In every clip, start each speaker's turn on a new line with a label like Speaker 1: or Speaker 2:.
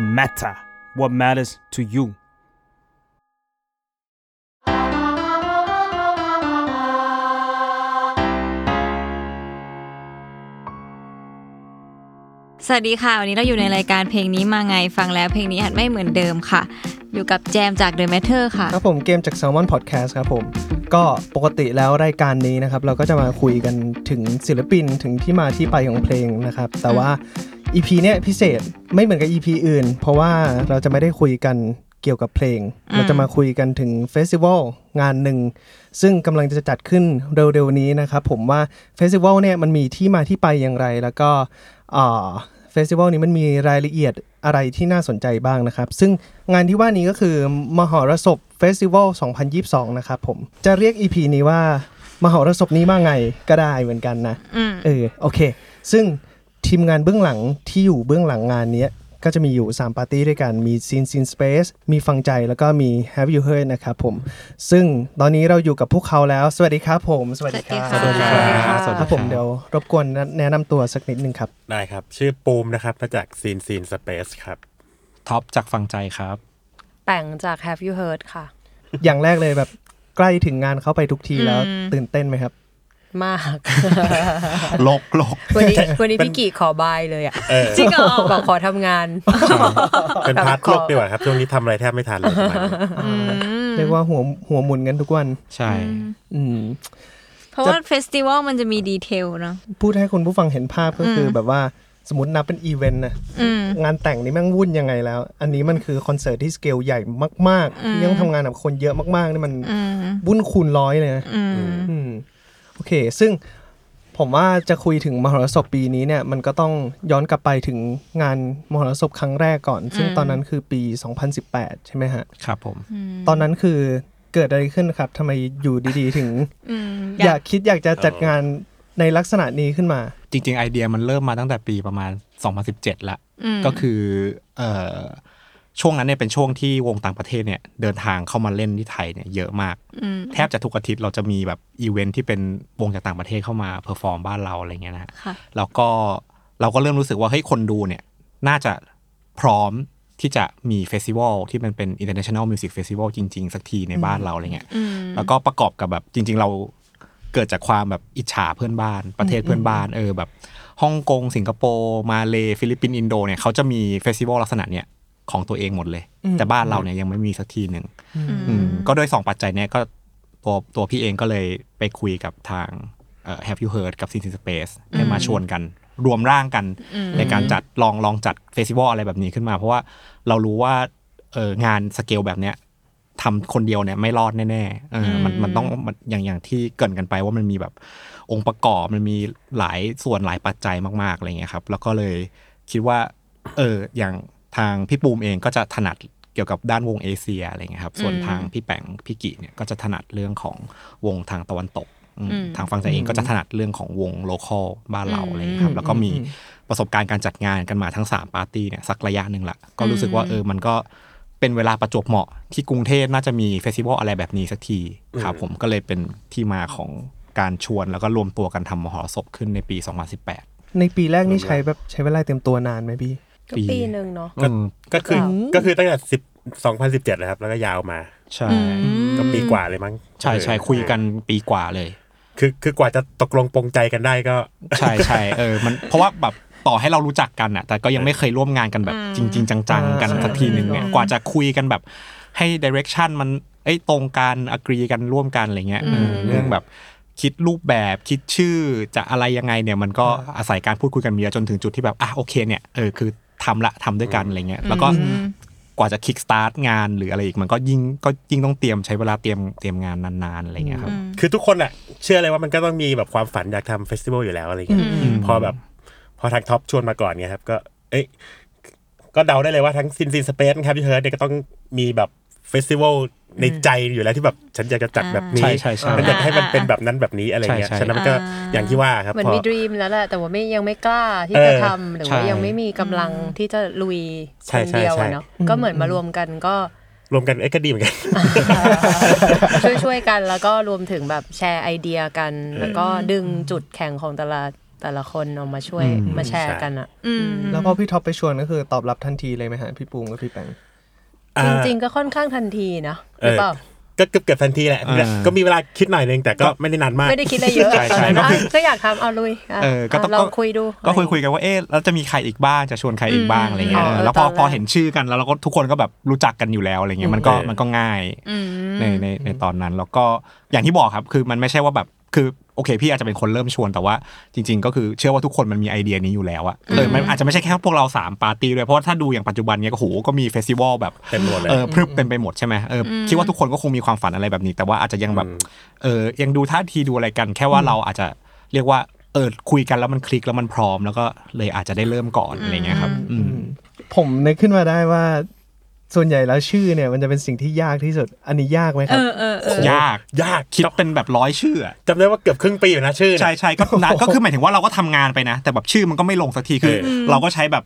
Speaker 1: matter what matters to you
Speaker 2: สวัสดีค่ะ วันนี้เราอยู่ในรายการเพลงนี้มาไงฟังแล้วเพลงนี้อาจไม่เหมือนเดิมค่ะ อยู่กับแจมจาก The Matter ค่ะ
Speaker 3: ครับผมเกมจาก Salmon Podcast ครับผม ก็ปกติแล้วรายการนี้นะครับ เราก็จะมาคุยกันถึงศิลปินถึงที่มาที่ไปของเพลงนะครับ แต่ว่า EP เนี้ยพิเศษไม่เหมือนกับ EP อื่น เพราะว่าเราจะไม่ได้คุยกันเกี่ยวกับเพลง
Speaker 2: อืม
Speaker 3: เราจะมาคุยกันถึงเฟสติวัลงานหนึ่ง ซึ่งกำลังจะจัดขึ้นเร็วๆนี้นะครับ ผมว่าเฟสติวัลเนี่ยมันมีที่มาที่ไปอย่างไร แล้วก็เฟสติวัลนี้มันมีรายละเอียดอะไรที่น่าสนใจบ้างนะครับ ซึ่งงานที่ว่านี้ก็คือมหรสพเฟสติวัล2022 นะครับผมจะเรียก EP นี้ว่ามหรสพนี้มาไงก็ได้เหมือนกันนะ
Speaker 2: อืม
Speaker 3: เออโอเค ซึ่งทีมงานเบื้องหลังที่อยู่เบื้องหลังงานเนี้ยก็จะมีอยู่ 3 ปาร์ตี้ด้วยกัน มี Scene Scene Space มีฟังใจแล้วก็มี Have You Heard นะครับผม ซึ่งตอนนี้เราอยู่กับพวกเขาแล้ว สวัสดีครับผม สวัสดีครับ
Speaker 2: สวัสดีค่ะ
Speaker 4: สวัส
Speaker 3: ค
Speaker 4: ดีครั
Speaker 3: รับบ ผมเดี๋ยวรบกวนแนะนำตัวสักนิดนึงครับ
Speaker 4: ได้ครับ ชื่อปูมนะครับมาจากซีนซีนสเปซ ครับ
Speaker 5: ท็อปจากฟังใจครับ
Speaker 6: แต่งจาก Have You Heard ค่ะ
Speaker 3: อย่างแรกเลยแบบใกล้ถึงงานเข้าไปทุกทีแล้ว
Speaker 2: อืม
Speaker 3: ตื่นเต้นไหมครับ
Speaker 6: มาก
Speaker 4: ลกลก
Speaker 6: วันนี้วันนี้พี่กี่ขอบายเลยอ่ะ
Speaker 2: จริงเหรอ
Speaker 6: บอกขอทำงาน
Speaker 4: เป็นพาร์ทลกดีกว่าครับ ช่วงนี้ทำอะไรแทบไม่ทัน เลยประมาณนี้
Speaker 2: อืม
Speaker 3: เรียกว่าหัวหัวหมุนกันทุกวัน
Speaker 5: ใช่
Speaker 3: อืม
Speaker 2: เพราะว่าเฟสติวัลมันจะมีดีเทลเนาะ
Speaker 3: พูดให้คุณผู้ฟังเห็นภาพก็คืออแบบว่าสมมตินับเป็นอีเวนต์นะ
Speaker 2: อืม
Speaker 3: งานแต่งนี่แม่งวุ่นยังไงแล้ว อันนี้มันคือคอนเสิร์ตที่สเกลใหญ่มากๆที่ยังทำงานกับคนเยอะมากๆนี่มัน
Speaker 2: อืม
Speaker 3: วุ่นคูณร้อยเลยนะ
Speaker 2: อืม
Speaker 3: อืมโอเค ซึ่งผมว่าจะคุยถึงมหรสพปีนี้เนี่ย มันก็ต้องย้อนกลับไปถึงงานมหรสพครั้งแรกก่อน ซึ่งตอนนั้นคือปี 2018 ใช่ไหมฮะ
Speaker 5: ครับผม
Speaker 3: ตอนนั้นคือเกิดอะไรขึ้นครับทำไมอยู่ดีๆ ถึง
Speaker 2: อืม
Speaker 3: อยากคิดอยากจะจัดงานในลักษณะนี้ขึ้นมา
Speaker 5: จริง ๆ ไอเดียมันเริ่มมาตั้งแต่ปีประมาณ 2017 ละ
Speaker 2: อืม
Speaker 5: ก็คือเอ่อช่วงนั้นเนี่ยเป็นช่วงที่วงต่างประเทศเนี่ยเดินทางเข้ามาเล่นที่ไทยเนี่ยเยอะมาก
Speaker 2: ม
Speaker 5: แทบจะทุกอาทิตย์เราจะมีแบบอีเวนท์ที่เป็นวงจากต่างประเทศเข้ามาเพอร์ฟอร์มบ้านเราอะไรเงี้ยนะฮะ
Speaker 2: ค่ะ
Speaker 5: แล้วก็เราก็เริ่มรู้สึกว่าเฮ้ยคนดูเนี่ย น่าจะพร้อมที่จะมีเฟสติวัลที่มันเป็น international music festival จริง ๆ สักทีในบ้านเราอะไรเงี้ย
Speaker 2: อืม
Speaker 5: แล้วก็ประกอบกับแบบจริง ๆ เราเกิดจากความแบบอิจฉาเพื่อนบ้าน ประเทศเพื่อนบ้านเออแบบฮ่องกง สิงคโปร์มาเลฟิลิปปินส์อินโดเนี่ยเขาจะมีเฟสติวัลลักษณะเนี่ยของตัวเองหมดเลย แต่บ้านเราเนี่ยยังไม่มีสักทีหนึ่ง อืมก็โดยสองปัจจัยเนี่ยก็ตัวตัวพี่เองก็เลยไปคุยกับทางเอ่อ Have You Heard กับ Sin Sin Space ให้มาชวนกัน รวมร่างกันในการจัดลองลองจัดเฟสติวัลอะไรแบบนี้ขึ้นมา เพราะว่าเรารู้ว่าเอองานสเกลแบบเนี้ยทำคนเดียวเนี่ยไม่รอดแน่ๆเออมันมันต้องมันอย่างอย่างที่เกรินกันไปว่ามันมีแบบองค์ประกอบมันมีหลายส่วนหลายปัจจัยมากๆอะไรเงี้ยครับ แล้วก็เลยคิดว่า เอออย่างทางพี่ปูมเองก็จะถนัดเกี่ยวกับด้านวงเอเชียอะไรเงี้ยครับ ส่วนทางพี่แปงพี่กิเนี่ยก็จะถนัดเรื่องของวงทางตะวันตกอืม
Speaker 2: อืม
Speaker 5: ทางฝั่งใจเองก็จะถนัดเรื่องของวงโลคอลบ้านเราอะไรเงี้ยครับ แล้วก็มีประสบการณ์การจัดงานกันมาทั้ง 3 ปาร์ตี้เนี่ยสักระยะหนึ่งละก็รู้สึกว่าเออมันก็เป็นเวลาประจวบเหมาะที่กรุงเทพน่าจะมีเฟสติวัลอะไรแบบนี้สักทีครับผมก็เลยเป็นที่มาของการชวนแล้วก็รวมตัวกันทำมหรสพขึ้นในปี 2018
Speaker 3: ในปีแรกนี่ใช้แบบใช้เวลาเตรียมตัวนานไหมพี่
Speaker 6: ก็ปีหนึ่งเนาะ
Speaker 5: อืม
Speaker 4: ก็คือ
Speaker 6: อืม
Speaker 4: ก็คือตั้งแต่สิบสองพันสิบเจ็ดนะครับ แล้วก็ยาวมา
Speaker 5: ใช่
Speaker 4: ก็ปีกว่าเลยมั้ง
Speaker 5: ใช่ใช่
Speaker 4: เออ
Speaker 5: คุยกันปีกว่าเลย
Speaker 4: คือคือกว่าจะตกลงปรงใจกันได้ก็
Speaker 5: ใช่ใช่เออมันเพราะว่าแบบต่อให้เรารู้จักกันอ่ะ แต่ก็ยังไม่เคยร่วมงานกันแบบจริง ๆ จัง ๆ กันสักทีหนึ่งเนี่ยกว่าจะคุยกันแบบให้ดิเรกชันมันเอ้ยตรงกันอักรีกันร่วมกันอะไรเงี้ยเออเรื่องแบบคิดรูปแบบคิดชื่อจะอะไรยังไงเนี่ยมันก็อาศัยการพูดคุยกันมาเยอะจนถึงจุดที่แบบอ่ะโอเคเนี่ยเออคือทำละทำด้วยกันอะไรเงี้ยแล้วก็กว่าจะคิกสตาร์ทงานหรืออะไรอีกมันก็ยิ่งก็ยิ่งต้องเตรียมใช้เวลาเตรียมเตรียมงานนานๆอะไรเงี้ยครับ
Speaker 4: คือทุกคนอ่ะ เชื่อเลยว่ามันก็ต้องมีแบบความฝันอยากทำเฟสติวัลอยู่แล้วอะไรเงี้ยพอแบบ พอทางท็อปชวนมาก่อนเนี่ยครับก็ เอ้ยก็เดาได้เลยว่าทั้งซินซินสเปซครับพี่เฮิร์ทเนี่ยก็ต้องมีแบบเฟสติวัลในใจอยู่แล้วที่แบบฉันอยากจะจัดแบบนี้
Speaker 5: ใช่ใช่ใช่
Speaker 4: ฉันอยากให้มันเป็นแบบนั้นแบบนี้อะไรเงี้ย
Speaker 5: ใช่ใช่
Speaker 4: ฉะนั้นมันก็อย่างที่ว่าครับ
Speaker 6: เหมือน
Speaker 4: พอ
Speaker 6: มีดรีมแล้วแหละ แต่ว่าไม่ยังไม่กล้าที่
Speaker 4: เออ
Speaker 6: จะทำหรือว่า
Speaker 5: ใช่
Speaker 6: ยังไม่มีกำลังที่จะลุย
Speaker 4: ใช่
Speaker 6: คนเดียว
Speaker 4: ใช่
Speaker 6: อะ
Speaker 4: ใช่
Speaker 6: เนาะก็เหมือนมารวมกัน ก็
Speaker 4: รวมกันเอ้ยก็ดีเหมือนกัน
Speaker 6: ช่วยช่วยๆกันแล้วก็รวมถึงแบบแชร์ไอเดียกัน แล้วก็ดึงจุดแข็งของแต่ละ แต่ละคนเอามาช่วยมาแชร์กันอ่ะ
Speaker 2: อืม
Speaker 3: แล้วพอพี่ท็อปไปชวนก็คือตอบรับทันทีเลยไหมฮะพี่ปูงกับพี่แปง
Speaker 4: อ่า
Speaker 6: จริง ๆ ก็ค่อนข้างทันทีนะหรือเปล่า
Speaker 4: ก็เกือบเกือบทันทีแหละ
Speaker 5: อ่า
Speaker 4: ก็มีเวลาคิดหน่อยนึงแต่ก็ไม่ได้นานมาก
Speaker 6: ไม่ได้คิดอะไรเยอะ
Speaker 5: ใช่ใช่
Speaker 6: ตอนนั้น
Speaker 5: ก็คือ
Speaker 6: อ่ะก็อยากทำเอาลุยอ่ะ
Speaker 5: เออก็ต้อง
Speaker 6: ลองคุยดู
Speaker 5: ก็คุยคุยกันว่าเอ๊ะแล้วจะมีใครอีกบ้างจะชวนใครอีกบ้างอะไรเงี้ย
Speaker 6: อ๋อ
Speaker 5: เออแล้วพอ
Speaker 6: ตนรก
Speaker 5: พอเห็นชื่อกันแล้วเราก็ทุกคนก็แบบรู้จักกันอยู่แล้วอะไรเงี้ยมันก็
Speaker 4: เออ
Speaker 5: มันก็ง่าย
Speaker 2: อืม
Speaker 5: ในในในตอนนั้น แล้วก็อย่างที่บอกครับคือมันไม่ใช่ว่าแบบคือโอเค พี่อาจจะเป็นคนเริ่มชวนแต่ว่าจริง ๆ ก็คือเชื่อว่าทุกคนมันมีไอเดียนี้อยู่แล้วอะเออมันอาจจะไม่ใช่แค่พวกเราสามปาร์ตี้ด้วยเพราะว่าถ้าดูอย่างปัจจุบันเนี้ยก็โหก็มีเฟสติวัลแบบ
Speaker 4: เต็มหมดเลย
Speaker 5: เออพรึบเป็นไปหมดใช่ไหมเอออคิดว่าทุกคนก็คงมีความฝันอะไรแบบนี้ แต่ว่าอาจจะยังแบบเออยังดูท่าทีดูอะไรกัน แค่ว่าเราอาจจะเรียกว่าเออคุยกันแล้วมันคลิกแล้วมันพร้อมแล้วก็เลยอาจจะได้เริ่มก่อนอะไรเงี้ยครับอืม
Speaker 3: ผมนึกขึ้นมาได้ว่า ส่วนใหญ่แล้วชื่อเนี่ย มันจะเป็นสิ่งที่ยากที่สุด อันนี้ยากไหมครับ
Speaker 5: ยาก
Speaker 4: ยาก
Speaker 5: คิดเป็นแบบร้อยชื่ออะ
Speaker 4: จำได้ว่าเกือบครึ่งปีอยู่นะชื่อน่ะ
Speaker 5: ใช่ใช่ก็นานก็คือหมายถึงว่าเราก็ทำงานไปนะ แต่แบบชื่อมันก็ไม่ลงสักทีคืออเราก็ใช้แบบ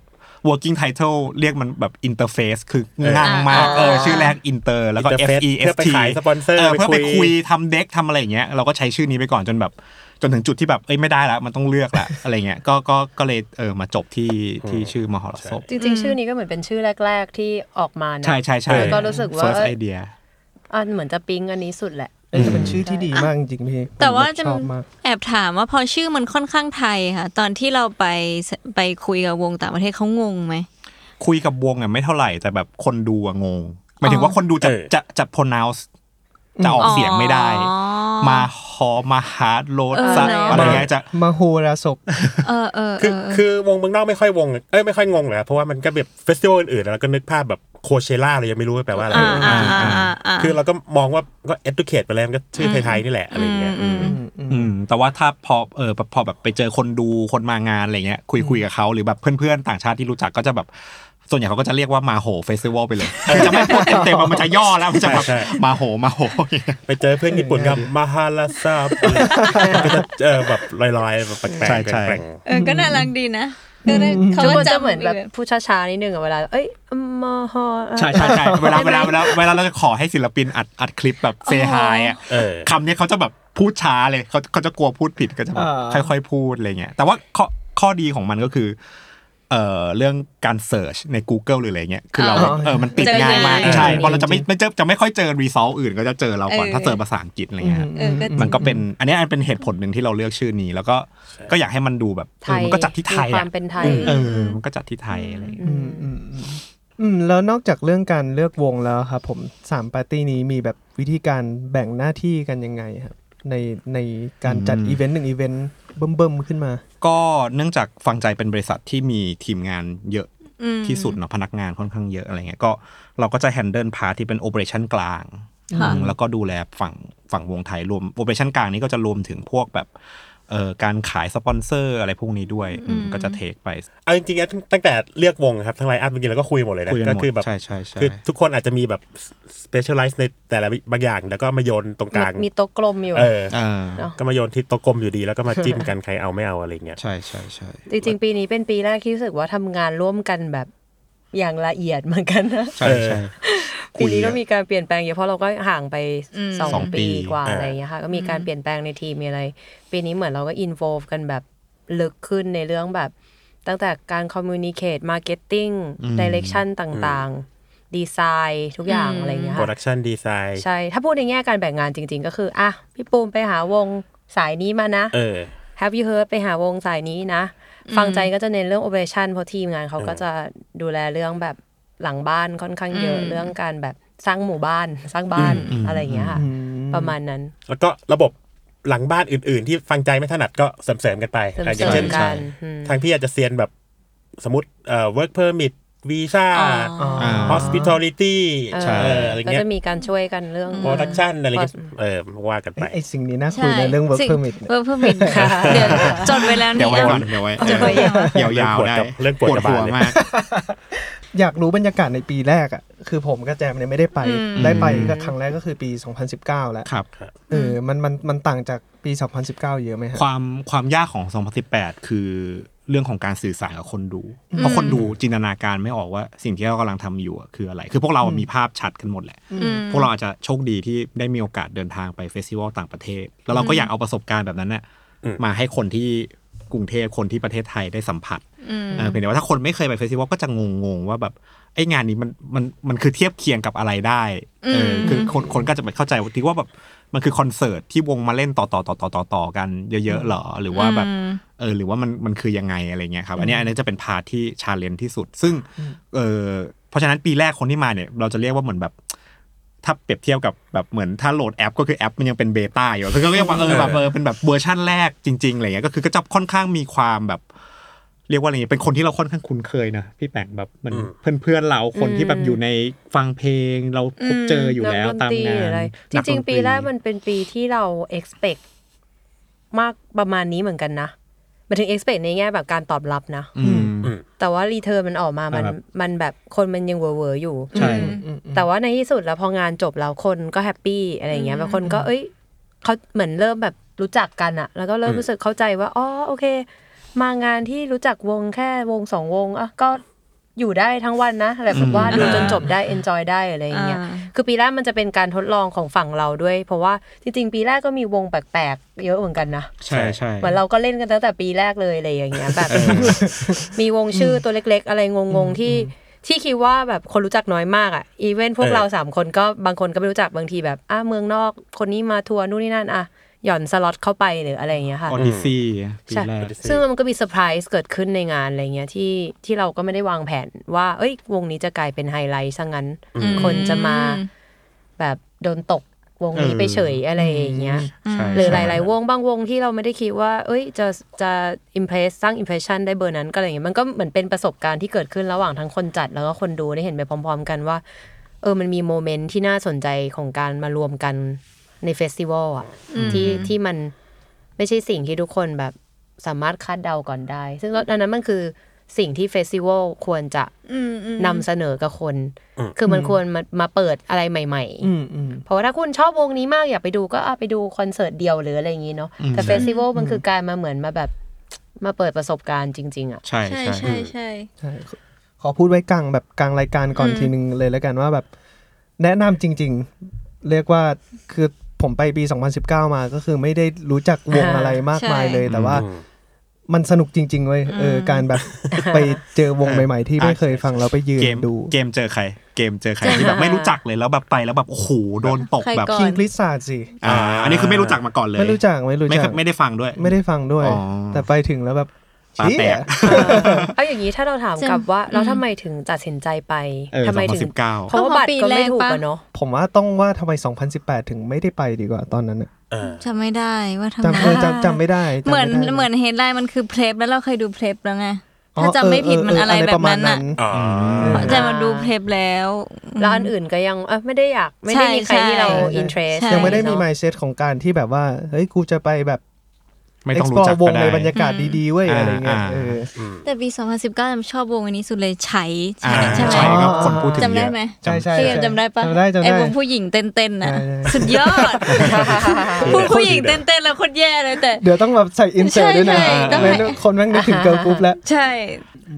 Speaker 5: working title เรียกมันแบบ interface คือง่างมาก
Speaker 2: อ่า
Speaker 5: เออชื่อแรก inter แล้วก็ F
Speaker 4: Interface
Speaker 5: E
Speaker 4: เพื่
Speaker 5: S
Speaker 4: อไป
Speaker 5: T
Speaker 4: ขายสปอนเซอร์
Speaker 5: เพื่อ
Speaker 4: ไป
Speaker 5: ไป
Speaker 4: คุ
Speaker 5: คุ
Speaker 4: ย
Speaker 5: ยทำเด็กทำอะไรอย่างเงี้ยเราก็ใช้ชื่อนี้ไปก่อนจนแบบจนถึงจุดที่แบบเอ้ยไม่ได้ละมันต้องเลือกละ อะไรเงี้ยก็ก็ก็เลยเออมาจบที่ที่ชื่อมหรสพ
Speaker 6: จริง ๆ ชื่อนี้ก็เหมือนเป็นชื่อแรก ๆ ที่ออกมานะ
Speaker 5: ใช่ใช่ใช่
Speaker 6: แล้วก็รู้สึกว่า
Speaker 5: first idea
Speaker 6: อ่ะเหมือนจะปิ๊งอันนี้สุดแหละ
Speaker 3: เออจะเป็นชื่อที่ดีมากจริงๆพี่
Speaker 2: แต่ว่า
Speaker 3: ผ
Speaker 2: จะ
Speaker 3: มชอบมาก
Speaker 2: แอบถามว่าพอชื่อมันค่อนข้างไทยค่ะ ตอนที่เราไปสไปคุยกับวงต่างประเทศเขางงไหม
Speaker 5: คุยกับวงอ่ะไม่เท่าไหร่แต่แบบคนดูอะงงหมายถึงว่าคนดูจะ
Speaker 4: เออ
Speaker 5: จะจะ pronounce จะออกเสียงไม่ได้
Speaker 2: อ๋อ
Speaker 5: มาฮอมาฮาร์ดโรด
Speaker 2: เออ
Speaker 5: ซะ
Speaker 2: เนอะ
Speaker 5: อะไรเงี้ยจะ
Speaker 3: มาโหราศพ
Speaker 2: เออเออเอ
Speaker 4: คือ
Speaker 2: อ
Speaker 4: คือวงเมืองนอกไม่ค่อยวงเอ้ยไม่ค่อยงงเลยครับเพราะว่ามันก็แบบเฟสติวัลอื่นๆแล้วก็นึกภาพแบบโคเชล่าเลยยังไม่รู้ว่าแปลว่าอะไร
Speaker 2: อ่าอ่าอ่าอ่า
Speaker 4: คือเราก็มองว่าก็ educate ไปแล้วมันก็ชื่อไทยๆนี่แหละอะไรอย่างเงี้ยอืม
Speaker 5: อืมแต่ว่าถ้าพอเออพอแบบไปเจอคนดูคนมางานอะไรเงี้ยคุยคุยกับเขาหรือแบบเพื่อนๆ ต่างชาติที่รู้จักก็จะแบบ ส่วนใหญ่เขาก็จะเรียกว่ามาโหเฟสติวัลไปเลย คือจะไม่พูดเต็มๆมันจะย่อแล้วมันจะแบบ
Speaker 4: ใช่
Speaker 5: มาโหมาโห
Speaker 4: ไปเจอเพื่อนญี่ปุ่นกับมาฮาราซาบก็จะเจอแบบลอยๆแบบแปลกๆ
Speaker 5: ใช่ใช่
Speaker 4: แปลก
Speaker 2: เออก็น่ารักดีนะก็ได้เขา
Speaker 6: ทุก
Speaker 2: ก็
Speaker 6: คนจะ
Speaker 2: จำ
Speaker 6: เหมือนแบบพูดช้าๆนิดนึงอะเวลา เอ้ยมาฮอเอ่อ
Speaker 5: ใช่ใช่ใช่เวลาเวลาเวลาเวลาเราจะขอให้ศิลปินอัดอัดคลิปแบบเซฮายอ่ะ
Speaker 4: ๆเออ
Speaker 5: คำเนี้ยเขาจะแบบพูดช้าเลยเขาเขาจะกลัวพูดผิดก็จะแบบ
Speaker 3: อ่า
Speaker 5: ค่อยๆ พูดอะไรเงี้ยแต่ว่าข้อข้อดีของมันก็คือเอ่อเรื่องการเสิร์ชใน Google หรืออะไรเงี้ยคือเราเออมันติดง่ายมาก
Speaker 2: เจอง่าย
Speaker 5: ใช่เพราะเราจะไม่ไม่เจอจะไม่ค่อยเจอรีซอลอื่นก็จะเจอเราก่อนถ้าเสิร์ชภาษาอังกฤษอะไรเงี้ย
Speaker 2: เออก็
Speaker 5: มันก็เป็นอันนี้อันเป็นเหตุผลหนึ่งที่เราเลือกชื่อนี้ แล้วก็ก็อยากให้มันดูแบบเออมันก็จัดที่ไทย
Speaker 6: มีควา
Speaker 5: อะ
Speaker 6: มเป็นไทย
Speaker 5: เออมันก็จัดที่ไทยอะไรอย่างเงี้ย
Speaker 3: อืมอืมอืมอืมแล้วนอกจากเรื่องการเลือกวงแล้วครับผมสามปาร์ตี้นี้มีแบบวิธีการแบ่งหน้าที่กันยังไงครับในในการจัดอีเวนต์หนึ่งอีเวนต์เบิ่มๆขึ้นมา
Speaker 5: ก็เนื่องจากฟังใจเป็นบริษัทที่มีทีมงานเยอะที่สุดเนาะพนักงานค่อนข้างเยอะอะไรเงี้ยก็เราก็จะแฮนเดิลพาที่เป็นโอเปอเรชันกลาง
Speaker 2: ค่ะ
Speaker 5: แล้วก็ดูแลฝั่งฝั่งวงไทยรวมโอเปอเรชันกลางนี้ก็จะรวมถึงพวกแบบเอ่อการขายสปอนเซอร์อะไรพวกนี้ด้วยอืมก็จะเทคไป
Speaker 4: เอาจริงๆนะตั้งแต่เลือกวงครับทั้งไลน์อัพจริงๆแล้วก็คุยหมดเลยนะ
Speaker 5: คุยกัน
Speaker 4: ก็
Speaker 5: หมด
Speaker 4: คือแบบ
Speaker 5: ใช่ใช่ใช่
Speaker 4: คือทุกคนอาจจะมีแบบ specialize ในแต่ละบางอย่าง แล้วก็มาโยนตรงกลาง
Speaker 6: มีมีโต๊ะกลมอยู่
Speaker 4: เออ
Speaker 5: อ่า
Speaker 4: ก็มาโยนที่โตะกลมอยู่ดี แล้วก็มาจิ้มกัน ใครเอาไม่เอาอะไรเงี้ย
Speaker 5: ใช่ใช่ใช่
Speaker 6: จริงๆ ปีนี้เป็นปีแรกที่รู้สึกว่าทำงานร่วมกันแบบอย่างละเอียดเหมือนกันนะ
Speaker 5: ใช่ใช่
Speaker 6: ปีนี้ก็มีการเปลี่ยนแปลงเยอะเพราะเราก็ห่างไปสอ
Speaker 5: สอง งปี
Speaker 6: ปีกว่า
Speaker 4: อ่า
Speaker 6: อะไรอย่างเงี้ยค่ะก็มีการเปลี่ยนแปลงในทีมมีอะไร ปีนี้เหมือนเราก็อินโฟลกันแบบลึกขึ้นในเรื่องแบบ ตั้งแต่การคอมมูนิเคตมาร์เก็ตติ้งดิเรกชันต่างๆ ดีไซน์ทุกอย่างอะไรอย่างเงี้ยค่ะ
Speaker 4: production design
Speaker 6: ใช่ ถ้าพูดในแง่การแบ่งงานจริง ๆ ก็คือ อ่ะ พี่ปูมไปหาวงสายนี้มานะ
Speaker 4: เออ
Speaker 6: Have you heard ไปหาวงสายนี้นะ ฟังใจก็จะเน้นเรื่อง operation เพราะทีมงานเขาก็จะดูแลเรื่องแบบหลังบ้านค่อนข้างเยอะ เรื่องการแบบสร้างหมู่บ้าน สร้างบ้านอะไรอย่างเงี้ยค่ะ ประมาณนั้น
Speaker 4: แล้วก็ระบบหลังบ้านอื่นๆ ที่ฟังใจไม่ถนัดก็เสริมๆกันไป
Speaker 6: เสริม
Speaker 4: อ่ะ
Speaker 6: ๆ
Speaker 4: อย่างเช่น
Speaker 6: กัน
Speaker 4: ทางพี่อาจจะเซียนแบบสมมติเอ่อ work permit visa
Speaker 2: อ๋อ
Speaker 4: hospitality
Speaker 5: ใช่
Speaker 4: เอออะไร
Speaker 6: ก็
Speaker 4: เงี้ย
Speaker 6: จะมีการช่วยกันเรื่อง
Speaker 4: production อะไรเงี้ย
Speaker 6: Post-
Speaker 4: เออว่ากันไป
Speaker 3: ไอ้ไอ้สิ่งนี้น่าคุยในะเรื่อง work permit เนี่ย
Speaker 2: เวิร์กเพอร์มิทเดี๋ยวจดไว้แล้ว
Speaker 5: เดี๋ย
Speaker 2: นี่
Speaker 5: วไว้ก่อน
Speaker 2: อ่ะ
Speaker 5: เดี๋ยวไว้
Speaker 2: จะไปยังไง
Speaker 5: ยาวๆได้
Speaker 4: เรื่องปวด
Speaker 5: ปวด
Speaker 4: กระบาล
Speaker 5: หัว
Speaker 4: เลย
Speaker 5: มาก
Speaker 3: อยากรู้บรรยากาศในปีแรกอ่ะคือผมกับแจมเนี่ยไม่ได้ไปได้ไปก็ครั้งแรกก็คือปี 2019 แล้ว
Speaker 5: ครับ
Speaker 3: เออมันมันมันต่างจากปี 2019 เยอะไหมฮะ
Speaker 5: ความความยากของ 2018 คือเรื่องของการสื่อสารกับคนดู เพราะคนดูจินตนาการไม่ออกว่าสิ่งที่เรากำลังทำอยู่อะคืออะไร คือพวกเรามีภาพชัดกันหมดแหละ พวกเราอาจจะโชคดีที่ได้มีโอกาสเดินทางไปเฟสติวัลต่างประเทศ แล้วเราก็อยากเอาประสบการณ์แบบนั้นน่ะมาให้คนที่ กรุงเทพคนที่ประเทศไทยได้สัมผัส
Speaker 2: อืม
Speaker 5: เออเพียงแต่ว่าถ้าคนไม่เคยไปเฟสติวัลก็จะงงๆว่าแบบไอ้งานนี้มันมันมันคือเทียบเคียงกับอะไรได้เออ
Speaker 2: ม
Speaker 5: คือคนคนก็จะไปเข้าใจว่าที่ว่าแบบมันคือคอนเสิร์ตที่วงมาเล่นต่อต่อต่อต่อต่อต่อกันเยอะๆหรอหรือว่าแบบ
Speaker 2: อืม
Speaker 5: เออหรือว่ามันมันคือยังไงอะไรเงี้ยครับ อันเนี้ยอันนี้จะเป็นพาร์ทที่ชาเลนจ์ที่สุด ซึ่งเออเพราะฉะนั้นปีแรกคนที่มาเนี่ย เราจะเรียกว่าเหมือนแบบ ถ้าเปรียบเทียบกับแบบเหมือนถ้าโหลดแอป ก็คือแอปมันยังเป็นเบต้าอยู่คือก็เรียกว่าเออแบบเออเป็นแบบเวอร์ชั่นแรกจริงๆอะไรเงี้ยก็คือก็จะค่อนข้างมีความแบบ เรียกว่าอะไรเงี้ยเป็นคนที่เราค่อนข้างคุ้นเคยนะพี่แป้งแบบเหมือน
Speaker 4: อืม
Speaker 5: เพื่อนๆเราคนที่แบบอยู่ในฟังเพลง เราพบเจออยู่แล้ว
Speaker 6: นักดน
Speaker 5: ตาม
Speaker 6: รี
Speaker 5: งา
Speaker 6: ห
Speaker 5: น
Speaker 6: ออะไรจ
Speaker 5: นัดนต
Speaker 6: ริง ๆ ปีแรกมันเป็นปีที่เรา expect มากประมาณนี้เหมือนกันนะหมายถึง expect ในแง่แบบการตอบรับนะ
Speaker 5: อืม
Speaker 6: แต่ว่ารีเทิร์นมันออกมา มัน
Speaker 5: ครับ
Speaker 6: มันแบบคนมันยังเวอร์เวอร์ๆอยู่
Speaker 5: ใช่
Speaker 6: แต่ว่าในที่สุดแล้วพองานจบแล้วคนก็แฮปปี้อะไรอย่างเงี้ยบางคนก็เอ้ยเขาเหมือนเริ่มแบบรู้จักกันอะแล้วก็เริ่ม
Speaker 4: อืม
Speaker 6: รู้สึกเข้าใจว่าอ๋อโอเค มางานที่รู้จักวงแค่วงสองวงอ่ะก็อยู่ได้ทั้งวันนะแบบ
Speaker 5: อืม
Speaker 6: ว่าดูจน
Speaker 2: อ่า
Speaker 6: จบได้เอนจอยได้อะไรอย่างเงี้ย
Speaker 2: อ่า
Speaker 6: คือปีแรกมันจะเป็นการทดลองของฝั่งเราด้วย เพราะว่าจริงๆ ปีแรกก็มีวงแปลกๆเยอะเหมือนกันนะ
Speaker 5: ใช่ใช่
Speaker 6: เหมือนเราก็เล่นกันตั้งแต่ปีแรกเลยอะไรอย่างเงี้ยแบบ
Speaker 5: เออ
Speaker 6: มีวงชื่อตัวเล็ก ๆ อะไรงงๆที่ที่คิดว่าแบบคนรู้จักน้อยมากอ่ะอีเวนพวก
Speaker 4: เออ
Speaker 6: เราสามคนก็บางคนก็ไม่รู้จักบางทีแบบอ่ะเมืองนอกคนนี้มาทัวร์นู่นนี่นั่นอ่ะหย่อนสล็อตเข้าไปหรืออะไรอย่างเงี้ยค่ะ
Speaker 5: ออดิซี่ปี
Speaker 6: ใช่
Speaker 5: แรก
Speaker 6: ซึ่งมันก็มีเซอร์ไพรส์เกิดขึ้นในงานอะไรเงี้ยที่ที่เราก็ไม่ได้วางแผนว่า เอ้ยวงนี้จะกลายเป็นไฮไลท์ซะงั้น คนจะมาแบบโดนตกวงนี้ไปเฉยอะไรอย่างเงี้ย
Speaker 5: ใช่
Speaker 6: หรือห
Speaker 5: ใช่
Speaker 6: ลาย ๆ วงบางวงที่เราไม่ได้คิดว่า เอ้ย จะจะอิมเพรสสร้างอิมเพรสชันได้เบอร์นั้นก็อะไรอย่างเงี้ยมันก็เหมือนเป็นประสบการณ์ที่เกิดขึ้นระหว่างทั้งคนจัดแล้วก็คนดูได้เห็นไปพร้อม ๆ กันว่า เออมันมีโมเมนต์ที่น่าสนใจของการมารวมกันในเฟสติวัลอ่ะที่ที่มันไม่ใช่สิ่งที่ทุกคนแบบสามารถคาดเดาก่อนได้ ซึ่งก็อันนั้นมันคือสิ่งที่เฟสติวัลควรจะ
Speaker 2: อืมอืม
Speaker 6: นำเสนอกับคน คือมันควรมามาเปิดอะไรใหม่ ๆ
Speaker 3: อืมอืม
Speaker 6: เพราะว่าถ้าคุณชอบวงนี้มากอยากไปดูก็อ่ะไปดูคอนเสิร์ตเดียวหรืออะไรอย่างนี้เนาะแต่เฟสติวัลมันคือการมาเหมือนมาแบบมาเปิดประสบการณ์จริง ๆ อ่ะ
Speaker 5: ใช่
Speaker 2: ใช่
Speaker 5: ใช่
Speaker 2: ใช่ใช่
Speaker 3: ใช่ขอขอพูดไว้กลางแบบกลางรายการก่อน
Speaker 2: อืม
Speaker 3: ทีนึงเลยแล้วกันว่าแบบแนะนำจริง ๆ เรียกว่าคือผมไปปี 2019 มาก็คือไม่ได้รู้จักวงอะไรมากมายเลย แต่ว่ามันสนุกจริง ๆเว้ยเออการแบบไปเจอวงใหม่ ๆ ที่ไม่เคยฟังแล้วไปยืน
Speaker 5: เกม
Speaker 3: ดู
Speaker 5: เกมเจอใคร เกมเจอใครที่แบบไม่รู้จักเลยแล้วแบบไปแล้วแบบโอ้โหโดนตก
Speaker 2: ใคร
Speaker 5: แบบ
Speaker 2: ก่อน
Speaker 3: คิงคลิสซาสิ
Speaker 5: อ่าอันนี้คือไม่รู้จักมาก่อนเลย
Speaker 3: ไม่รู้จักไม่รู้
Speaker 5: ไม่
Speaker 3: จั
Speaker 5: เค
Speaker 3: ก
Speaker 5: ยไม่ได้ฟังด้วย
Speaker 3: ไม่ได้ฟังด้วย
Speaker 5: อ๋อ
Speaker 3: แต่ไปถึงแล้วแบบ
Speaker 5: ตาแตก
Speaker 3: เชี่ย
Speaker 6: เอาอย่างนี้ถ้าเราถาม
Speaker 2: จริง
Speaker 6: กลับว่าแล้ว
Speaker 2: อืม
Speaker 6: ทำไมถึงตัดสินใจไป
Speaker 5: เออ
Speaker 6: ทำ
Speaker 5: ส
Speaker 6: ไม
Speaker 5: องพั
Speaker 6: ถึ
Speaker 5: น
Speaker 6: ง
Speaker 5: สิบเก้า
Speaker 6: เพราะว่าบัตรก็ไม่ถูกอะเนาะ
Speaker 3: ผมว่าต้องว่าทำไม 2018 ถึงไม่ได้ไปดีกว่าตอนนั้นน่ะ
Speaker 2: จำไม่ได้ว่าทำไม
Speaker 3: จำเออจำจำไม่ได้จำ
Speaker 2: เหมือน
Speaker 3: ไได้
Speaker 2: เหมือนเฮดไลน์มันคือเพลฟแล้วเราเคยดูเพลฟแล้วไง
Speaker 3: อ๋อ
Speaker 2: ถ้าจำไม่ผิด
Speaker 3: เ
Speaker 2: มันอะไรแบบนั้น
Speaker 3: อ
Speaker 2: อะ
Speaker 3: เออเอออะไรประมาณ
Speaker 2: เพราะจะมาดูเพลฟแล้วม
Speaker 6: แล้วอันอื่นก็ยังเอ้ยไม่ได้อยากไม่ได้มีใคร
Speaker 2: ใช่
Speaker 6: ที่เรา
Speaker 2: ใช่
Speaker 6: อินเทรส
Speaker 2: ใช่
Speaker 3: ยังไม่ได้มี mindset ของการที่แบบว่า เฮ้ย กูจะไปแบบ
Speaker 5: ไม่ต้องรู้จัก
Speaker 3: explore ว
Speaker 5: ก็
Speaker 3: ง
Speaker 5: ได้
Speaker 3: ในบรรยากาศดีๆเว้ย
Speaker 5: อ่า
Speaker 3: อะไรเงี้ย
Speaker 5: อ่า
Speaker 3: เออ
Speaker 2: แต่ปี 2019จำชอบวงอันนี้สุดเลยไฉไฉ
Speaker 5: อ่า
Speaker 2: ใช่ไหม
Speaker 5: ใช่ก็คนพูดถึง
Speaker 2: จำได้
Speaker 5: เยอะ
Speaker 2: ไหม
Speaker 3: ใช่ใช่
Speaker 2: พี่เอ็มจำได้ปะ
Speaker 3: จำได้จำได้
Speaker 2: ไอ้วงผู้หญิงเต้นๆน่ะ
Speaker 3: ใช่ใช่
Speaker 2: สุดยอดผู้ผู้หญิงเต้นๆแล้วโคตรแย่เลยแต่
Speaker 3: เดี๋ยวต้องแบบใส่ insert
Speaker 2: ใช่
Speaker 3: ด้วยนะ
Speaker 2: ใช่ต้อง
Speaker 3: ไม่งั้น
Speaker 2: ให้
Speaker 3: คนแม่งนึกถึงเกิร์ลกรุ๊ปแล้ว
Speaker 2: ใช่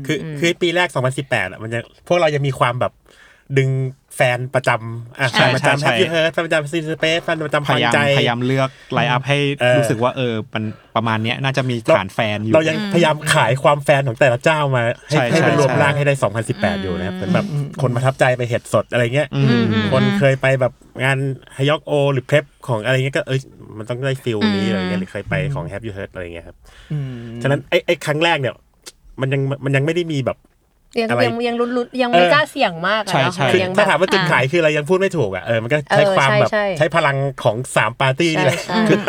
Speaker 4: คือคือปีแรก 2018อ่ะมันยังพวกเรายังมีความแบบดึงแฟนประจำอ่ะ
Speaker 5: ใช่
Speaker 4: แฟนประ
Speaker 5: ใช่
Speaker 4: จำ
Speaker 5: ใช่
Speaker 4: แฮปปี้เฮิร์ทแฟนประจำซีนสเปซแฟนประจำ
Speaker 5: พ
Speaker 4: ฟัง
Speaker 5: ยายาม
Speaker 4: ใจ
Speaker 5: พยายามเลือกไลน์อัพให้
Speaker 4: เออ
Speaker 5: รู้สึกว่าเออมันประมาณเนี้ยน่าจะมีฐานแฟนอยู่
Speaker 4: เรายังพยายามขายความแฟนของแต่ละเจ้ามา ให้
Speaker 5: ใช่
Speaker 4: ให้เป็น
Speaker 5: ใช่
Speaker 4: รวม
Speaker 5: ใช่
Speaker 4: ร่างให้ได้ 2018 อยู่นะครับเหมือนแบบคนประทับใจไปเห็ดสดอะไรเงี้ย
Speaker 5: อืม
Speaker 4: คนเคยไปแบบงานฮยอกโอ หรือเพลฟของอะไรเงี้ยก็เอ้ยมันต้องได้ฟิลนี้อะไรเงี้ยหรือเคยไปของแฮปปี้เฮิร์ทอะไรเงี้ยครับฉะนั้นไอ้ไอ้ครั้งแรกเนี่ย มันยังมันยังไม่ได้มีแบบ
Speaker 6: ยัง
Speaker 4: อะไร
Speaker 6: ยังยังลุ้นๆยัง
Speaker 4: เอ
Speaker 6: ไม่
Speaker 4: อ
Speaker 6: กล้าเสี่ยงมากอะ
Speaker 5: ใช่
Speaker 6: เนาะ
Speaker 5: ใช่
Speaker 6: มัน
Speaker 4: คือ
Speaker 6: ยังแบ
Speaker 4: ถ้า
Speaker 6: บ
Speaker 4: ถามว่าจุดขายคืออะไรยังพูดไม่ถูกอ่ะเออมันก็ใช้
Speaker 6: เออ
Speaker 4: ความ
Speaker 6: ใช่
Speaker 4: แบบ
Speaker 6: ใช่
Speaker 4: ใช้พลังของสามปาร์ตี้
Speaker 6: ใช่
Speaker 4: เนี่ย
Speaker 6: ใช่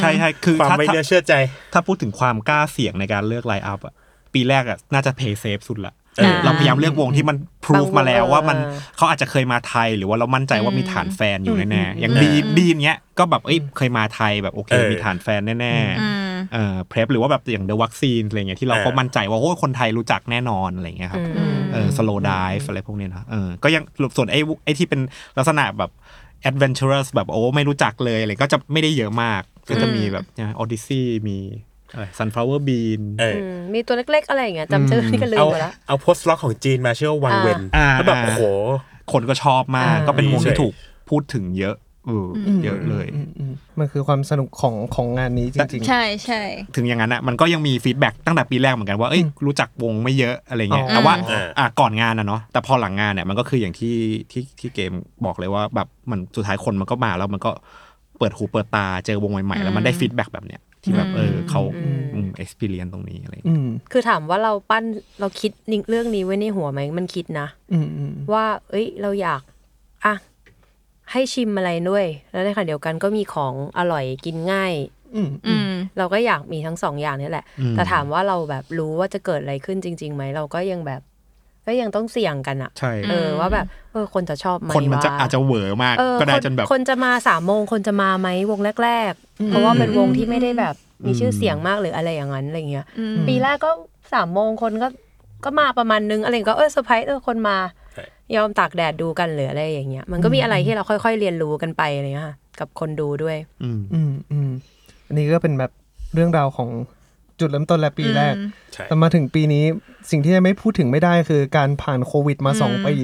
Speaker 5: ใช่ใช่คือ
Speaker 4: ความ
Speaker 5: ถ้า
Speaker 4: ไม่
Speaker 5: ถ้า
Speaker 4: เชื่อเชื่อใจ
Speaker 5: ถ้าพูดถึงความกล้าเสี่ยงในการเลือกไลน์อัพอะปีแรกอะน่าจะเพย์เซฟสุดละ
Speaker 4: เออ
Speaker 5: เราพยายามเลือกวงที่มันพรูฟ
Speaker 6: บางวง
Speaker 5: มาแล้วว่ามัน
Speaker 6: เออ
Speaker 5: เขาอาจจะเคยมาไทย หรือว่าเรามั่นใจว่ามีฐานแฟนอยู่แน่ๆอย่างดีนดีนเนี้ยก็แบบเอ้ยเคยมาไทยแบบโอเค
Speaker 4: เออ
Speaker 5: มีฐานแฟนแน่ๆเอ่อเพลฟหรือว่าแบบอย่างเดอะวัคซีนอะไรเงี้ยที่เรา
Speaker 4: เออ
Speaker 5: ก็มั่นใจว่าโอ้ยคนไทยรู้จักแน่นอนอะไรเงี้ยครับเออสโลดายอะไรพวกเนี้ยนะเออก็ยังส่วนไอ้วุไอ้ที่เป็นลักษณะแบบแอดเวนเจอร์สแบบโอ้ไม่รู้จักเลยอะไรก็จะไม่ได้เยอะมาก ก็จะมีแบบออดิซี่มีซันฟลาวเวอร์บีน
Speaker 4: เออ
Speaker 6: อืมมีตัวเล็ก ๆ อะไรอย่างเงี้ยจำชื่อนี่ก็ลืม
Speaker 4: เอา
Speaker 6: ไปละ
Speaker 4: เอาโพสต์ล็อกของจีนมาเชื่อว่าวังเวน
Speaker 5: อ่า
Speaker 4: แล้วแบบโอ้โห
Speaker 5: คนก็ชอบมาก
Speaker 6: อ่า
Speaker 5: ก็เป็นว
Speaker 4: ดี
Speaker 5: งที่
Speaker 4: เฉย
Speaker 5: ถูกพูดถึงเยอะ เอออเยอะเลย
Speaker 3: อืมอืมมันคือความสนุกของของงานนี้จริง
Speaker 2: ใช่ใช่
Speaker 5: ถึงอย่างนั้นนะมันก็ยังมีฟีดแบ็กตั้งแต่ปีแรกเหมือนกันว่าเอ้ยรู้จักวงไม่เยอะอะไรเงี้ย
Speaker 3: อ๋อ
Speaker 5: แต่ว่า
Speaker 4: อ่า
Speaker 5: อ่ะก่อนงานนะเนาะแต่พอหลังงานเนี่ยมันก็คืออย่างที่ที่ที่เกมบอกเลยว่าแบบมันสุดท้ายคนมันก็มาแล้วมันก็เปิดหูเปิดตาเจอวงใหม่ๆ แล้วมันได้ฟีดแบ็กแบบเนี้ยที่แบบเออเขาอืม experience ตรงนี้อะไร
Speaker 3: ๆ อื
Speaker 5: เงี้ย
Speaker 3: ม
Speaker 6: คือถามว่าเราปั้นเราคิดเรื่องนี้ไว้ในหัวไหมมันคิดนะ
Speaker 3: อืมอืม
Speaker 6: ว่า เอ้ย เราอยาก อ่ะ ให้ชิมอะไรด้วย แล้วในขณะเดียวกันก็มีของอร่อยกินง่าย
Speaker 3: อืม
Speaker 2: อืม
Speaker 6: เราก็อยากมีทั้งสองอย่างเนี่ยแหละ แต่ถามว่าเราแบบรู้ว่าจะเกิดอะไรขึ้นจริงๆไหม เราก็ยังแบบ ก็ยังต้องเสี่ยงกันอะ
Speaker 5: ใช่
Speaker 6: เออ ว่าแบบ เออ คนจะชอบไหม
Speaker 5: คนมันจะ
Speaker 6: ว
Speaker 5: อาจจะเหวอมาก
Speaker 6: เออ
Speaker 5: ก็ได้
Speaker 6: คน
Speaker 5: จนแบบ
Speaker 6: คนจะมาสามโมงคนจะมาไหมวงแรก ๆ เพราะว่าเป็นวงที่ไม่ได้แบบมีชื่อเสียงมากหรืออะไรอย่างนั้นอะไรเงี้ย ปีแรกก็สามโมงคนก็ก็มาประมาณนึงอะไรก็เออเซอร์ไพรส์เออคนมา
Speaker 4: ใช่
Speaker 6: ยอมตากแดดดูกันหรืออะไรอย่างเงี้ยมันก็มีอะไรที่เราค่อยๆเรียนรู้กันไปอะไรเงี้ยค่ะกับคนดูด้วย
Speaker 5: อืม
Speaker 3: อืมอืมอันนี้ก็เป็นแบบเรื่องราวของจุดเริ่มต้นและปีแรก
Speaker 4: ใช่
Speaker 3: แต่มาถึงปีนี้สิ่งที่ยังไม่พูดถึงไม่ได้คือการผ่านโควิดมาสองปี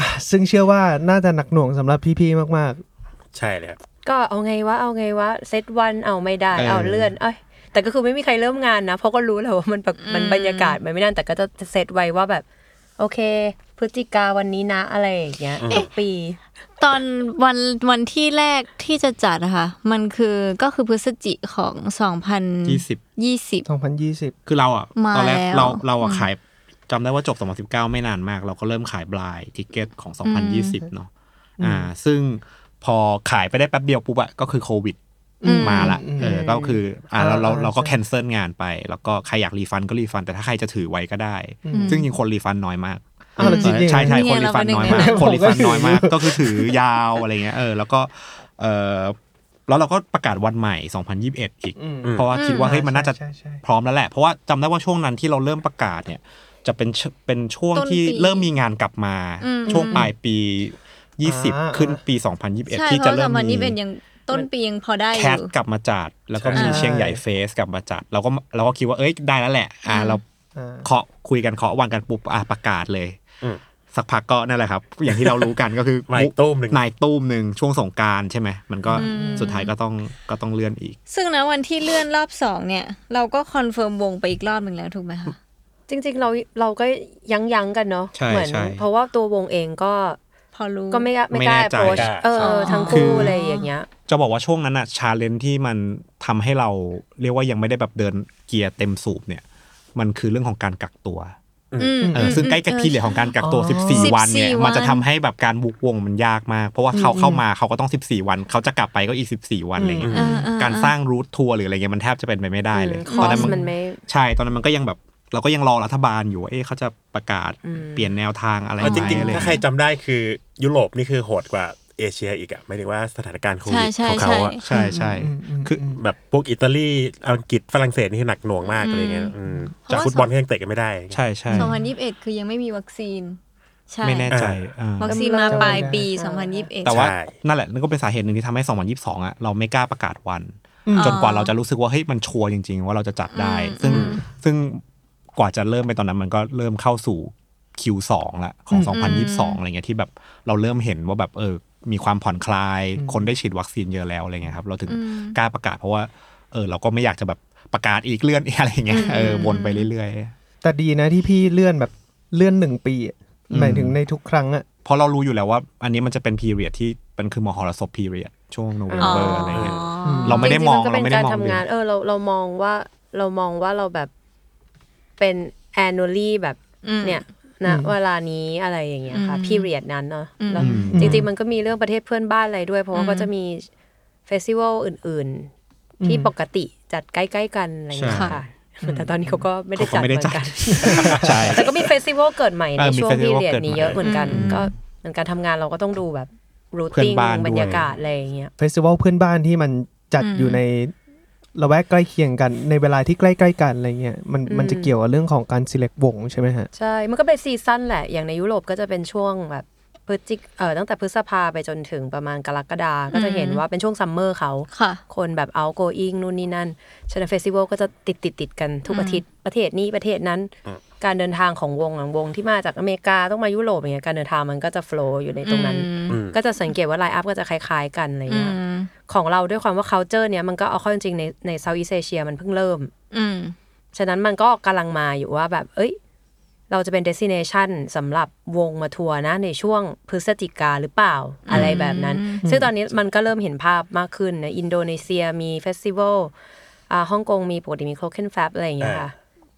Speaker 3: อ่ะซึ่งเชื่อว่าน่าจะหนักหน่วงสำหรับพี่ๆมาก
Speaker 4: ใช่เลยครับ
Speaker 6: ก็เอาไงวะเอาไงวะเซตวันเอาไม่ได้เอาเลื่อนเอ้ยแต่ก็คือไม่มีใครเริ่มงานนะเพราะก็รู้แหละว่ามันแบบมันบรรยากาศมันไม่นั่นแต่ก็จะเซตไว้ว่าแบบ โอเค พฤศจิกาวันนี้นะอะไรอย่างเงี้ยทุกปี
Speaker 2: ตอนวันวันที่แรกที่จะจัดอะค่ะ มันคือก็คือพฤศจิของ
Speaker 5: ยี่สิบ
Speaker 2: 2020
Speaker 3: ๆ
Speaker 5: คือเราอ่ะ
Speaker 2: มา
Speaker 5: ตอนแรก
Speaker 2: แล้ว
Speaker 5: เราเราอ่ะขายจำได้ว่าจบ 2019 ไม่นานมาก เราก็เริ่มขายบลายทิกเก็ตของ 2020 เนาะอ่า ซึ่งพอขายไปได้แป๊บเดียวปุ๊บอะก็คือโควิด
Speaker 2: อืม
Speaker 5: มาละเออก็คืออ่าเราเรา
Speaker 3: อ่า
Speaker 5: เราก็
Speaker 3: ใช่
Speaker 5: แคนเซิลงานไป แล้วก็ใครอยากรีฟันก็รีฟัน แต่ถ้าใครจะถือไว้ก็ได้ ซึ่งจริงคนรีฟันน้อยมาก
Speaker 3: อ้าวเหรอจริงๆ
Speaker 5: ใช่ใช่
Speaker 2: นี่
Speaker 5: คน
Speaker 2: ไง
Speaker 5: รี
Speaker 2: เรา
Speaker 5: ฟัน
Speaker 2: เป็น
Speaker 5: น้อย
Speaker 2: หนึ่ง
Speaker 5: มาก
Speaker 2: ในนั้น
Speaker 5: คนรีฟัน
Speaker 3: ผมก็ถือ
Speaker 5: น้อยมา
Speaker 3: อยู่
Speaker 5: ก ก็คือถือยาวอะไรเงี้ย เออ แล้วก็เออแล้วเราก็ประกาศวันใหม่ 2021 อีก เพราะว่าคิดว่าเฮ้ยมันน่าจะ
Speaker 3: ใช่ใช่
Speaker 5: พร้อมแล้วแหละ เพราะว่าจำได้ว่าช่วงนั้นที่เราเริ่มประกาศเนี่ย จะเป็นชเป็นช่วง
Speaker 2: ต้นปี
Speaker 5: ที่เริ่มมีงานกลับมา
Speaker 2: อืม
Speaker 5: ช่วงปลายปี
Speaker 3: อ่า
Speaker 5: 20 ขึ้นปี
Speaker 2: ใช่
Speaker 5: 2021 ที่
Speaker 2: เพ
Speaker 5: จะ
Speaker 2: ราะ
Speaker 5: เริ่ม
Speaker 2: สำคัญ
Speaker 5: มี
Speaker 2: นี่เป็นยังต้นปียังพอได้อ
Speaker 5: แคท
Speaker 2: ยู่
Speaker 5: กลับมาจัด แล้วก็มี
Speaker 4: ใช่
Speaker 5: เชียงใหญ่เฟสกลับมาจัด เราก็เราก็คิดว่าเอ้ยได้แล้วแหละ อ่าเรา
Speaker 3: อ่า
Speaker 5: เคาะคุยกันเคาะวันกันปุ๊บอ่ะประกาศเลย
Speaker 4: อืม
Speaker 5: สักพักก็นั่นแหละครับ อย่างที่เรารู้ กันก็คือ
Speaker 4: นายตู้มหนึ่ง
Speaker 5: นายตุ้มหนึ่งช่วงสงกรารใช่ไหมมันก็สุดท้ายก็ต้องก็ต้องเลื่อนอีก
Speaker 2: ซึ่งนะวันที่เลื่อนรอบสองเนี่ย เราก็คอนเฟิร์มวงไปอีกรอบหนึ่งแล้วถูกไหมคะ
Speaker 6: จริง ๆ เราเราก็ยั้งยั้งๆกันเนาะ
Speaker 5: ใช่
Speaker 6: เหมืน
Speaker 5: ใช่
Speaker 6: เพราะว่าตัววงเองก็
Speaker 2: พอรู้
Speaker 6: ก็ไม่ไม่
Speaker 5: ไม่
Speaker 6: กล้า
Speaker 5: แน่ใจ
Speaker 6: โพส
Speaker 4: กล้า
Speaker 6: เอ
Speaker 2: อ๋
Speaker 6: อ
Speaker 2: อ
Speaker 6: ทั้งคู่อะไรอย่างเงี้ย
Speaker 5: จะบอกว่าช่วงนั้นอะชาเลนที่มันทำให้เราเรียกว่ายังไม่ได้แบบเดินเกียร์เต็มสูบเนี่ย มันคือเรื่องของการกักตัว
Speaker 2: ม
Speaker 5: เออซึ่งใกล้กับ
Speaker 2: ม
Speaker 5: พีเรียดของการกักตัว 14 วันเนี่ย
Speaker 2: 14
Speaker 5: มันจะ
Speaker 2: วัน
Speaker 5: ทำให้แบบการบุกวงมันยากมาก เพราะว่าเขาเข้ามาเขาก็ต้อง 14 วัน เขาจะกลับไปก็อีก 14 วันอะไรเงี้ย
Speaker 2: เออเออ
Speaker 5: การสร้างรูททัวร์หรืออะไรเงี้ยมันแทบจะเป็นไปไม่ได้เลย
Speaker 6: อืม cost
Speaker 5: ตอนนั้น
Speaker 6: มันไม่
Speaker 5: ใช่ตอนนั้นมันก็ยังแบบเราก็ยังรอรัฐบาลอยู่ว่าเอ๊ะเขาจะประกาศเปลี่ยนแนวทางอะไรไหม
Speaker 4: เอาจริง
Speaker 5: อะไร
Speaker 4: ๆ ถ้าใคร
Speaker 5: เงี้ย
Speaker 4: จำได้คือยุโรปนี่คือโหดกว่าเอเชียอีกอะไม่ถึงว่าสถานการณ์โควิ
Speaker 2: ใช่
Speaker 4: ด
Speaker 2: ใช่
Speaker 4: ของเขา
Speaker 2: ใช่
Speaker 4: อะ
Speaker 5: ใช่ใช่คือ
Speaker 4: แบบพวกอิตาลีอังกฤษฝรั่งเศสนี่คือหนักหน่วงมากอะไรเงี้ยอืมจากฟุตบอลที่ยังเตะกันไม่ได้
Speaker 5: ใช่ใช่
Speaker 2: สองพันยี่สิบเอ็ดคือยังไม่มีวัคซีน ใช่
Speaker 5: ไม่แน่ใจอ่า
Speaker 2: วัคซีนมาปลายปี
Speaker 6: ใช่
Speaker 2: สองพันยี่สิบเอ็ด
Speaker 5: แต่ว่า
Speaker 4: ใช่
Speaker 5: นั่นแหละนั่นก็เป็นสาเหตุหนึ่งที่ทำให้2022อ่ะเราไม่กล้าประกาศวัน
Speaker 2: อืม
Speaker 5: จนกว่าเราจะรู้สึกว่าเฮ้ยมันชัวร์จริง ๆ ว่าเราจะจัดได้ ซึ่งซึ่งกว่าจะเริ่มไปตอนนั้นมันก็เริ่มเข้าสู่ Q2 ละของ 2022อะไรเงี้ยที่แบบเราเริ่มเห็นว่าแบบเออมีความผ่อนคลาย คนได้ฉีดวัคซีนเยอะแล้วอะไรเงี้ยครับเราถึงกล้าประกาศเพราะว่าเออเราก็ไม่อยากจะแบบประกาศอีกเลื่อนอีกอะไรเงี้ย เออวนไปเรื่อย
Speaker 3: แต่ดีนะที่พี่เลื่อนแบบเลื่อนหนึ่งปีอะ
Speaker 5: อืม
Speaker 3: หมายถึงในทุกครั้งอ่ะ
Speaker 5: ๆเพราะเรารู้อยู่แล้วว่า อันนี้มันจะเป็น period ที่มันคือมหรสพ period ช่วงโนเวมเบอร์อะไรเงี้ย เราไม่ได้มอง
Speaker 6: จริๆนก็
Speaker 5: เรา
Speaker 6: เป็น
Speaker 5: ไม่ได้
Speaker 6: การ
Speaker 5: มอง
Speaker 6: ทำงาน
Speaker 5: วิว
Speaker 6: เออเราเรามองว่าเรามองว่าเราแบบเป็น annually แบบ
Speaker 2: อืม
Speaker 6: เนี่ยนะเวลานี้อะไรอย่างเงี้ยค่ะ
Speaker 2: อืม
Speaker 6: period นั้นเนาะแล้ว
Speaker 5: อืม
Speaker 6: จริง ๆ มันก็มีเรื่องประเทศเพื่อนบ้านอะไรด้วย เพราะว่าก็จะมีเฟสติวัลอื่น ๆ ที่ปกติจัดใกล้ๆกันอะไรอย่างเงี้ย
Speaker 2: ใช่
Speaker 6: ค่ะแต่ตอนนี้เขาก็ไม่ได้จัด
Speaker 5: เขาก็ไม่ได้
Speaker 6: เหมือน
Speaker 5: จั
Speaker 6: กั
Speaker 5: ด
Speaker 6: น
Speaker 5: ใช่
Speaker 6: แต่ก็มีเฟสติวัลเกิดใหม่ใน
Speaker 5: เออมี
Speaker 6: ช่วง
Speaker 5: festival
Speaker 6: พีเรียด
Speaker 5: เกิดใหม่
Speaker 6: นี้เยอะเหมือนกัน
Speaker 2: อืม
Speaker 6: ก็เหมือนการทำงานเราก็ต้องดูแบบรู
Speaker 5: เพื่อ
Speaker 6: ทิ
Speaker 5: น
Speaker 6: ง
Speaker 5: บ้านด้วย
Speaker 6: บรรยากาศอะไรอย่างเงี้ย
Speaker 3: เฟสติวัลเพื่อนบ้านที่มันจัดอยู่ในละแวกใกล้เคียงกันในเวลาที่ใกล้ ๆ กันอะไรเงี้ยมันมันจะเกี่ยวกับเรื่องของการ select วงใช่ไหมฮะ
Speaker 6: ใช่ มันก็เป็นซีซั่นแหละ อย่างในยุโรปก็จะเป็นช่วงแบบพฤศจิกเออตั้งแต่พฤษภาไปจนถึงประมาณกรกฎาก็จะเห็นว่าเป็นช่วงซัมเมอร์เขา
Speaker 2: ค่ะ
Speaker 6: คนแบบ outgoing นู่นนี่นั่นฉะนั้นเฟสติวัลก็จะติดติดติดๆกันทุกอาทิตย์ประเทศนี้ประเทศนั้น การเดินทางของวงอะวงที่มาจากอเมริกาต้องมายุโรปอย่างเงี้ยการเดินทางมันก็จะโฟล์อยู่ในตรงนั้น
Speaker 4: อืม
Speaker 6: ก็จะสังเกตว่าไลน์อัพก็จะคล้าย ๆ กันอะไร
Speaker 2: อื
Speaker 6: เงี้ย
Speaker 2: ม
Speaker 6: ของเราด้วยความว่า c u เจอร์เนี้ยมันก็เอาเข้าจริงๆในในเซาท์อีสเอเชียมันเพิ่งเริ่ม
Speaker 2: อืม
Speaker 6: ฉะนั้นมันก็กำลังมาอยู่ว่าแบบ เอ้ย เราจะเป็นเดสิเนชันสำหรับวงมาทัวร์นะ ในช่วงพฤศจิกาหรือเปล่าอะไรแบบนั้น ซึ่งตอนนี้มันก็เริ่มเห็นภาพมากขึ้นนะอินโดนีเซียมีเฟสติวัลอ่าฮ่องกงมีปกติมีโคเคนแฟบอะไรอย่างเงี้ยค่ะ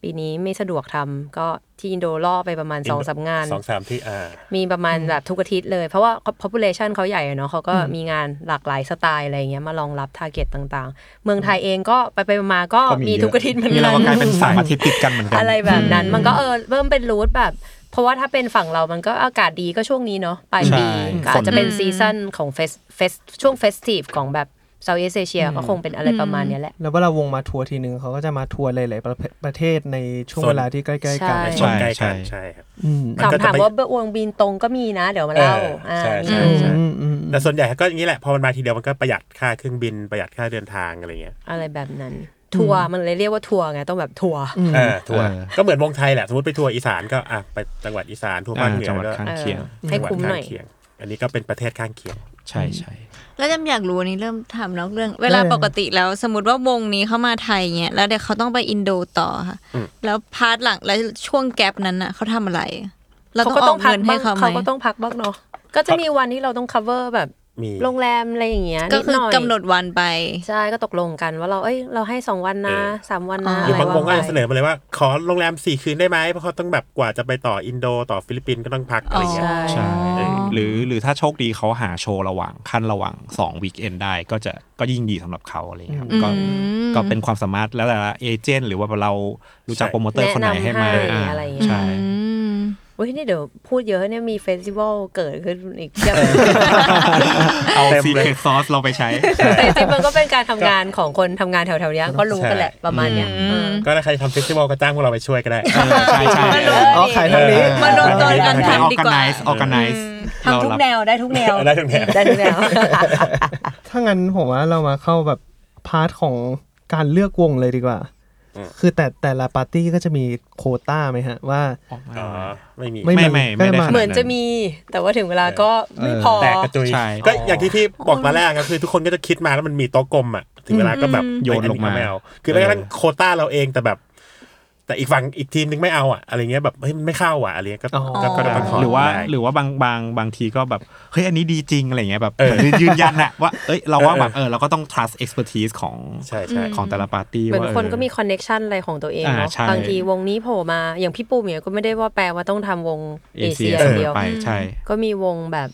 Speaker 6: ปีนี้ไม่สะดวกทำก็ที่อินโดล่อไปประมาณสองสามงาน
Speaker 4: สองสามที่อ่า
Speaker 6: มีประมาณแบบทุกอาทิตย์เลย เพราะว่า population เขาใหญ่อะเนาะเขาก็มีงานหลากหลายสไตล์อะไรเงี้ยมารองรับ target ต่างๆ เมืองไทยเองก็ไปไปๆมาๆก็มีทุกอาทิตย์เหมือน
Speaker 5: นี่
Speaker 6: กั
Speaker 5: เรา
Speaker 6: น
Speaker 5: ก็กลายเป็นสามอาทิตย์ติดกันเหมือนกัน
Speaker 6: อะไรแบบนั้นมันก็เออเริ่มเป็นรูทแบบ เพราะว่าถ้าเป็นฝั่งเรามันก็อากาศดีก็ช่วงนี้เนาะปลายปี
Speaker 5: ใช่
Speaker 6: ก็อาจจะเป็นซีซั่นของเฟสเฟสช่วงเฟสทีฟของแบบเซาท์เอเชียก็คงเป็นอะไรประมาณเนี้ยแหละ
Speaker 3: แล้วเวลาวงมาทัวร์ทีหนึ่งเขาก็จะมาทัวร์หลาย ๆ ประเภทประเทศในช่วง
Speaker 4: ส่วน
Speaker 3: เวลาที่ใกล้ ๆ กัน
Speaker 6: ใช่
Speaker 4: ในช่วงใกล้กัน
Speaker 5: ใช่
Speaker 4: ใช่ครับ
Speaker 3: อืม
Speaker 4: มั
Speaker 6: ถา
Speaker 4: น
Speaker 6: ม
Speaker 4: ก็จะ
Speaker 6: ถาม
Speaker 4: ไม่
Speaker 6: ว่าเบอร์วงบินตรงก็มีนะ เดี๋ยวมาเล่า
Speaker 4: เอออ่
Speaker 6: อ่า
Speaker 4: ใช่
Speaker 6: มี
Speaker 4: ใช่
Speaker 3: อืมอืม
Speaker 4: แต่ส่วนใหญ่ก็อย่างนี้แหละ พอมันมาทีเดียวมันก็ประหยัดค่าเครื่องบินประหยัดค่าเดินทางอะไรเงี้ย
Speaker 6: อะไรแบบนั้น ทัวร์มันเลยเรียกว่าทัวร์ไงต้องแบบทัวร์
Speaker 4: เออทัวร์
Speaker 5: เออ
Speaker 4: ก็เหมือนวงไทยแหละ สมมติไปทัวร์อีสานก็อ่ะไปจังหวัดอีสานทัวร์ภาคเหนือ
Speaker 5: อ่าจังหวัด
Speaker 4: ก็
Speaker 5: ข้างเคียง
Speaker 6: เออให้คุ้มหน่อย
Speaker 4: จังวัดข้างเคีงอันนี้ก็เป็นประเทศข้างเคียง
Speaker 5: ใช่ใช่
Speaker 2: แล้วจำอยากรู้อันนี้เริ่มถามนอกเรื่อง เวลาปกติแล้วสมมติว่าวงนี้เข้ามาไทยเงี้ยแล้วเดี๋ยวเขาต้องไปอินโดต่อค่ะ
Speaker 4: อืม
Speaker 2: แล้วพาร์ทหลังแล้วช่วงแกลบนั้นน่ะเขาทำอะไร เรา
Speaker 6: เขา
Speaker 2: ต้อ
Speaker 6: ก็
Speaker 2: งอ
Speaker 6: ต้อ
Speaker 2: อง ก
Speaker 6: พัก
Speaker 2: เงินให้
Speaker 6: บ้าง
Speaker 2: เขาไหม
Speaker 6: เขาก็ต้องพักบ้างเนาะก็จะมีวันที่เราต้อง cover แบบ
Speaker 4: มี
Speaker 6: โรงแรมอะไรอย่างเงี้ย
Speaker 2: ก็คือ
Speaker 6: ดหน่ย
Speaker 2: กำหนดวันไป
Speaker 6: ใช่ก็ตกลงกันว่าเราเอ้ยเราให้สองวันนะสามวันนะ
Speaker 2: เ
Speaker 4: หรือบางวงก็
Speaker 6: ะ
Speaker 4: จะ
Speaker 6: ไว่
Speaker 4: เสนอมาเลยว่า ขอโรงแรมสี่คืนได้ไหมเพราะเขาต้องแบบกว่าจะไปต่ออินโดต่อฟิลิปปินส์ก็ต้องพักอะไรเงี้ย
Speaker 6: ใช่
Speaker 5: ใช่
Speaker 4: เออ
Speaker 5: หรือหรือถ้าโชคดีเขาหาโชว์ระหว่างขั้นระหว่าง2วีคเอนได้ก็จะก็ยิ่งดีสำหรับเขาอะไรเงี้ยก็
Speaker 2: อืม
Speaker 5: ก็เป็นความสามารถแล้วแต่ละเอเจนต์หรือว่าเรารู้จักโปรโมเตอร์
Speaker 6: แนะ
Speaker 5: คนไหน
Speaker 6: นำ
Speaker 5: ให้
Speaker 6: ให้
Speaker 5: มา
Speaker 6: อะไรอย่าง
Speaker 5: อ่า
Speaker 6: เงี้ย
Speaker 5: ใช่
Speaker 2: อืม
Speaker 6: เว้ยนี่เดี๋ยวพูดเยอะเนี่ยมีเฟสติวัลเกิดขึ้นอีกเยอะ
Speaker 5: เอา
Speaker 4: เต็ม
Speaker 5: ซี
Speaker 4: เลย
Speaker 5: เคทซอสเราไปใช้
Speaker 6: แต่จริงๆมันก็เป็นการทำงานของคนทำงานแถวๆเนี้ยก็รู้กันแหละประมาณเนี้ยเออ
Speaker 4: ก็ถ้าใครทำเฟสติวัลก็จ้างพวกเราไปช่วยก็ได้
Speaker 5: ใช่ใช่
Speaker 2: มาโดน
Speaker 3: อ๋อขายทางนี้
Speaker 2: มาโดนตัวกัน
Speaker 5: ออ
Speaker 2: ทำดี
Speaker 5: แก
Speaker 2: ก
Speaker 5: ไน
Speaker 2: ว่า
Speaker 5: ซ์ออแกไนซ์
Speaker 6: ทำทุกแนวได้ทุกแนว
Speaker 4: ได้ทุกแนว
Speaker 6: ได้ทุกแนว
Speaker 3: ถ้างั้นผมว่าเรามาเข้าแบบพาร์ทของการเลือกวงเลยดีกว่า
Speaker 4: อืม
Speaker 3: คือแต่แต่ละปาร์ตี้ก็จะมีโควต้าไหมฮะว่า
Speaker 4: อ๋อไม่มี
Speaker 5: ไม่ไม่ไม่ได้
Speaker 3: ไม่
Speaker 5: ขาด
Speaker 6: เหมือนจะมีแต่ว่าถึงเวลาก็ไม่พอ
Speaker 4: แตกกระจุย
Speaker 5: ใช่
Speaker 4: ก็อย่างที่พี่บอกตอนแรกก็คือทุกคนก็จะคิดมาแล้วมันมีโต๊ะกลมอ่ะถึงเวลาก็แบบ
Speaker 5: โยน
Speaker 4: เอ้
Speaker 5: ลงมา
Speaker 4: ไเอคือแม้กระทั่ง
Speaker 5: เออ
Speaker 4: โควต้าเราเองแต่แบบ แต่อีกฝั่งอีกทีมนึงไม่เอาอ่ะอะไรเงี้ยแบบเฮ้ยมันไม่เข้าอ่ะอะไรเงี้ยก็
Speaker 3: อ๋อ
Speaker 4: ก็ก็
Speaker 5: ก็ได้
Speaker 4: ต้องขอ
Speaker 5: หรือว่า
Speaker 4: ได้
Speaker 5: หรือว่าบางบางบางทีก็แบบเฮ้ยอันนี้ดีจริงอะไรเงี้ยแบบ
Speaker 4: เออ
Speaker 5: หรือยืนยันอะว่าเอ้ยเราว่า
Speaker 4: เออ
Speaker 5: แบบเออเราก็ต้อง trust expertise ของ
Speaker 4: ใช่ใช่
Speaker 5: ของแต่ละปาร์ตี้
Speaker 6: เหมือน
Speaker 5: ว่า
Speaker 6: คนก็มีคอนเน็ชันอะไรของตัวเองเนาะ
Speaker 5: อ่าใช่
Speaker 6: บางทีวงนี้โผล่มาอย่างพี่ปูเนี่ยก็ไม่ได้ว่าแปลว่าต้องทำวง
Speaker 5: เอ
Speaker 6: เอ
Speaker 5: เชี
Speaker 6: เชี
Speaker 5: ย
Speaker 6: ย
Speaker 5: เส
Speaker 6: อย่าง
Speaker 5: มอ
Speaker 6: เดียว
Speaker 5: ไปใช่
Speaker 6: ก็มีวงแบบ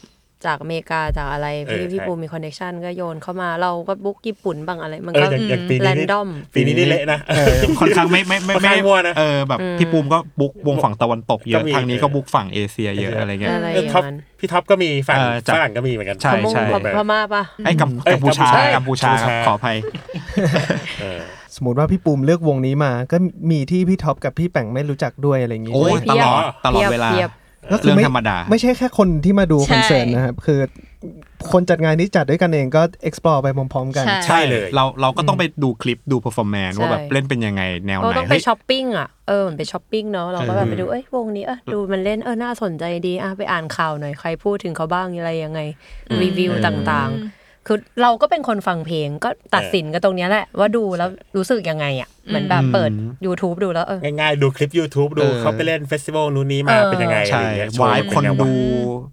Speaker 6: จากอเมริกาจากอะไร
Speaker 4: เออ
Speaker 6: พี่พี่
Speaker 4: ใช่
Speaker 6: ปูมีคอนเนคชันก็โยนเข้ามาเราก็บุ๊กญี่ปุ่นบ้างอะไรมัน
Speaker 4: เออ
Speaker 6: ก็
Speaker 4: อย่างอย่างปีนี้นี่
Speaker 6: random
Speaker 4: ปีนี้นี่เละนะ
Speaker 5: ค่อนข้างไม่ไม่ไม่
Speaker 4: ค่อนข้างมั่วนะ
Speaker 5: เออแบบพี่ปูมก็บุกวงฝั่งตะวันตกเย
Speaker 4: ก็
Speaker 5: อะ
Speaker 4: มี
Speaker 5: ทางนี้ก็
Speaker 4: เออ
Speaker 5: บุกฝั่งเอเชียเยอะอะไรเงี้ย
Speaker 6: อะไร
Speaker 4: เอ
Speaker 6: อ
Speaker 4: อย่าง ท็อป
Speaker 6: นั้น
Speaker 4: พี่ท็อปก็มีฝั่ง
Speaker 5: เออจาก
Speaker 4: ฝรั่งก็มีเหมือนกัน
Speaker 5: ใช่
Speaker 6: พม่ง
Speaker 5: ใช่
Speaker 6: พม่าปะ
Speaker 5: ไอ้ยกัม
Speaker 4: เอ้ย
Speaker 5: กัมพูชา
Speaker 4: ใช่
Speaker 5: กัมพูชา
Speaker 4: กัมพูชา
Speaker 5: ครับขออภัย
Speaker 4: เออ
Speaker 3: สมมติว่าพี่ปูมเลือกวงนี้มา ก็มีที่พี่ท็อปกับพี่แป่งไม่รู้จักด้วยอะไรอย่างงี้
Speaker 5: โอ้ย
Speaker 3: ใช่ไหม
Speaker 5: ตลอดตลอดเวลา
Speaker 6: พียบ
Speaker 3: ก็คื
Speaker 5: เรื่
Speaker 3: อ
Speaker 5: อง
Speaker 3: ไม่
Speaker 5: ธรรมดา
Speaker 3: ไม่ใช่แค่คนที่มาดูคอนเสิร์ตนะครับ คือคนจัดงานที่จัดด้วยกันเองก็ explore ไปพร้อมๆกัน
Speaker 2: ใช่
Speaker 4: ใช่เลย
Speaker 5: เราเราก็ต้องไปดูคลิปดู performance ว่าแบบเล่นเป็นยังไงแนว
Speaker 6: เรา
Speaker 5: ไหน
Speaker 6: ต้องไป
Speaker 5: เฮ้ย
Speaker 6: ช้อปปิ้งอ่ะเออเหมือนไปช้อปปิ้งเนาะเราก็แบบไปดูเอ้ยวงนี้เออดูมันเล่นเออน่าสนใจดีอ่ะไปอ่านข่าวหน่อยใครพูดถึงเขาบ้างอะไรยังไงรีวิวต่างๆ คือเราก็เป็นคนฟังเพลงก็ตัดสินกันตรงเนี้ยแหละว่าดูแล้วรู้สึกยังไงอ่ะเหมือนแบบเปิด YouTube ดูแล้วเออ
Speaker 4: ง่ายๆดูคลิป YouTube ดู
Speaker 5: เออ
Speaker 4: เขาไปเล่นเฟสติวัลนู้นนี้มา
Speaker 6: เออ
Speaker 4: เป็นยังไงอะ
Speaker 5: ใช่
Speaker 4: ไรเงี้ยว
Speaker 5: าย
Speaker 4: เป็
Speaker 5: คน
Speaker 4: ยังไงวะ
Speaker 5: ดู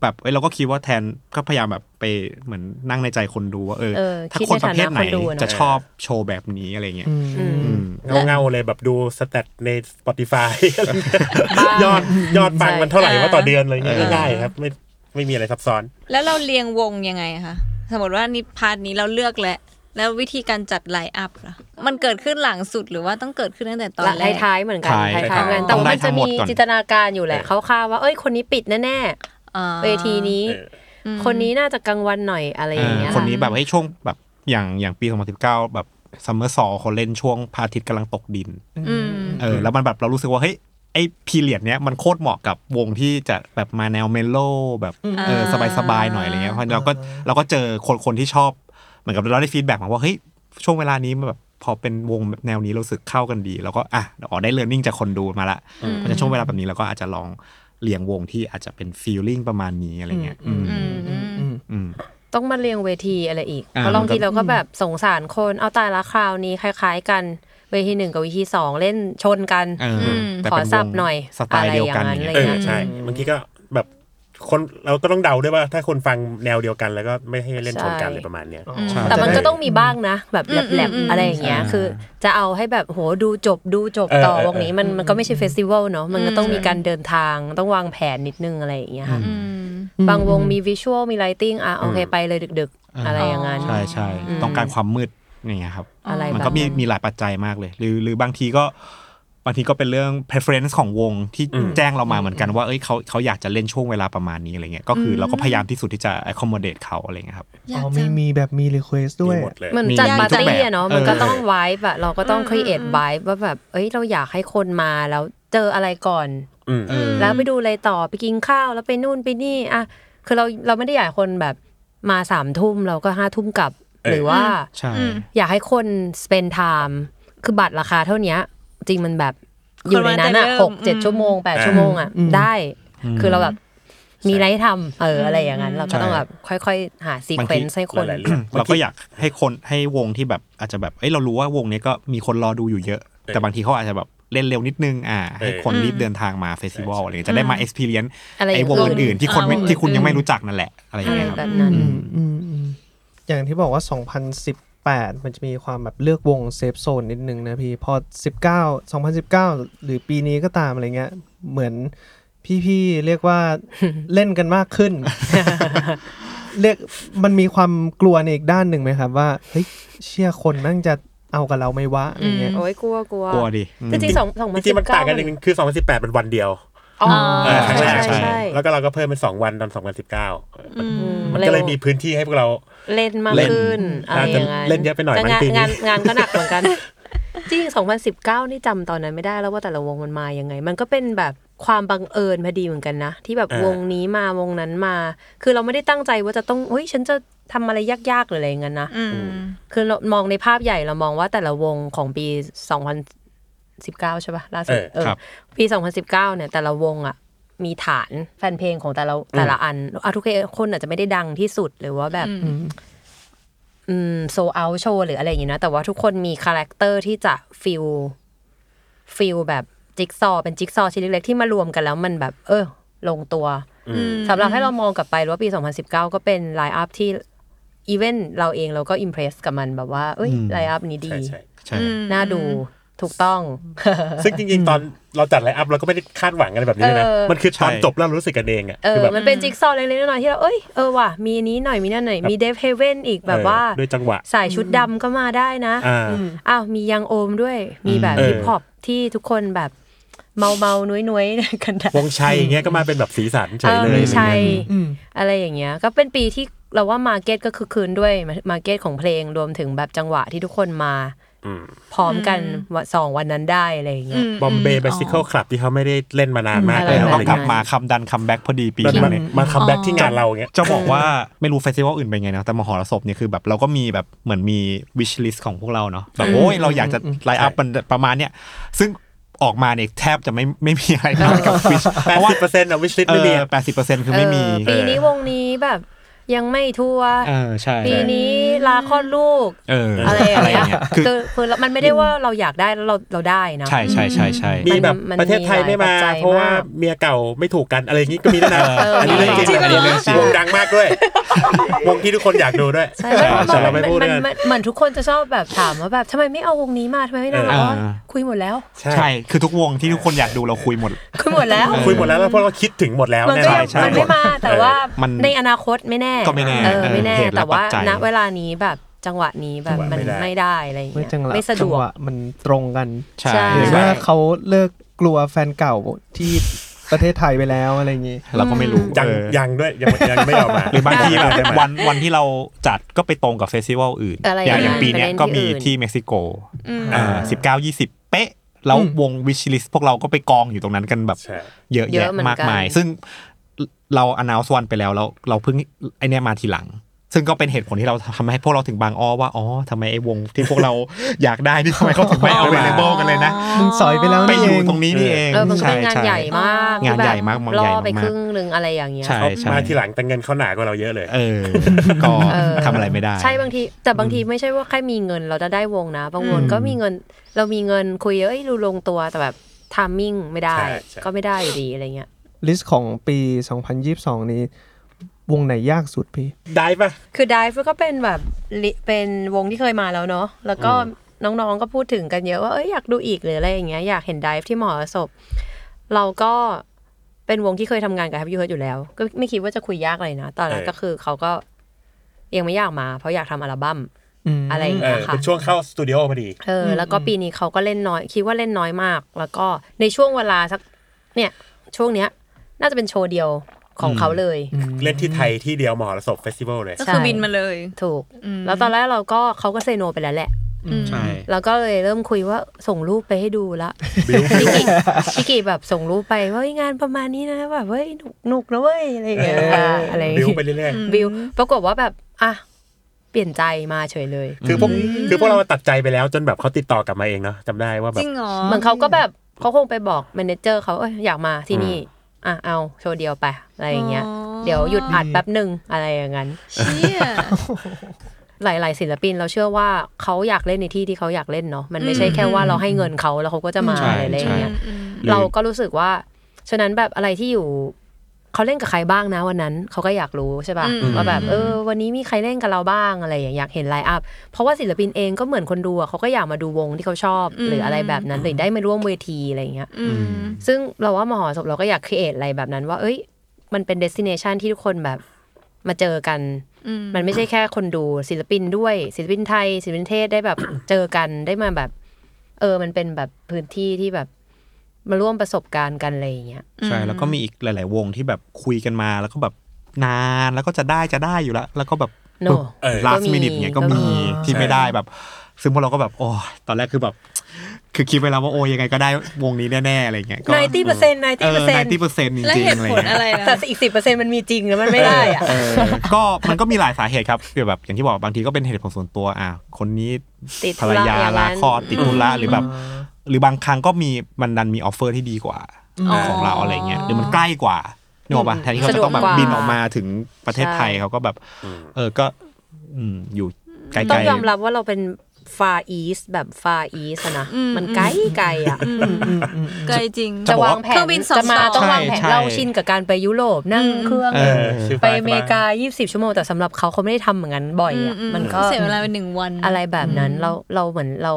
Speaker 5: แบบเอ้ยเราก็คิดว่าแทนก็พยายามแบบไปเหมือนนั่งในใจคนดูว่าเออ
Speaker 6: เออ
Speaker 5: ถ้า
Speaker 6: คิด
Speaker 5: คน
Speaker 6: ใน
Speaker 5: ป
Speaker 6: ฐา
Speaker 5: ระ
Speaker 6: นะ
Speaker 5: เภทไหน
Speaker 6: คนดูอะเนอะ
Speaker 5: จะชอบโชว์แบบนี้อะไรเงี้ย
Speaker 6: อืม
Speaker 5: อืม
Speaker 4: เงาเงาๆเลยแบบดูสแตทใน Spotify ยอดยอดฟัง
Speaker 6: ใช่
Speaker 4: มันเท่าไหร่ว่าต่อเดือนอะไรเงี้ย
Speaker 5: เออ
Speaker 4: ง่ายๆครับ ไม่ไม่มีอะไรซับซ้อน
Speaker 2: แล้วเราเรียงวงยังไงคะสมมติว่านี่พาร์ทนี้เราเลือกแล้วแล้ววิธีการจัดไลน์อัพล่ะมันเกิดขึ้นหลังสุดหรือว่าต้องเกิดขึ้นตั้งแต่ตอนแรก
Speaker 6: ท้ายๆเหมือนกัน
Speaker 5: ท้าย
Speaker 6: ท้ายๆเหมือนกัน
Speaker 5: ต้
Speaker 6: แต่
Speaker 5: อง
Speaker 6: ว่า
Speaker 5: ได้
Speaker 6: มัน
Speaker 5: ทั้
Speaker 6: จะ
Speaker 5: งหมด
Speaker 6: มี
Speaker 5: ก่อน
Speaker 6: จินตนาการอยู่แหละ
Speaker 4: เออ
Speaker 6: เขาคาดว่าเอ้ยคนนี้ปิดแน่
Speaker 2: อ่า
Speaker 6: ๆเวทีนี้
Speaker 4: เออ
Speaker 6: คนนี้น่าจะกลางวันหน่อยอะไรอย่างเงี้ย
Speaker 5: คนนี้แบบให้ยช่วงแบบอย่างอย่างปี 2019 แบบซัมเมอร์ซอเขาเล่นช่วงพระอาทิตย์กำลังตกดิน
Speaker 2: อืม
Speaker 5: เออแล้วมันแบบเรารู้สึกว่า เฮ้ย ไอ้พีเรียดเนี้ยมันโคตรเหมาะกับวงที่จะแบบมาแนวเมโลแบบเออสบายสบายๆหน่อยอะไรเงี้ยเพราะเราก็เราก็เจอคนคนที่ชอบ เหมือนกับเราได้ฟีดแบ็กมาว่า เฮ้ย ช่วงเวลานี้มันแบบ พอเป็นวงแนวนี้เรารู้สึกเข้ากันดี แล้วก็อ่ะอ๋อได้เรียนรู้จากคนดูมาละ
Speaker 2: อืม
Speaker 5: เพราะฉะนั้นช่วงเวลาแบบนี้เราก็อาจจะลองเลี้ยงวงที่อาจจะเป็นฟีลลิ่งประมาณนี้อะไรเงี้ยอืม
Speaker 2: อืมอืม
Speaker 3: อืม
Speaker 5: อืม
Speaker 6: ต้องมาเรียงเวทีอะไรอีก
Speaker 5: อ่า
Speaker 6: เพราะบางทีเราก็แบบสงสารคนเอาตายละคราวนี้คล้าย ๆ กันเวทีหนึ่งกับเวทีสองเล่นชนกัน
Speaker 5: เออ
Speaker 2: ม
Speaker 5: แต่
Speaker 6: ขอ
Speaker 5: เป็นวง
Speaker 6: สับหน่อย
Speaker 5: สไตล์เดียวกัน
Speaker 6: อะไรอย่างนั้น
Speaker 5: อย่า
Speaker 4: เออ
Speaker 5: งเงี้ย
Speaker 4: ใช่บางทีก็แบบคนเราก็ต้องเดาด้วยว่าถ้าคนฟังแนวเดียวกันแล้วก็ไม่ให้เล่นชนกัน
Speaker 6: ใช่
Speaker 4: เลยประมาณเนี้ย
Speaker 5: ใช่
Speaker 6: แต่มันก็ต้องมีบ้างนะ แบบแหลบ
Speaker 2: อืมอืมอืม
Speaker 6: ๆอะไรอย่างเงี้ย
Speaker 5: ใช่
Speaker 6: คือจะเอาให้แบบโหดูจบดูจบ
Speaker 4: เออ
Speaker 6: ต่อ
Speaker 4: เออ
Speaker 6: วงนี้มัน
Speaker 3: เออ
Speaker 6: มันก็ไม่ใช่เฟสติวัลเนาะมันก็ต้องมีการเดินทางต้องวางแผนนิดนึงอะไรอย่างเงี้ยค่ะ
Speaker 2: อืม
Speaker 6: บางวงมีวิชวลมีไลติงอ่ะโอเค
Speaker 4: อืม
Speaker 6: ไปเลยดึก ๆ อะไรอย่างนั้น
Speaker 5: ใช่ใช่
Speaker 6: อืม
Speaker 5: ต้องการความมืดอย่างเงี้ยครับ
Speaker 6: อะไร
Speaker 5: มัน
Speaker 6: แบบ
Speaker 5: ก็มี
Speaker 6: นั้น
Speaker 5: มีหลายปัจจัยมากเลย หรือหรือบางทีก็บางทีก็เป็นเรื่อง preference ของวงที่
Speaker 4: อืม
Speaker 5: แจ้งเรามาเหมือนกันว่าเอ้ยเขาเขาอยากจะเล่นช่วงเวลาประมาณนี้อะไรเงี้ยก็คืออ
Speaker 2: ม
Speaker 5: เราก็พยายามที่สุดที่จะ accommodate เขาอะไรเงี้ยครับ
Speaker 2: อ
Speaker 3: อ๋
Speaker 2: ยาก
Speaker 3: อ
Speaker 2: จั
Speaker 3: มี
Speaker 2: ง
Speaker 3: มีแบบมีรีเควสด้วย
Speaker 4: มีหมดเลย
Speaker 6: เหมือน
Speaker 5: มี
Speaker 6: จัด
Speaker 2: มี
Speaker 6: ปาร์ตี้
Speaker 5: ทุกแบบ
Speaker 6: อะเนาะ
Speaker 5: เออ
Speaker 6: มันก็ต้องวายแบบเราก็ต้องครีเอทวายว่าแบบเอ้ยเราอยากให้คนมาแล้วเจออะไรก่อน
Speaker 4: อืม
Speaker 5: เออ
Speaker 6: แล้วไปดูอะไรต่อไปกินข้าวแล้วไปนู่นไปนี่อ่ะคือเราเราไม่ได้อยากให้คนแบบมาสามทุ่มเราก็ห้าทุ่มกลับ
Speaker 4: เออ
Speaker 6: หรือว่า
Speaker 5: ใช่
Speaker 2: อืม
Speaker 6: อยากให้คน spend time คือบัตรราคาเท่าเนี้ย จริงมันแบบอยู่ในนั้นอ่ะ
Speaker 2: คนมาแต่เริ่ม
Speaker 6: หกเจ็ด
Speaker 2: อืม
Speaker 6: ชั่วโมงแปดชั่วโมงอ่ะ
Speaker 3: อืม
Speaker 6: ได้ คือเราแบบมีอะไรให้ทำเอออะไรอย่างนั้น เราก็ต้องแบบค่อยๆ หาซีเควนซ์ให้คน
Speaker 4: หลายๆเรื่อง
Speaker 5: เราก็อยากให้คนให้วงที่แบบอาจจะแบบเอ้ยเรารู้ว่าวงเนี้ยก็มีคนรอดูอยู่เยอะ แต่บางทีเขาอาจจะแบบเล่นเร็วนิดนึงอ่าให้คนรีบเดินทางมาเฟสติวัลอะไรเงี้ยจะได้มา experience
Speaker 6: อะไรอย่าง
Speaker 5: ไอ้วงอื่นๆที่คนไม่
Speaker 6: อ่าวง
Speaker 5: ที่คุณยังไม่
Speaker 6: อื่น
Speaker 5: รู้จักนั่นแหละอะไรอย่าง
Speaker 6: อะไร
Speaker 5: เงี้ยครับ
Speaker 6: แบบนั้น
Speaker 3: อืมอืมอืมอย่างที่บอกว่า 2018 มันจะมีความแบบเลือกวงเซฟโซนนิดนึงนะพี่ พอ 19 2019 หรือปีนี้ก็ตามอะไรเงี้ย เหมือนพี่ๆเรียก ว่า เล่นกันมากขึ้น เรียกมันมีความกลัวในอีกด้านหนึ่งไหมครับว่าเฮ้ยเชื่อคนแมั่งจะเอากับเราไหม่วะอะไรเงี้ย
Speaker 6: โอ้ยกลัวกลัว
Speaker 5: กลัวดิอืม
Speaker 6: จริงๆสองสองพั
Speaker 4: จ
Speaker 6: น
Speaker 4: ริ
Speaker 6: สิ
Speaker 4: ง
Speaker 6: บ
Speaker 4: ๆมัน
Speaker 6: เก้า
Speaker 4: ต่างกันหนึ่งคือ 2018เป็นวันเดียว
Speaker 6: อ๋อ
Speaker 4: เออครั้งแร
Speaker 6: ใช่
Speaker 4: ก
Speaker 6: ใช่
Speaker 5: ใช่
Speaker 6: ใช่
Speaker 4: แล้วก็เราก็เพิ่มเป็น 2 วันตอน 2019
Speaker 6: อืม
Speaker 4: มันก็เลยมีพื้นที่ให้พวกเรา
Speaker 6: เล่นมาก
Speaker 5: เล่น
Speaker 6: ขึ้นอะไรอย่าง
Speaker 4: น่าจะเล่นเยอะไปหน่อย
Speaker 6: แต่งาน
Speaker 4: มั้งปีนี้
Speaker 6: งานงานก็หนักเหมือน กัน จริง2019 นี่จำตอนนั้นไม่ได้แล้วว่าแต่ละวงมันมายังไง มันก็เป็นแบบความบังเอิญพอดีเหมือนกันนะ ที่แบบวงนี้มาวงนั้นมา คือเราไม่ได้ตั้งใจว่าจะต้องเฮ้ยฉันจะทำอะไรยากๆหรืออะไรอย่างนั้นนะ
Speaker 2: อืม
Speaker 6: คือเรามองในภาพใหญ่เรามองว่าแต่ละวงของปี 2019 ใช่ปะล่าสุด
Speaker 4: เออ
Speaker 6: เออ
Speaker 5: ครับ
Speaker 6: ปี 2019 เนี่ย แต่ละวงอ่ะ มีฐานแฟนเพลงของแต่ละแต่ละอันอ่ะทุกคนอาจจะไม่ได้ดังที่สุดหรือว่าแบบ อืมโซเอาโชว์หรืออะไรอย่างนี้นะ แต่ว่าทุกคนมีคาแรคเตอร์ที่จะฟิลฟิลแบบจิ๊กซอว์เป็นจิ๊กซอว์ชิ้นเล็กๆที่มารวมกันแล้วมันแบบ เออ ลงตัว สำหรับให้เรามองกลับไปว่าปี 2019 ก็เป็นไลน์อัพที่อีเวนเราเองเราก็อิมเพรสกับมันแบบว่า เอ้ย
Speaker 5: อืม
Speaker 6: ไลน์อัพนี้ดี
Speaker 4: ใช่ใช่
Speaker 5: ใช่
Speaker 6: น่าดูถูกต้อง
Speaker 4: ซึ่งจริง ๆ ตอนเราจัดไลฟ์อัพเราก็ไม่ได้คาดหวังอะไรแบบนี้เลยนะ
Speaker 6: เออ
Speaker 4: มันคือตอน
Speaker 5: ใช่
Speaker 4: จบแล้วเรารู้สึกกันเองอ่ะ
Speaker 6: เอ
Speaker 4: คือ
Speaker 6: อ
Speaker 4: แบบ
Speaker 6: มันเป็นจิ๊กซอว์เล็กๆน้อยๆที่เรา เอ้ย เออว่ะมีอันนี้หน่อยมีนั่นหน่อยมีเดฟเฮเว่นอีกแบบว่า
Speaker 4: เออด้วยจังหวะ
Speaker 6: สายชุดดำก็มาได้นะ
Speaker 4: อ่า
Speaker 6: อ้าวมียังโอมด้วยมีแบบ
Speaker 4: เออ
Speaker 6: ฮิปฮอปที่ทุกคนแบบเมาเมาๆนุ้ยนุ้ยๆ กันได้
Speaker 4: วงชัยอย่างเงี้ยก็มาเป็นแบบสีสันเฉ
Speaker 6: เอย อ
Speaker 4: เลย
Speaker 6: มีชัย
Speaker 3: อืม
Speaker 6: อะไรอย่างเงี้ยก็เป็นปีที่เราว่ามาเก็ตก็คือคืนด้วยมาเก็ตของเพลงรวมถึงแบบจังหวะที่ทุกคนมา
Speaker 4: อืม
Speaker 6: พร้อมกันวันสองวันนั้นได้อะไรอย่างเงี้ย
Speaker 4: บอมเบย์ i บซิเคิลคลับที่เขาไม่ได้เล่นมานานมาก
Speaker 6: อะไร
Speaker 4: แล้ว
Speaker 6: แบบ
Speaker 5: ต้องกลับ
Speaker 4: อะ
Speaker 5: มาคำดันคัมแบ็กพอดีปี
Speaker 4: ไร
Speaker 5: นั้
Speaker 4: เงี้ยมันมา
Speaker 5: นเนี่ย
Speaker 4: มาคัมแบ็กที่งานเราอย่างเงี้ย
Speaker 5: จะบอกว่าไม่รู้เฟสติวัลอื่นเป็นไงนะ แต่มหรสพเนี่ยคือแบบเราก็มีแบบเหมือนมีวิชลิสของพวกเราเนาะแบบโอ้ยเราอยากจะไลน์อัพมันประมาณเนี้ยซึ่งออกมาเนี่ยแทบจะไม่ไม่มีอะไรเท่ากับวิช
Speaker 4: แป
Speaker 5: เพ
Speaker 4: ด
Speaker 5: ราะว่า
Speaker 4: สิบเปอร์เซ็นต์อะวิชลิส
Speaker 5: เอ
Speaker 4: ไม่มี
Speaker 5: อ
Speaker 4: อะ
Speaker 5: แปดสิบเปอร์เซ็นต์คือไม่มี
Speaker 6: เออปีนี้วงนี้แบบยังไม่ทัวร์
Speaker 5: เออใช่
Speaker 6: ปีนี้ลาคลอดลูก
Speaker 5: เอออ
Speaker 6: อะไรอย่างเงี้ย
Speaker 5: คือ
Speaker 6: คือคือมันไม่ได้ว่าเราอยากได้แล้วเราเราได้นะ
Speaker 5: ใช่ใช่ใช่ใช่
Speaker 4: มีแบบ
Speaker 6: มัน
Speaker 4: ประเทศไทยไม่
Speaker 6: มี
Speaker 4: มา
Speaker 6: หลายปัจจัย
Speaker 4: เพราะว่าม
Speaker 6: าก
Speaker 4: เมียเก่าไม่ถูกกันอะไรอย่างงี้ก็มีด้วยนะ
Speaker 6: เอออั
Speaker 4: อันนี้เรื่องจริง
Speaker 6: จริงเหรอ
Speaker 4: อันนี้เรื่องจริงวงดังมากด้วย วงที่ทุกคนอยากดูด้วย
Speaker 6: ใช่
Speaker 4: แต่
Speaker 6: มั
Speaker 4: เรา
Speaker 6: นมั
Speaker 4: ไม่
Speaker 6: น
Speaker 4: พูด
Speaker 6: มัน
Speaker 4: กั
Speaker 6: มัน นมันเหมือนทุกคนจะชอบแบบถามว่าแบบทำไมไม่เอาวงนี้มาทำไมไม่ได้
Speaker 4: เออ
Speaker 6: เราก็
Speaker 5: อ่า
Speaker 6: คุยหมดแล้ว
Speaker 5: ใช่ คือทุกวงที่ทุกคนอยากดูเราคุยหมด
Speaker 6: คุยหมดแล้ว
Speaker 4: คุยหมดแล้วแล้วพวกเราคิดถึงหมดแล้ว
Speaker 6: มัน
Speaker 4: แน่
Speaker 6: ก็ยั
Speaker 4: นอน
Speaker 6: ง
Speaker 5: ใช่
Speaker 6: มันไม่มาแต่ว่า
Speaker 5: มัน
Speaker 6: ในอนาคตไม่แน่
Speaker 5: ก็ไม่แน่
Speaker 6: เออไม่แน่
Speaker 5: เออเหตุและ
Speaker 6: แต่ว่า
Speaker 5: ปัจจัย
Speaker 6: ณเวลานี้แบบจังหวะนี้แบบมันไม่ได้อะไรอย่าง
Speaker 3: ไม่
Speaker 6: เงี้ย
Speaker 3: จังหวะ
Speaker 6: ไม่สะด
Speaker 3: จัง
Speaker 6: วก
Speaker 3: หวะมันตรงกัน
Speaker 5: ใช่
Speaker 6: ใช่
Speaker 3: หรือ
Speaker 5: ใช่
Speaker 3: ว่าเขาเลิกกลัวแฟนเก่าที่ประเทศไทยไปแล้วอะไรอย่างงี้
Speaker 5: เราก็ไม่รู้
Speaker 4: ยัง
Speaker 5: เออ
Speaker 4: ยังด้วยยังยังไม่ออกมา
Speaker 5: หรือบางทีแบบ
Speaker 4: ได้ไหม
Speaker 5: วันวันที่เราจัดก็ไปตรงกับเฟสติวัลอื่น
Speaker 6: อะไร
Speaker 5: อย่างอย่าง
Speaker 6: อ่ะ
Speaker 5: ปีเนี้ย
Speaker 6: ไปเล่นที่
Speaker 5: ก็มี
Speaker 6: อื่น
Speaker 5: ที่เม็กซิโก
Speaker 2: อืม
Speaker 5: อ่าสิบเก้ายี่สิบเป๊ะ แล้ววงวิชลิสพวกเราก็ไปกองอยู่ตรงนั้นกันแบบ
Speaker 4: ใช่
Speaker 5: เยอะ
Speaker 6: เย
Speaker 5: แยะ
Speaker 6: อะเหมือนกัน
Speaker 5: มากมาย ซึ่งเราอนาวสวันไปแล้วแล้ว เราเพิ่งไอเนี้ยมาทีหลัง ส ซึ่งก็เป็นเหตุผลที่เราทำให้พวกเราถึงบางอ้อว่าอ๋อทำไมไอ้วงที่พวกเรา อยากได้นี่ทำไมเขาถึงไม่เอาเวลเบิลกันเลยนะ
Speaker 3: มึงสอยไปแล้ว
Speaker 5: ไป
Speaker 3: นี่
Speaker 5: อ
Speaker 3: เอยู่ ง
Speaker 5: ตรงนี้นี่เอง
Speaker 6: เออมันก็เป็นงาน
Speaker 5: ช่ช่
Speaker 6: ใหญ่มาก
Speaker 5: งานใหญ่มาก
Speaker 6: ที่
Speaker 5: มาก
Speaker 6: แบบ
Speaker 5: ใหญ่
Speaker 6: ล่อ
Speaker 5: มาก
Speaker 6: ไปครึ่งหนึงอะไรอย่างเงี้ย
Speaker 5: ใช่
Speaker 4: เขา
Speaker 5: ใช่
Speaker 4: มาทีหลังแต่เงินเขาหนากว่าเราเยอะเลย
Speaker 5: เออ ก็
Speaker 6: เออ
Speaker 5: ทำอะไรไม่ได้
Speaker 6: ใช่บางทีแต่บางทีไม่ใช่ว่าแค่มีเงินเราจะได้วงนะ บางวงก็มีเงินเรามีเงินคุยเอ้ยดูลงตัวแต่แบบทามมิ่งไม่ได้
Speaker 4: ใช่ใช่
Speaker 6: ก็ไม่ได้อยู่ดีอะไรเงี้ย
Speaker 3: ลิสต์ของปี 2022 นี้ วงไหนยากสุดพี่
Speaker 4: ได้ปะ
Speaker 6: คือดิฟก็เป็นแบบลิเป็นวงที่เคยมาแล้วเนาะแล้วก็น้องๆก็พูดถึงกันเยอะว่าเอ้ยอยากดูอีกหรืออะไรอย่างเงี้ยอยากเห็นดิฟที่หมอศพ เราก็เป็นวงที่เคยทำงานกับ Happy Hurt อยู่แล้ว ก็ไม่คิดว่าจะคุยยากเลยนะ ตอนนั้นก็คือเขาก็ยังไม่อยากมา เพราะอยากทำอัลบั้มอะไรอย่าง
Speaker 4: เอ
Speaker 6: เงี้
Speaker 4: อย
Speaker 6: ค่ะ
Speaker 4: เป็นช่วงเข้าสตูดิโอพอดี
Speaker 6: เออแล้วก็ปีนี้เขาก็เล่นน้อย คิดว่าเล่นน้อยมาก แล้วก็ในช่วงเวลาสักเนี่ยช่วงเนี้ย น่าจะเป็นโชว์เดียวของเขาเลย
Speaker 4: เล่นที่ไทยที่เดียวมหรสพเฟสติวัลเลย
Speaker 2: ก็คือ
Speaker 6: ใช่
Speaker 2: บินมาเลย
Speaker 6: ถูก
Speaker 2: อืม
Speaker 6: แล้วตอนแรกเราก็เขาก็เซโนไปแล้วแหละ
Speaker 5: ใช่
Speaker 6: แล้วก็เลยเริ่มคุยว่าส่งรูปไปให้ดูละ พี่กิพี่กิแบบส่งรูปไปว่าเฮ้ยงานประมาณนี้นะแบบเฮ้ยหนุกหนุกนะเว้ยอะไรอย่างเงี้ยอะไรอย่าง
Speaker 4: บิว
Speaker 6: เงี้ย
Speaker 4: ไปเรื่อย
Speaker 6: บิวปรากฏว่าแบบอ่ะเปลี่ยนใจมาเฉยเลย
Speaker 4: ๆ คือพวกคือพวกเราตัดใจไปแล้วจนแบบเขาติดต่อกลับมาเองเนาะจำได้ว่าแบ
Speaker 2: จ
Speaker 4: บ
Speaker 2: ริงเหรอ
Speaker 6: เหมือนเขาก็แบบเขาคงไปบอกแมเนเจอร์เขาเอยอยากมาที่นี่ อ่ะ เอาโชว์เดียวไปอะไรอย่างเงี้ย เดี๋ยวหยุดอัดแป๊บหนึ่งอะไรอย่างนั้น
Speaker 2: เชี่ย
Speaker 6: หลาย ๆ ศิลปินเราเชื่อว่าเขาอยากเล่นในที่ที่เขาอยากเล่นเนาะมันไม่ใช่แค่ว่าเราให้เงินเขาแล้วเขาก็จะมา
Speaker 5: ใช่
Speaker 6: อะไรอย่างเงี้ย
Speaker 5: ใช่
Speaker 6: หรือเราก็รู้สึกว่า ฉะนั้นแบบอะไรที่อยู่เขาเล่นกับใครบ้างนะวันนั้นเขาก็อยากรู้ใช่ป่ะ
Speaker 2: อืม
Speaker 6: ว่าแบบเออ วันนี้มีใครเล่นกับเราบ้างอะไรอย่างเงี้ยอยากเห็นไลน์อัพเพราะว่าศิลปินเองก็เหมือนคนดูอะเขาก็อยากมาดูวงที่เขาชอบ หรืออะไรแบบนั้นหรือได้มาร่วมเวทีอะไรอย่างเงี้ย
Speaker 2: อืม
Speaker 6: ซึ่งเราว่ามหอศพเราก็อยากครีเอทอะไรแบบนั้น ว่า เอ้ย มันเป็นเดสติเนชันที่ทุกคนแบบมาเจอกัน
Speaker 2: อืม
Speaker 6: มันไม่ใช่แค่คนดูศิลปินด้วย ศิลปินไทย ศิลปินเทศได้แบบ เจอกันได้มาแบบ เออ มันเป็นแบบพื้นที่ที่แบบมาร่วมประสบการณ์กันอะไรอย่างเงี้ย
Speaker 5: ใช่แล้วก็มีอีกหลาย ๆ วงที่แบบคุยกันมาแล้วก็แบบนานแล้วก็จะได้จะได้อยู่แล้ว แล้วก็แบบ
Speaker 6: No
Speaker 5: เออ
Speaker 4: ก็
Speaker 5: last
Speaker 6: มี
Speaker 5: minute เนี่ยก็มี
Speaker 6: ก็มี
Speaker 5: ที่ไม่ได้แบบ ซึ่งพวกเราก็แบบโอ้ยตอนแรกคือแบบ คือคิดไว้แล้วว่าโอ้ยยังไงก็ได้วงนี้แน่ ๆ อะไรเงี้ยก็
Speaker 6: 90%เปอร์เซ็นต์
Speaker 5: เออ90%จริง
Speaker 2: แล้วเห
Speaker 5: ๆ
Speaker 2: ตุ
Speaker 5: อะไร
Speaker 2: ผล
Speaker 5: เงี้ย
Speaker 2: อะไร
Speaker 6: แต่
Speaker 2: ล่ะ
Speaker 6: อีกสิบเปอร์เซ็นต์มันมีจริงแล้วมันไม่ได้อะ
Speaker 5: เออก็มันก็มีหลายสาเหตุครับเกี่ยวแบบอย่างที่บอกบางทีก็เป็นเหตุผลส่วนตัวอ่ะคนนี้
Speaker 6: ติดธุ
Speaker 5: ภรร
Speaker 6: ระ
Speaker 5: ยา
Speaker 6: อย่างนั้น
Speaker 5: ลาคลอดติดธุระหรือแบบ หรือบางครั้งก็มีมันดันมีออฟเฟอร์ที่ดีกว่าของเราอะไรเงี้ยหรือมันใกล้กว่านึกออกปะแทนที่เขาจะต้องแบบบินออกมาถึงประเทศไทยเขาก็แบบ เออก็อืมอยู่ไกล
Speaker 6: ต้องยอม
Speaker 5: ๆ
Speaker 6: รับว่าเราเป็นฟาอีสแบบฟาอีสนะมันไกลไกลๆอะ
Speaker 2: ไกลจริง
Speaker 6: จะวาง
Speaker 5: า
Speaker 6: แผ
Speaker 2: เครื่
Speaker 6: น
Speaker 2: องบินสอง
Speaker 6: จะมา
Speaker 2: ต่อ
Speaker 6: ต้องวางแผน
Speaker 5: ใช่ใช่
Speaker 6: เราชินกับการไปยุโรปนั่งเครื่อง
Speaker 5: เออ
Speaker 6: ไปอเมริกา 20 ชั่วโมง แต่สำหรับเขาเขาไม่ได้ทำเหมือนกันบ่อย
Speaker 2: อืม
Speaker 6: อ่ะ
Speaker 2: อื
Speaker 6: มันก็
Speaker 2: เสียเวลาไปหนึ่งวัน
Speaker 6: อะไรแบบนั้นเราเราเหมือนเรา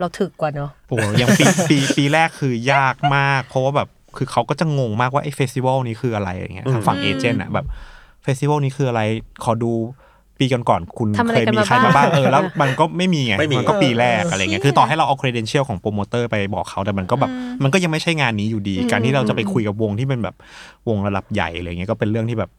Speaker 6: เราถึกกว่าเนาะ
Speaker 5: โอ้โหอยังปี ปีปีแรกคือยากมาก เพราะว่าแบบคือเขาก็จะงงมากว่าไอ้เฟสติวัลนี้คืออะไรอย่างเงี้ยทางฝั่งเอเจนต์อะแบบเฟสติวัลนี้คืออะไรขอดูปีก่อนๆคุณ
Speaker 6: ทำอะไร
Speaker 5: เคย
Speaker 6: กัน
Speaker 5: มี
Speaker 6: มา
Speaker 5: ใครมา
Speaker 6: บ้า
Speaker 5: บ้าง งเออแล้วมันก็ไม่มีไง
Speaker 4: ไม่มี
Speaker 5: มันก็ปีแรกอะไรเงี้ยคือต่อให้เราเอาเครเดนเชียลของโปรโมเตอร์ไปบอกเขาแต่มันก็แบบมันก็ยังไม่ใช่งานนี้อยู่ดี การที่เราจะไปคุยกับวงที่เป็นแบบวงระดับใหญ่อะไรเงี้ยก็เป็นเรื่องที่แบบ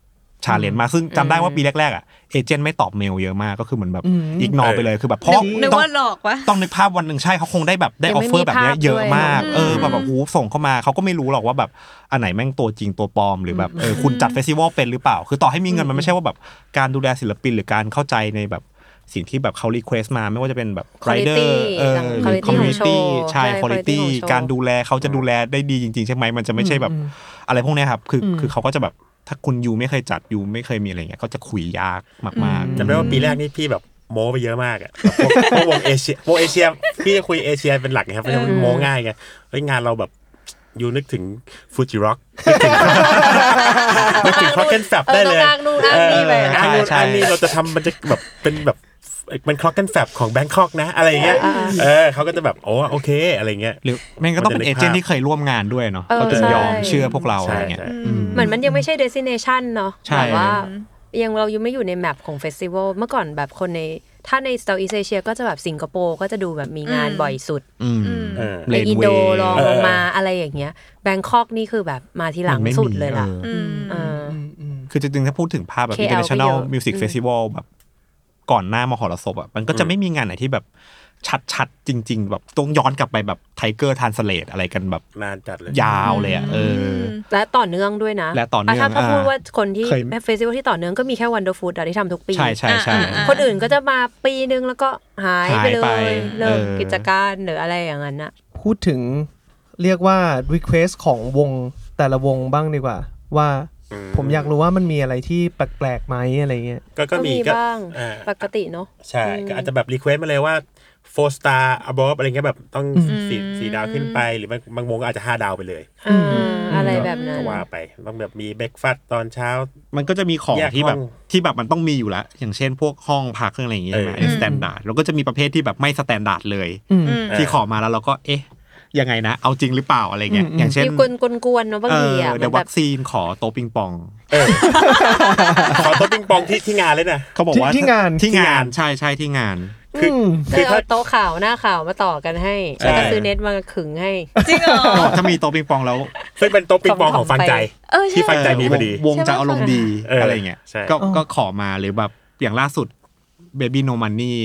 Speaker 5: ชาเลนจ์มากซึ่งจำได้ว่าปีแรกๆอ่ะเอเจนต์ไม่ตอบเมลเยอะมากก็คือเหมือนแบบอิกนอไปเลยคือแบบเพราะ
Speaker 2: นึก
Speaker 5: ต้อง
Speaker 2: ว่าหลอกวะ
Speaker 5: ต้องนึกภาพวันหนึ่งใช่เขาคงได้แบบได้อ
Speaker 6: ยัง
Speaker 5: อ
Speaker 6: ไม่
Speaker 5: ฟเฟอร์แบบเนี้ย
Speaker 6: มีภาพ
Speaker 5: เยอะมาก
Speaker 6: ด้วย
Speaker 5: เออแบบแบบหูส่งเข้ามาเขาก็ไม่รู้หรอกว่าแบบอันไหนแม่งตัวจริงตัวปลอมหรือแบบเออคุณจัดเฟสติวัลเป็นหรือเปล่า คือต่อให้มีเงินมันไม่ใช่ว่าแบบการดูแลศิลปินหรือการเข้าใจในแบบสิ่งที่แบบเขารีเควสมาไม่ว่าจะเป็นแบบไรเดอ
Speaker 6: Quality
Speaker 5: ร์เออ
Speaker 6: ต่าง Quality
Speaker 5: คอมมูนิตี้
Speaker 6: ของโชว์
Speaker 5: ใช่
Speaker 6: ใช่
Speaker 5: คุณ
Speaker 6: Quality
Speaker 5: ภา
Speaker 6: ข
Speaker 5: พ
Speaker 6: องโชว์
Speaker 5: การดูแลเขาจะดูแลได้ดีจริง ๆ ใช่ไหมมันจะไม่ใช่แบบอะไรพวกเนี้ยครับคืออคือเขาก็จะแบบถ้าคุณยูไม่เคยจัดยูไม่เคยมีอะไรเงี้ยก็จะคุยยากมากๆ
Speaker 4: จำได้ว่าปีแรกนี่พี่แบบโม้ไปเยอะมาก อะพวกพวกวงเอเชียวงเอเชียพี่จะคุยเอเชียเป็นหลักไงครับเพราะฉะนั้นโม้ง่ายไงเฮ้ยงานเราแบบยูนึกถึงฟูจิร็อกนึกถึงครอกเกนแฟบได้เลย
Speaker 6: เออต้องอ้างนู่นอ้างนี่ไป
Speaker 4: เอออ้างนู่น
Speaker 5: ใช่ใช่
Speaker 4: อ้างนี่เราจะทำมันจะแบบเป็นแบบเป็นครอกเกนแฟบของแบงคอกนะ อะไรอย่างเงี้ยเออเขาก็จะแบบโอ้โอเคอะไรอย่างเงี้ย
Speaker 5: หรือแม่งก็ต้องเป็น
Speaker 4: มัน
Speaker 5: เอ
Speaker 4: จะนึกภาพ
Speaker 5: เจนต์ที่เคยร่วมงานด้วยเนาะ
Speaker 6: เออ
Speaker 5: เขาถึงยอม
Speaker 6: ใช่
Speaker 5: เชื่อพวกเราอะ
Speaker 4: ใช่
Speaker 5: ไรเงี้ย
Speaker 4: ใช่
Speaker 6: เหมือนมันยังไม่ใช่เดสิเนชันเนาะ
Speaker 5: ใช่
Speaker 6: แบบว่า ยังเรายังไม่อยู่ในแมปของเฟสติวัลเมื่อก่อนแบบคนในถ้าในเซาท์อีสเอเชียก็จะแบบสิงคโปร์ก็จะดูแบบมีงาน
Speaker 2: อืม
Speaker 6: บ่อยสุด
Speaker 5: อืม
Speaker 4: เออ
Speaker 5: เล
Speaker 6: ไอ้
Speaker 5: น
Speaker 6: อิน
Speaker 5: เว
Speaker 6: โด
Speaker 5: ย์
Speaker 6: รอง
Speaker 4: เออ
Speaker 6: ลงมาอะไรอย่างเงี้ยแบงคอกนี่คือแบบมาทีหลัง
Speaker 5: มันไม่มี
Speaker 6: สุดเลยล่ะ
Speaker 5: ออ
Speaker 2: อืม
Speaker 6: เออ
Speaker 5: คือจริงๆถ้าพูดถึงภาพแบบ
Speaker 6: KL ก็เยอะ
Speaker 5: international
Speaker 6: อืม
Speaker 5: music festival แบบก่อนหน้ามหรสพอ่ะมันก็จะไม่มีงานไหนที่แบบ ชัดๆ จริง ๆ แบบต้องย้อนกลับไปแบบไทเกอร์ทานสเลตอะไรกันแบบ
Speaker 4: นานจัดเลย
Speaker 5: ยาวเลยอะเออ
Speaker 6: และต่อเนื่องด้วยนะ
Speaker 5: และต่อเนื่อ
Speaker 6: ะ
Speaker 5: ง
Speaker 6: ถ้าถ้า
Speaker 5: อ่า
Speaker 6: พูดว่าคนที่
Speaker 5: เคย
Speaker 6: เฟสติวัลที่ต่อเนื่องก็มีแค่วันเดอร์ฟูดที่ทำทุกปี
Speaker 5: ใช่ใช่ใช่
Speaker 2: อ่าอ่า
Speaker 6: คนอื่นก็จะมาปีนึงแล้วก็หายไปเล
Speaker 5: หายไป
Speaker 6: ยเลิก
Speaker 5: เออ
Speaker 6: กิจการหรืออะไรอย่างนั้นน่ะ
Speaker 3: พูดถึงเรียกว่า Request ของวงแต่ละวงบ้างดีกว่า ว่า
Speaker 4: อืม
Speaker 3: ผมอยากรู้ว่ามันมีอะไรที่แปลกๆไหมอะไรเงี้ย
Speaker 4: ก็ก็มี
Speaker 6: ก็
Speaker 4: ก็
Speaker 6: มีบ้าง
Speaker 4: อ่า
Speaker 6: ปกติเนาะ
Speaker 4: ใช่ ก็อาจจะแบบรีเควสมาเลยว่า four star above อะไรเงี้ยแบบต้องสี่สี่ดาวขึ้นไป หรือบางบางวงก็อาจจะห้าดาวไปเลย
Speaker 6: อ่าอะไรแบบนั้
Speaker 4: ก็
Speaker 6: น
Speaker 4: ว่าไป ต้องแบบมีเบรกฟาสตอนเช้า
Speaker 5: มันก็จะมีของ
Speaker 4: แยก
Speaker 5: ที่แบบ
Speaker 4: ห้อง
Speaker 5: ที่แบบมันต้องมีอยู่แล้วอย่างเช่นพวกห้องพักเครื่องอะไรอย่างเงี้ย
Speaker 4: เอ
Speaker 5: ใช่
Speaker 4: อ
Speaker 5: ไหมสแตนดาร์ดแล้วก็จะมีประเภทที่แบบไม่สแตนดาร์ดเลย
Speaker 3: อืม
Speaker 4: อ่า
Speaker 5: ที่ขอมาแล้วเราก็เอ๊ะ ยังไงนะ เอาจริงหรือเปล่าอะไรเงี้ยอย่างเช่น
Speaker 6: มีกวนๆกวนๆเนาะบาง
Speaker 5: เอ
Speaker 6: ที
Speaker 5: อ
Speaker 6: อ่ะ
Speaker 5: เดี๋
Speaker 6: มั
Speaker 5: ย
Speaker 6: น
Speaker 5: ว
Speaker 6: แบ
Speaker 5: วั
Speaker 6: บ
Speaker 5: คซีนขอโต๊ะปิงปอง
Speaker 4: เออขอโต๊ะปิงปองที่ที่งานเลยนะ
Speaker 5: เขาบอกว่า
Speaker 3: ที่งาน
Speaker 5: ที่
Speaker 4: ที่
Speaker 5: งาง
Speaker 4: าน น
Speaker 5: ใช่ใช่ที่งาน
Speaker 4: คืออ
Speaker 6: เอ
Speaker 4: คือ
Speaker 6: อ
Speaker 4: ถ้า
Speaker 6: เอาโต๊ะข่าวหน้าข่าวมาต่อกันให้
Speaker 4: ใช่
Speaker 6: แล้วก็ซื้อเน็ตมาขึงให้
Speaker 2: จริงเหรอ
Speaker 5: ถ้ามีโต๊ะปิงปองแล้ว
Speaker 4: ซึ่งเป็นโต๊ะปิงปองของฟันใจ
Speaker 2: เออใช่
Speaker 4: ที่ฟันใจมีพอดี
Speaker 5: เออวงวงจะอารมณ์ดี
Speaker 4: เออ
Speaker 5: อะไรเงี้ย
Speaker 4: ใช่
Speaker 5: ก็ก็ขอมาหรือแบบอย่างล่าสุดเบบี้โนมันนี่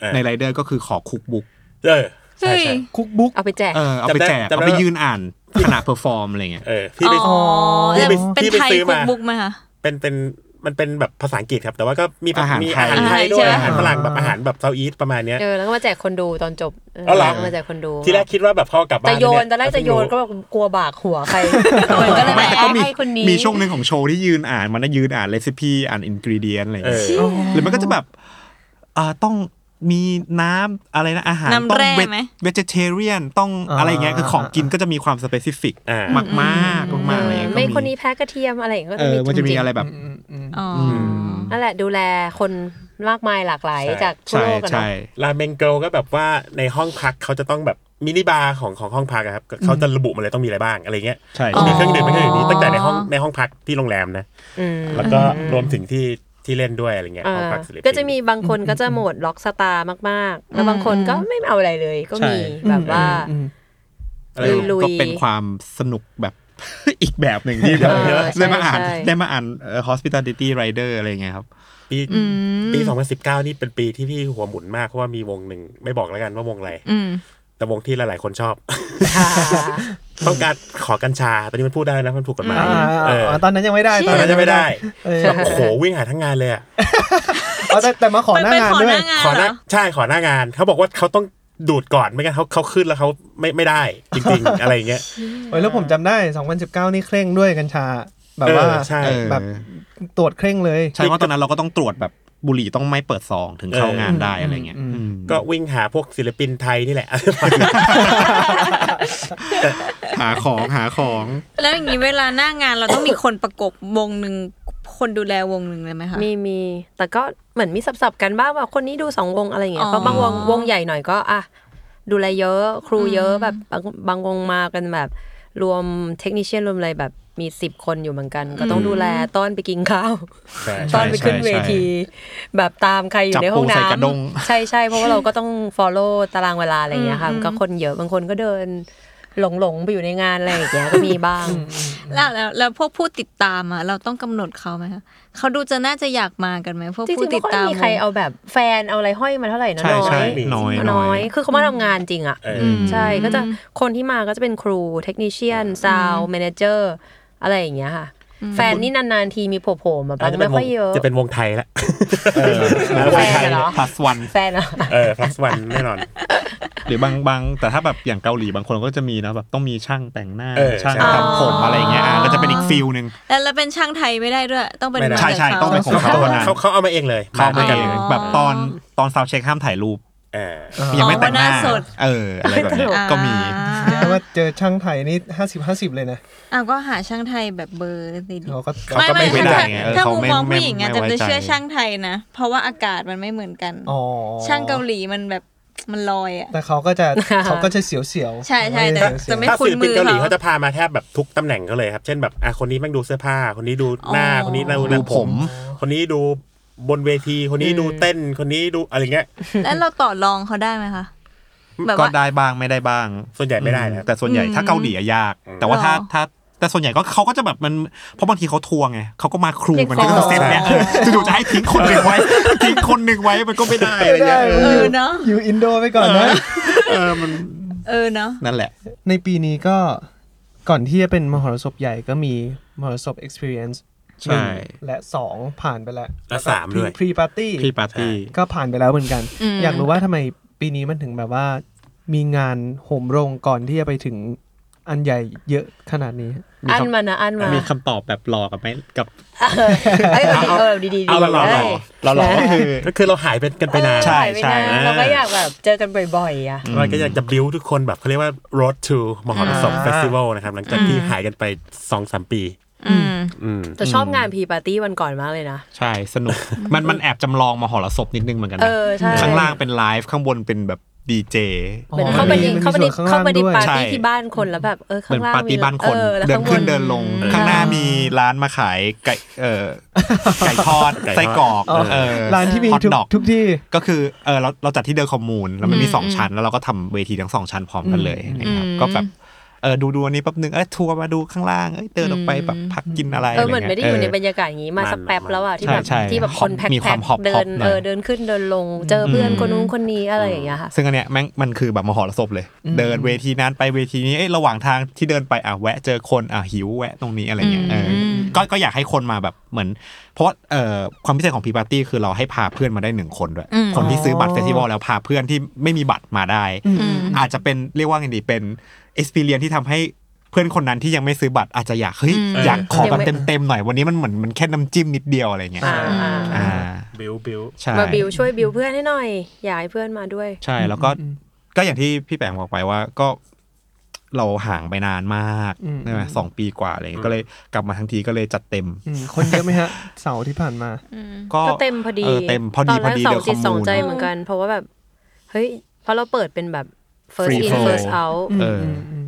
Speaker 4: เออ
Speaker 5: ในไรเดอร์ก็คือขอคุกบุ๊ก
Speaker 4: เออ ใช่
Speaker 2: เฮ้ย
Speaker 4: ใช่
Speaker 3: คุกบุ๊ก
Speaker 6: เอาไปแจก
Speaker 5: เออเอาไป
Speaker 4: จำได้
Speaker 5: แจก
Speaker 4: จำได้
Speaker 5: เอาไป
Speaker 4: ว่ายื
Speaker 5: ยืน อ่านขณะเพอร์ฟอร์มอะไรเงี้ย
Speaker 4: เออพี่ไป
Speaker 2: อ๋อ
Speaker 4: ที่ไป
Speaker 2: เป็น
Speaker 4: ที่ไป
Speaker 2: ไทย
Speaker 4: ซื้อ
Speaker 2: คุก
Speaker 4: มา
Speaker 2: บุ๊กไหมคะ
Speaker 4: เป็นเป็นมันเป็นแบบภาษาอังกฤษครับ แต่ว่าก็มี
Speaker 5: อาหาร
Speaker 4: มี
Speaker 5: ไทย
Speaker 4: อาหารไทยด้วย
Speaker 2: ใช่ไหม
Speaker 4: อาหารฝรั่งแบบอาหารแบบเซาท์อีสประมาณเนี้ย
Speaker 6: เออแล้วก็มาแจกคนดูตอนจบเออ
Speaker 4: เอาเหรอ
Speaker 6: มาแจกคนดู
Speaker 4: ที่แรกคิดว่าแบบเขาเอากลับบ้าน
Speaker 6: จะโยน
Speaker 4: ล้วเ
Speaker 6: ตอนแรกจะโยนก็แบบกลัวบากหัวใครมันก็เลย
Speaker 5: ไม่
Speaker 6: แบบ
Speaker 5: แต่ก็มี
Speaker 6: ให้คนนี้
Speaker 5: มีช่วงหนึ่งของโชว์ที่ยืนอ่าน มันนะยืนอ่านเรซิปีอ่านอินกรีเดียนอะไรอย่าง
Speaker 4: เอ
Speaker 5: เงี้
Speaker 4: อย
Speaker 5: หรือมันก็จะแบบอ่าต้องมีน้ำอะไรนะ อาหาร
Speaker 2: น้ำ
Speaker 5: ต้อง
Speaker 2: แร่
Speaker 5: เว
Speaker 2: ไหม
Speaker 5: จเทเรียนต้องอะไรอย่างเงี้ยคือของกินก็จะมีความสเปซิฟิก
Speaker 4: อ่า
Speaker 5: มากมากๆมากๆอะไรอย่างเงี้ย
Speaker 6: ไม่
Speaker 5: ก็
Speaker 6: คนนี้แพ้กระเทียมอะไรอย่างเงี้ย
Speaker 5: เอ
Speaker 6: ก็มี
Speaker 5: อมันจะมีอะไรแบบ
Speaker 2: อ๋อ
Speaker 5: อื
Speaker 2: อ
Speaker 5: ม
Speaker 6: นั่นแหละดูแลคนมากมายหลากหลาย
Speaker 4: ใช่
Speaker 6: จากทั่ว
Speaker 5: ใช่
Speaker 6: โลกกันเนาะ
Speaker 5: ใช่
Speaker 4: ราเมงเกิลก็แบบว่าในห้องพักเขาจะต้องแบบมินิบาร์ของของห้องพักอะครับเขาจะระบุมาเลยต้องมีอะไรบ้างอะไรเงี้ย
Speaker 5: ใช่
Speaker 2: อ๋อ
Speaker 4: มีเครื่องดื่มมีเครื่องดื่มนี้ตั้งแต่ในห้องในห้องพักที่โรงแรมนะ
Speaker 6: อืม
Speaker 4: แล้วก็รวมถึงที่ที่เล่นด้วยอะไรเงี้ย
Speaker 6: อ่า
Speaker 4: ห้องพักศิลปิน
Speaker 6: ก็จะมีบางคนก็จะโหมดล็อกสตาร์มาก ๆ แล้วบางคนก็ไม่เอาอะไรเลย ก็มีแบบว่า
Speaker 4: อะไรอย่างเงี้ย
Speaker 6: ลุยๆ
Speaker 5: ก็เป็นความสนุกแบบ อีกแบบหนึ่งที่แบบ
Speaker 6: เออใช่
Speaker 5: ได้มาอ่าน
Speaker 6: ใช่
Speaker 5: ได้มาอ่านเอ่อ hospitality rider อะไรอย่างเงี้ยครับ
Speaker 4: ปีปี2019 นี่เป็นปีที่พี่หัวหมุนมาก เพราะว่ามีวงหนึ่งไม่บอกแล้วกันว่าวงอะไร
Speaker 2: อืม
Speaker 4: แต่วงที่หลาย ๆ คนชอบ ต้องการขอกัญชา ตอนนี้มันพูดได้นะมันถูกกฎหมาย
Speaker 3: อ่า
Speaker 4: เออ
Speaker 3: ตอนนั้นยังไม่ได้
Speaker 4: ตอนนั้นจะไม่ได้
Speaker 3: เออ
Speaker 4: แบบโอ้โหวิ่งหาทั้งงานเลยอะ
Speaker 3: เอาแต่แต่มาขอหน้างานด้วย
Speaker 2: ไปขอหน้างาน
Speaker 4: ขอหน้าใช่ขอหน้างาน เขาบอกว่าเขาต้องดูดก่อนไม่งั้นเขาเขาขึ้นแล้วเขาไม่ไม่ได้จริง ๆ อะไรอย่างเงี้ย
Speaker 3: เอ้ยแล้วผมจำได้ 2019 นี่เคร่งด้วยกัญชา แบบว่า
Speaker 4: เออใช่
Speaker 5: เออ
Speaker 3: แบบตรวจเคร่งเลย
Speaker 5: ใช่เพราะตอนนั้นเราก็ต้องตรวจแบบบุหรี่ต้องไม่เปิดซองถึงเข้างานได้อะไรเงี้ย
Speaker 3: อืม
Speaker 5: อืม
Speaker 4: ก็วิ่งหาพวกศิลปินไทยนี่แหละ
Speaker 5: หาของหาของ
Speaker 2: แล้วอย่างนี้เวลาหน้างานเรา ต้องมีคนประกบวงหนึ่งคนดูแลวงหนึ่งเลยไหมคะ
Speaker 6: มีมีแต่ก็เหมือนมีสับๆกันบ้างว่าคนนี้ดูสองวงอะไรอย่างเงี้
Speaker 2: อ๋
Speaker 6: ย
Speaker 2: อ
Speaker 6: เพราะบางวงวงใหญ่หน่อยก็อ่ะดูแลเยอะครูเยอะแบบบางบางวงมากันแบบ รวมเทคนิชเชียนรวมอะไรแบบมีสิบคนอยู่เหมือนกัน ก็ต้องดูแลต้อนไปกินข้าว
Speaker 4: ใช่
Speaker 6: ตอนไปขึ้นเวที แบบตามใครอยู่ในห้องน้
Speaker 5: จับปูใส่กระดง
Speaker 6: ำใช่ใช่เพราะว่าเราก็ต้อง follow ตารางเวลาอะไรอย่างเงี้ยค่ะมันก็คนเยอะบางคนก็เดินหลงหลงๆไปอยู่ในงานอะไรอย่างเงี้ยก็มีบ้าง
Speaker 2: แล้วแล้วแล้วพวกผู้ติดตามอ่ะเราต้องกำหนดเขาไหมคะเขาดูจะน่าจะอยากมากันไหมพวก
Speaker 6: จริ
Speaker 2: ผู้
Speaker 6: งๆไม่
Speaker 2: ติด
Speaker 6: ค่อย
Speaker 2: ตาม
Speaker 6: มีใครเอาแบบแฟนเอาอะไรห้อยมาเท่าไหร่นะ
Speaker 5: ใช่
Speaker 6: น้อ
Speaker 5: ใช่
Speaker 6: ย
Speaker 5: น้อยน้
Speaker 6: น้
Speaker 5: อ
Speaker 6: อย ย คือเขามาทำงานจริงอ่ะ
Speaker 4: เออ
Speaker 6: ใช่ก็จะคนที่มาก็จะเป็นครูเทคนิชเชียนซาวแมเนเจอร์อะไรอย่างเงี้ยค่ะ แฟนนี่นานๆทีมีโผล่ๆมาบ้าง
Speaker 4: จะเป็
Speaker 6: ไม่
Speaker 4: นว
Speaker 6: ค่อ
Speaker 4: ง
Speaker 6: ยเยอะ
Speaker 4: จะเป็นวงไทยละ
Speaker 6: แฟนเหรอ
Speaker 5: plus one
Speaker 6: แฟนเหรอ
Speaker 4: เออ plus one แน่นอน
Speaker 5: หรือบางบางแต่ถ้าแบบอย่างเกาหลีบางคนก็จะมีนะแบบต้องมีช่างแต่งหน้า
Speaker 4: เออ
Speaker 5: ช่าง
Speaker 4: ใช่
Speaker 5: ทำผมอะไรเงี้ยอ่ะก็จะเป็นอีกฟิลหนึ่ง
Speaker 2: แล้วแล้วเป็นช่างไทยไม่ได้ด้วย ต้องเป็น
Speaker 4: ไม่ได้
Speaker 2: วง
Speaker 5: ใช่
Speaker 2: กับ
Speaker 5: ใช่
Speaker 2: ขา
Speaker 5: ต้องเป็นของ
Speaker 4: เขา
Speaker 5: เขาเท่านั้น
Speaker 4: เขาเขาเอามาเองเลย
Speaker 5: เข้า
Speaker 4: ด้
Speaker 5: มา
Speaker 4: วย
Speaker 5: เอ
Speaker 4: กัน
Speaker 5: ง
Speaker 4: เลย
Speaker 5: แบบตอนตอนซาวเช็คห้ามถ่ายรูป
Speaker 4: เออ
Speaker 5: ยังไม่แต่งหน้า
Speaker 2: อ๋อหน้าสด
Speaker 5: เอออะไรแบบเนี้ย
Speaker 2: อ่า
Speaker 5: ก็มี
Speaker 3: เรียกว่าเจอช่างไทยนี่ 50 50 เลยนะ
Speaker 2: อ่ะก็หาช่างไทยแบบเบอร์ดีๆ
Speaker 3: เขาก็
Speaker 5: เขาก็ไม่ไว้ใจไงเออ
Speaker 2: ถ้า
Speaker 5: เขา
Speaker 2: มุม
Speaker 5: ไม่
Speaker 2: มอง
Speaker 5: ไม่
Speaker 2: ผู้หญิงอะ
Speaker 5: ไม่
Speaker 2: จะ
Speaker 5: ไว้
Speaker 2: ไป
Speaker 5: ใจ
Speaker 2: เชื่อช่างไทยนะ เพราะว่าอากาศมันไม่เหมือนกัน
Speaker 3: อ๋อ
Speaker 2: ช่างเกาหลีมันแบบมันลอยอ่ะ
Speaker 3: แต่เขาก็จะ เขาก็จะเสียวๆเสียว
Speaker 2: ใช่ใช่แต่
Speaker 3: ๆ
Speaker 2: จะไม่
Speaker 4: ถ้าศิลปินเกาหลี
Speaker 2: คุ้นมือเขา
Speaker 4: เขาจะพามาแทบแบบทุกตำแหน่งเขาเลยครับ เช่นแบบอ่ะคนนี้แม่งดูเสื้อผ้า คนนี้ดูหน้า คนนี้ดูห
Speaker 5: ดู
Speaker 4: น้า
Speaker 5: ผ
Speaker 4: ผม ม คนนี้ดูบนเวที คนนี้ดูเต้น คนนี้ดูอะไรเงี้ย
Speaker 2: แล้วเราต่อรองเขาได้ไหมคะ แบบ
Speaker 5: ก็
Speaker 2: ว่า
Speaker 5: ได้บ้างไม่ได้บ้าง
Speaker 4: ส่วนใหญ่ไม่ได้นะครับ
Speaker 5: แต่ส่วนใหญ่ถ้าเกาหลีอะยาก แต่ว่าถ้าถ้า แต่ส่วนใหญ่ก็เขาก็จะแบบมันเพราะบางทีเขาทวงไงเขาก็มาครู
Speaker 2: เรียก
Speaker 5: มันก็
Speaker 2: ข
Speaker 5: จะ
Speaker 2: อง
Speaker 5: เซ็ตเนี่ย จู่ๆจะให้ทิ้งคนหนึ่งไว้ ทิ้งคนหนึ่งไว้มันก็ไม่ได้อะไรเงี้ย
Speaker 2: เออเนาะ
Speaker 3: อยู่อินโดไปก่อนนะ
Speaker 5: เออมัน
Speaker 2: เออเนาะ
Speaker 5: นั่นแหละ
Speaker 3: ในปีนี้ก็ก่อนที่จะเป็นมหรสพใหญ่ก็มีมหรสพ experience หนึ่ง
Speaker 5: ใช่
Speaker 3: และสองผ่านไปแล้ว
Speaker 4: และสามด้วย
Speaker 3: พรีปาร์ตี้
Speaker 5: พี่ปาร์ตี้
Speaker 3: ก็ผ่านไปแล้วเหมือนกัน อยากรู้ว่าทำไมปีนี้มันถึงแบบว่า มีงานโหมโรงก่อนที่จะไปถึงอันใหญ่เยอะขนาดนี้
Speaker 5: มี
Speaker 6: อัน
Speaker 5: คำ
Speaker 6: มานะอันมา
Speaker 5: มีคำตอบแบบหลอกกับไหมกับ
Speaker 6: เอ้ยเออดีๆดีๆ
Speaker 5: เอาเราหลอก
Speaker 6: ได้
Speaker 5: เราหลอกก็คือ
Speaker 4: ก็คือเราหายไปกันไปนาน
Speaker 5: ใช่
Speaker 6: หายไปนาน
Speaker 5: ใช่
Speaker 6: เราก็อยากแบบเจอกันบ่อยๆอ่ะ
Speaker 4: เราก็อยากจะบิวทุกคนแบบเขาเรียกว่า road to มหรสพ
Speaker 3: อ่า
Speaker 4: เฟสติวัลนะครับ หลังจากที่หายกันไปสองสามปี
Speaker 2: อืม
Speaker 4: อืม
Speaker 6: แต่ชอบงานพีปาร์ตี้วันก่อนมากเลยนะ
Speaker 5: ใช่สนุก มันมันแอบจำลองมหรสพนิดนึงเหมือนกัน
Speaker 6: เอ
Speaker 5: นะ
Speaker 6: อใช่
Speaker 5: ข้างล่างเป็นไลฟ์ข้างบนเป็นแบบดีเจ
Speaker 6: เหมือนเข้าไปใน
Speaker 3: มันมี
Speaker 6: เข้าไปใน
Speaker 3: ส่วนข้างล่าง
Speaker 6: เข้าไปใน
Speaker 3: ด้วย
Speaker 6: ปาร์ตี้
Speaker 5: ใช่
Speaker 6: ที่บ้านคนแล้วแบบเออ
Speaker 5: เห
Speaker 6: ข้า
Speaker 5: มือง น
Speaker 6: ล่าง
Speaker 5: ปาร์ตี้
Speaker 6: มี
Speaker 5: บ้านคน
Speaker 6: เออแล้ว
Speaker 5: เดิน
Speaker 6: ข้างบ
Speaker 5: ขึ้
Speaker 6: น
Speaker 5: นเดินลง
Speaker 4: เออ
Speaker 5: ข้างหน้ามีร้านมาขายไก่เอ อไก่ทอด
Speaker 4: ไก่ทอด
Speaker 5: ไส้กรอก
Speaker 3: อ๋อ
Speaker 5: เออ
Speaker 3: ร้านที่มี
Speaker 5: ฮอท
Speaker 3: ทุก
Speaker 5: ดอก
Speaker 3: ทุกที่
Speaker 5: ก็คือเออเราเราจัดที่เดอคอมมูนแล้วมันมี
Speaker 2: อืม
Speaker 5: สองชั้น แล้วเราก็ทำเวทีทั้งสองชั้นพร้อมกันเลยนะครับ
Speaker 2: อืม
Speaker 5: ก็แบบเออดูดูอันนี้แป๊บนึงเออทัวร์มาดูข้างล่างเอ้ยเดินออกไปแบบพักกินอะไร
Speaker 6: เออเหมือนไม่ได้อยู่ใน
Speaker 5: ะร
Speaker 6: บรร
Speaker 5: เงี้
Speaker 6: ยากาศอย่างนี้มาสักแป๊บแล้วอ่ะที่
Speaker 5: ใช่
Speaker 6: แบบ
Speaker 5: ใช่
Speaker 6: ที่แบบคนแพ็ค
Speaker 5: มีความฮอปๆ
Speaker 6: เดิน
Speaker 5: หน่อย
Speaker 6: เออเดินขึ้นเดินลง เจอเพื่อนคนนู้นคนนี้อะไรอย่างเงี้ยค่ะ
Speaker 5: เออซึ่งอันเนี้ยแม่งมันคือแบบมหรสพเลย เดินเวทีนั้นไปเวทีนี้เอ้ยระหว่างทางที่เดินไปอ่ะแวะเจอคนอ่ะหิวแวะตรงนี้อะไรเงี้ยเอออ
Speaker 2: ม
Speaker 5: ก็ก็อยากให้คนมาแบบเหมือน เพราะว่าเอ่อความพิเศษของพีปาร์ตี้คือเราให้พาเพื่อนมาได้หนึ่งคนด้วย คนที่ซื้อบัตรเฟสติวัลแล้วพาเพื่อนที่ไม่มีบัตรมาได้ อาจจะเป็นเรียกว่าไงดีเป็นเอ็กซ์เพรียที่ทำให้เพื่อนคนนั้นที่ยังไม่ซื้อบัตรอาจจะอยากเฮ้ยอยากขอแบบเต็มๆหน่อยวันนี้มันเหมือนมันแค่น้ำจิ้มนิดเดียวอะไรเงี้ย
Speaker 6: อ่าอ่า
Speaker 5: อ่า
Speaker 4: บิวบิว
Speaker 5: ใช่
Speaker 6: มาบิวช่วยบิวเพื่อนให้หน่อย อยากให้เพื่อนมาด้วย
Speaker 5: ใช่แล้วก็ก็อย่างที่พี่แปงบอกไปว่าก็เราห่างไปนานมาก
Speaker 3: อืม
Speaker 5: ใช่ไหมสองปีกว่าอะไรเงี้ยก็เลยกลับมาทั้งทีก็เลยจัดเต็ม
Speaker 3: อืมคนเยอะไหมฮะ เสาร์ที่ผ่านมา
Speaker 5: ก็
Speaker 6: ก็เต็มพอดี
Speaker 5: เเต็มพอดี
Speaker 6: ตน
Speaker 5: พ
Speaker 6: แร
Speaker 5: อก ดี
Speaker 6: สอ
Speaker 5: เด
Speaker 6: ง
Speaker 5: อะค
Speaker 6: จิ
Speaker 5: อ
Speaker 6: ต
Speaker 5: ม
Speaker 6: สอง
Speaker 5: มูน
Speaker 6: ใจเหมือนกัน เพราะว่าแบบเฮ้ยเพราะเราเปิดเป็นแบบ first
Speaker 5: Free
Speaker 6: in
Speaker 5: flow
Speaker 6: first out
Speaker 5: เออ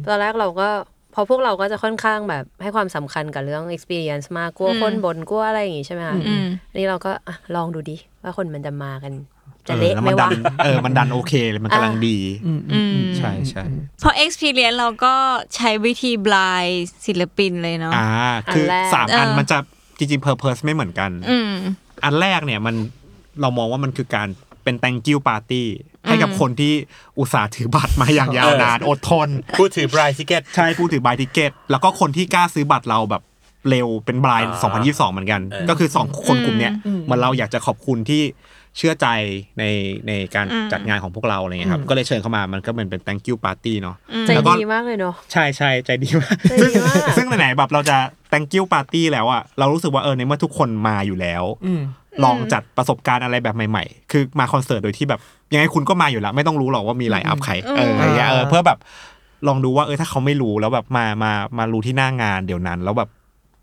Speaker 6: ตอนแรกเราก็พอพวกเราก็จะค่อนข้างแบบให้ความสำคัญกับเรื่อง experience มากกลัวคนบนกลัวอะไรอย่างงี้ใช่ไหมคะ
Speaker 2: อืม
Speaker 6: อันนี่เราก็อ่ะลองดูดิว่าคนมันจะมากัน
Speaker 5: เอ
Speaker 6: จะ
Speaker 5: อ
Speaker 6: เละ
Speaker 5: แล้ว
Speaker 6: ไหม
Speaker 5: มันดั
Speaker 6: วะ
Speaker 5: นเออมันดันโอเคเลยมันกำลังดี
Speaker 2: อืม
Speaker 5: ใช่ใช่
Speaker 2: เพราะ experience เราก็ใช้วิธีบลายศิลปินเลยเนาะ
Speaker 5: อ่า คือ
Speaker 6: อันแรก
Speaker 5: สามอัน
Speaker 2: เออ
Speaker 5: มันจะจริงๆเพอร์เพสไม่เหมือนกัน
Speaker 2: อืม
Speaker 5: อันแรกเนี่ยมันเรามองว่ามันคือการเป็น thank you party ให้กับคนที่อุตส่าห์ถือบัตรมาอย่างยาวนานอดทน
Speaker 4: พูดถือบรายซิเกต
Speaker 5: ใช่ผู้ถือบายทิเกต แล้วก็คนที่กล้าซื้อบัตรเราแบบเร็วเป็นบาย
Speaker 4: อ่า
Speaker 5: 2022 เหมือนกัน
Speaker 4: เออ
Speaker 5: ก็คือ 2 คนกลุ่มเนี้ยเหมันเราอยากจะขอบคุณที่เชื่อใจในในการ
Speaker 2: อืม
Speaker 5: จัดงานของพวกเราอะไรเงี้ยครับ ก็เลยเชิญเข้ามามันก็เหมือนเป็น thank you party เนาะ
Speaker 6: ใจ
Speaker 5: แล้วก็
Speaker 6: ดีมากเลยเนาะ
Speaker 5: ใช่ใช่ใจดีมาก
Speaker 6: ใจ
Speaker 5: ซึ่ง
Speaker 6: ดีมาก
Speaker 5: ซึ่งไหนๆแบบเราจะ thank you party แล้วอะเรารู้สึกว่าเออในเมื่อทุกคนมาอยู่แล้ว
Speaker 3: อืม
Speaker 5: ลองจัดประสบการณ์อะไรแบบใหม่ ๆ คือมาคอนเสิร์ตโดยที่แบบยังไงคุณก็มาอยู่แล้ว ไม่ต้องรู้หรอกว่ามีไลน์อัพใครเอออะไรเงี้ยเออเพื่อแบบลองดูว่าเออถ้าเขาไม่รู้แล้วแบบมามามารู้ที่หน้างานเดี๋ยวนั้น แล้วแบบ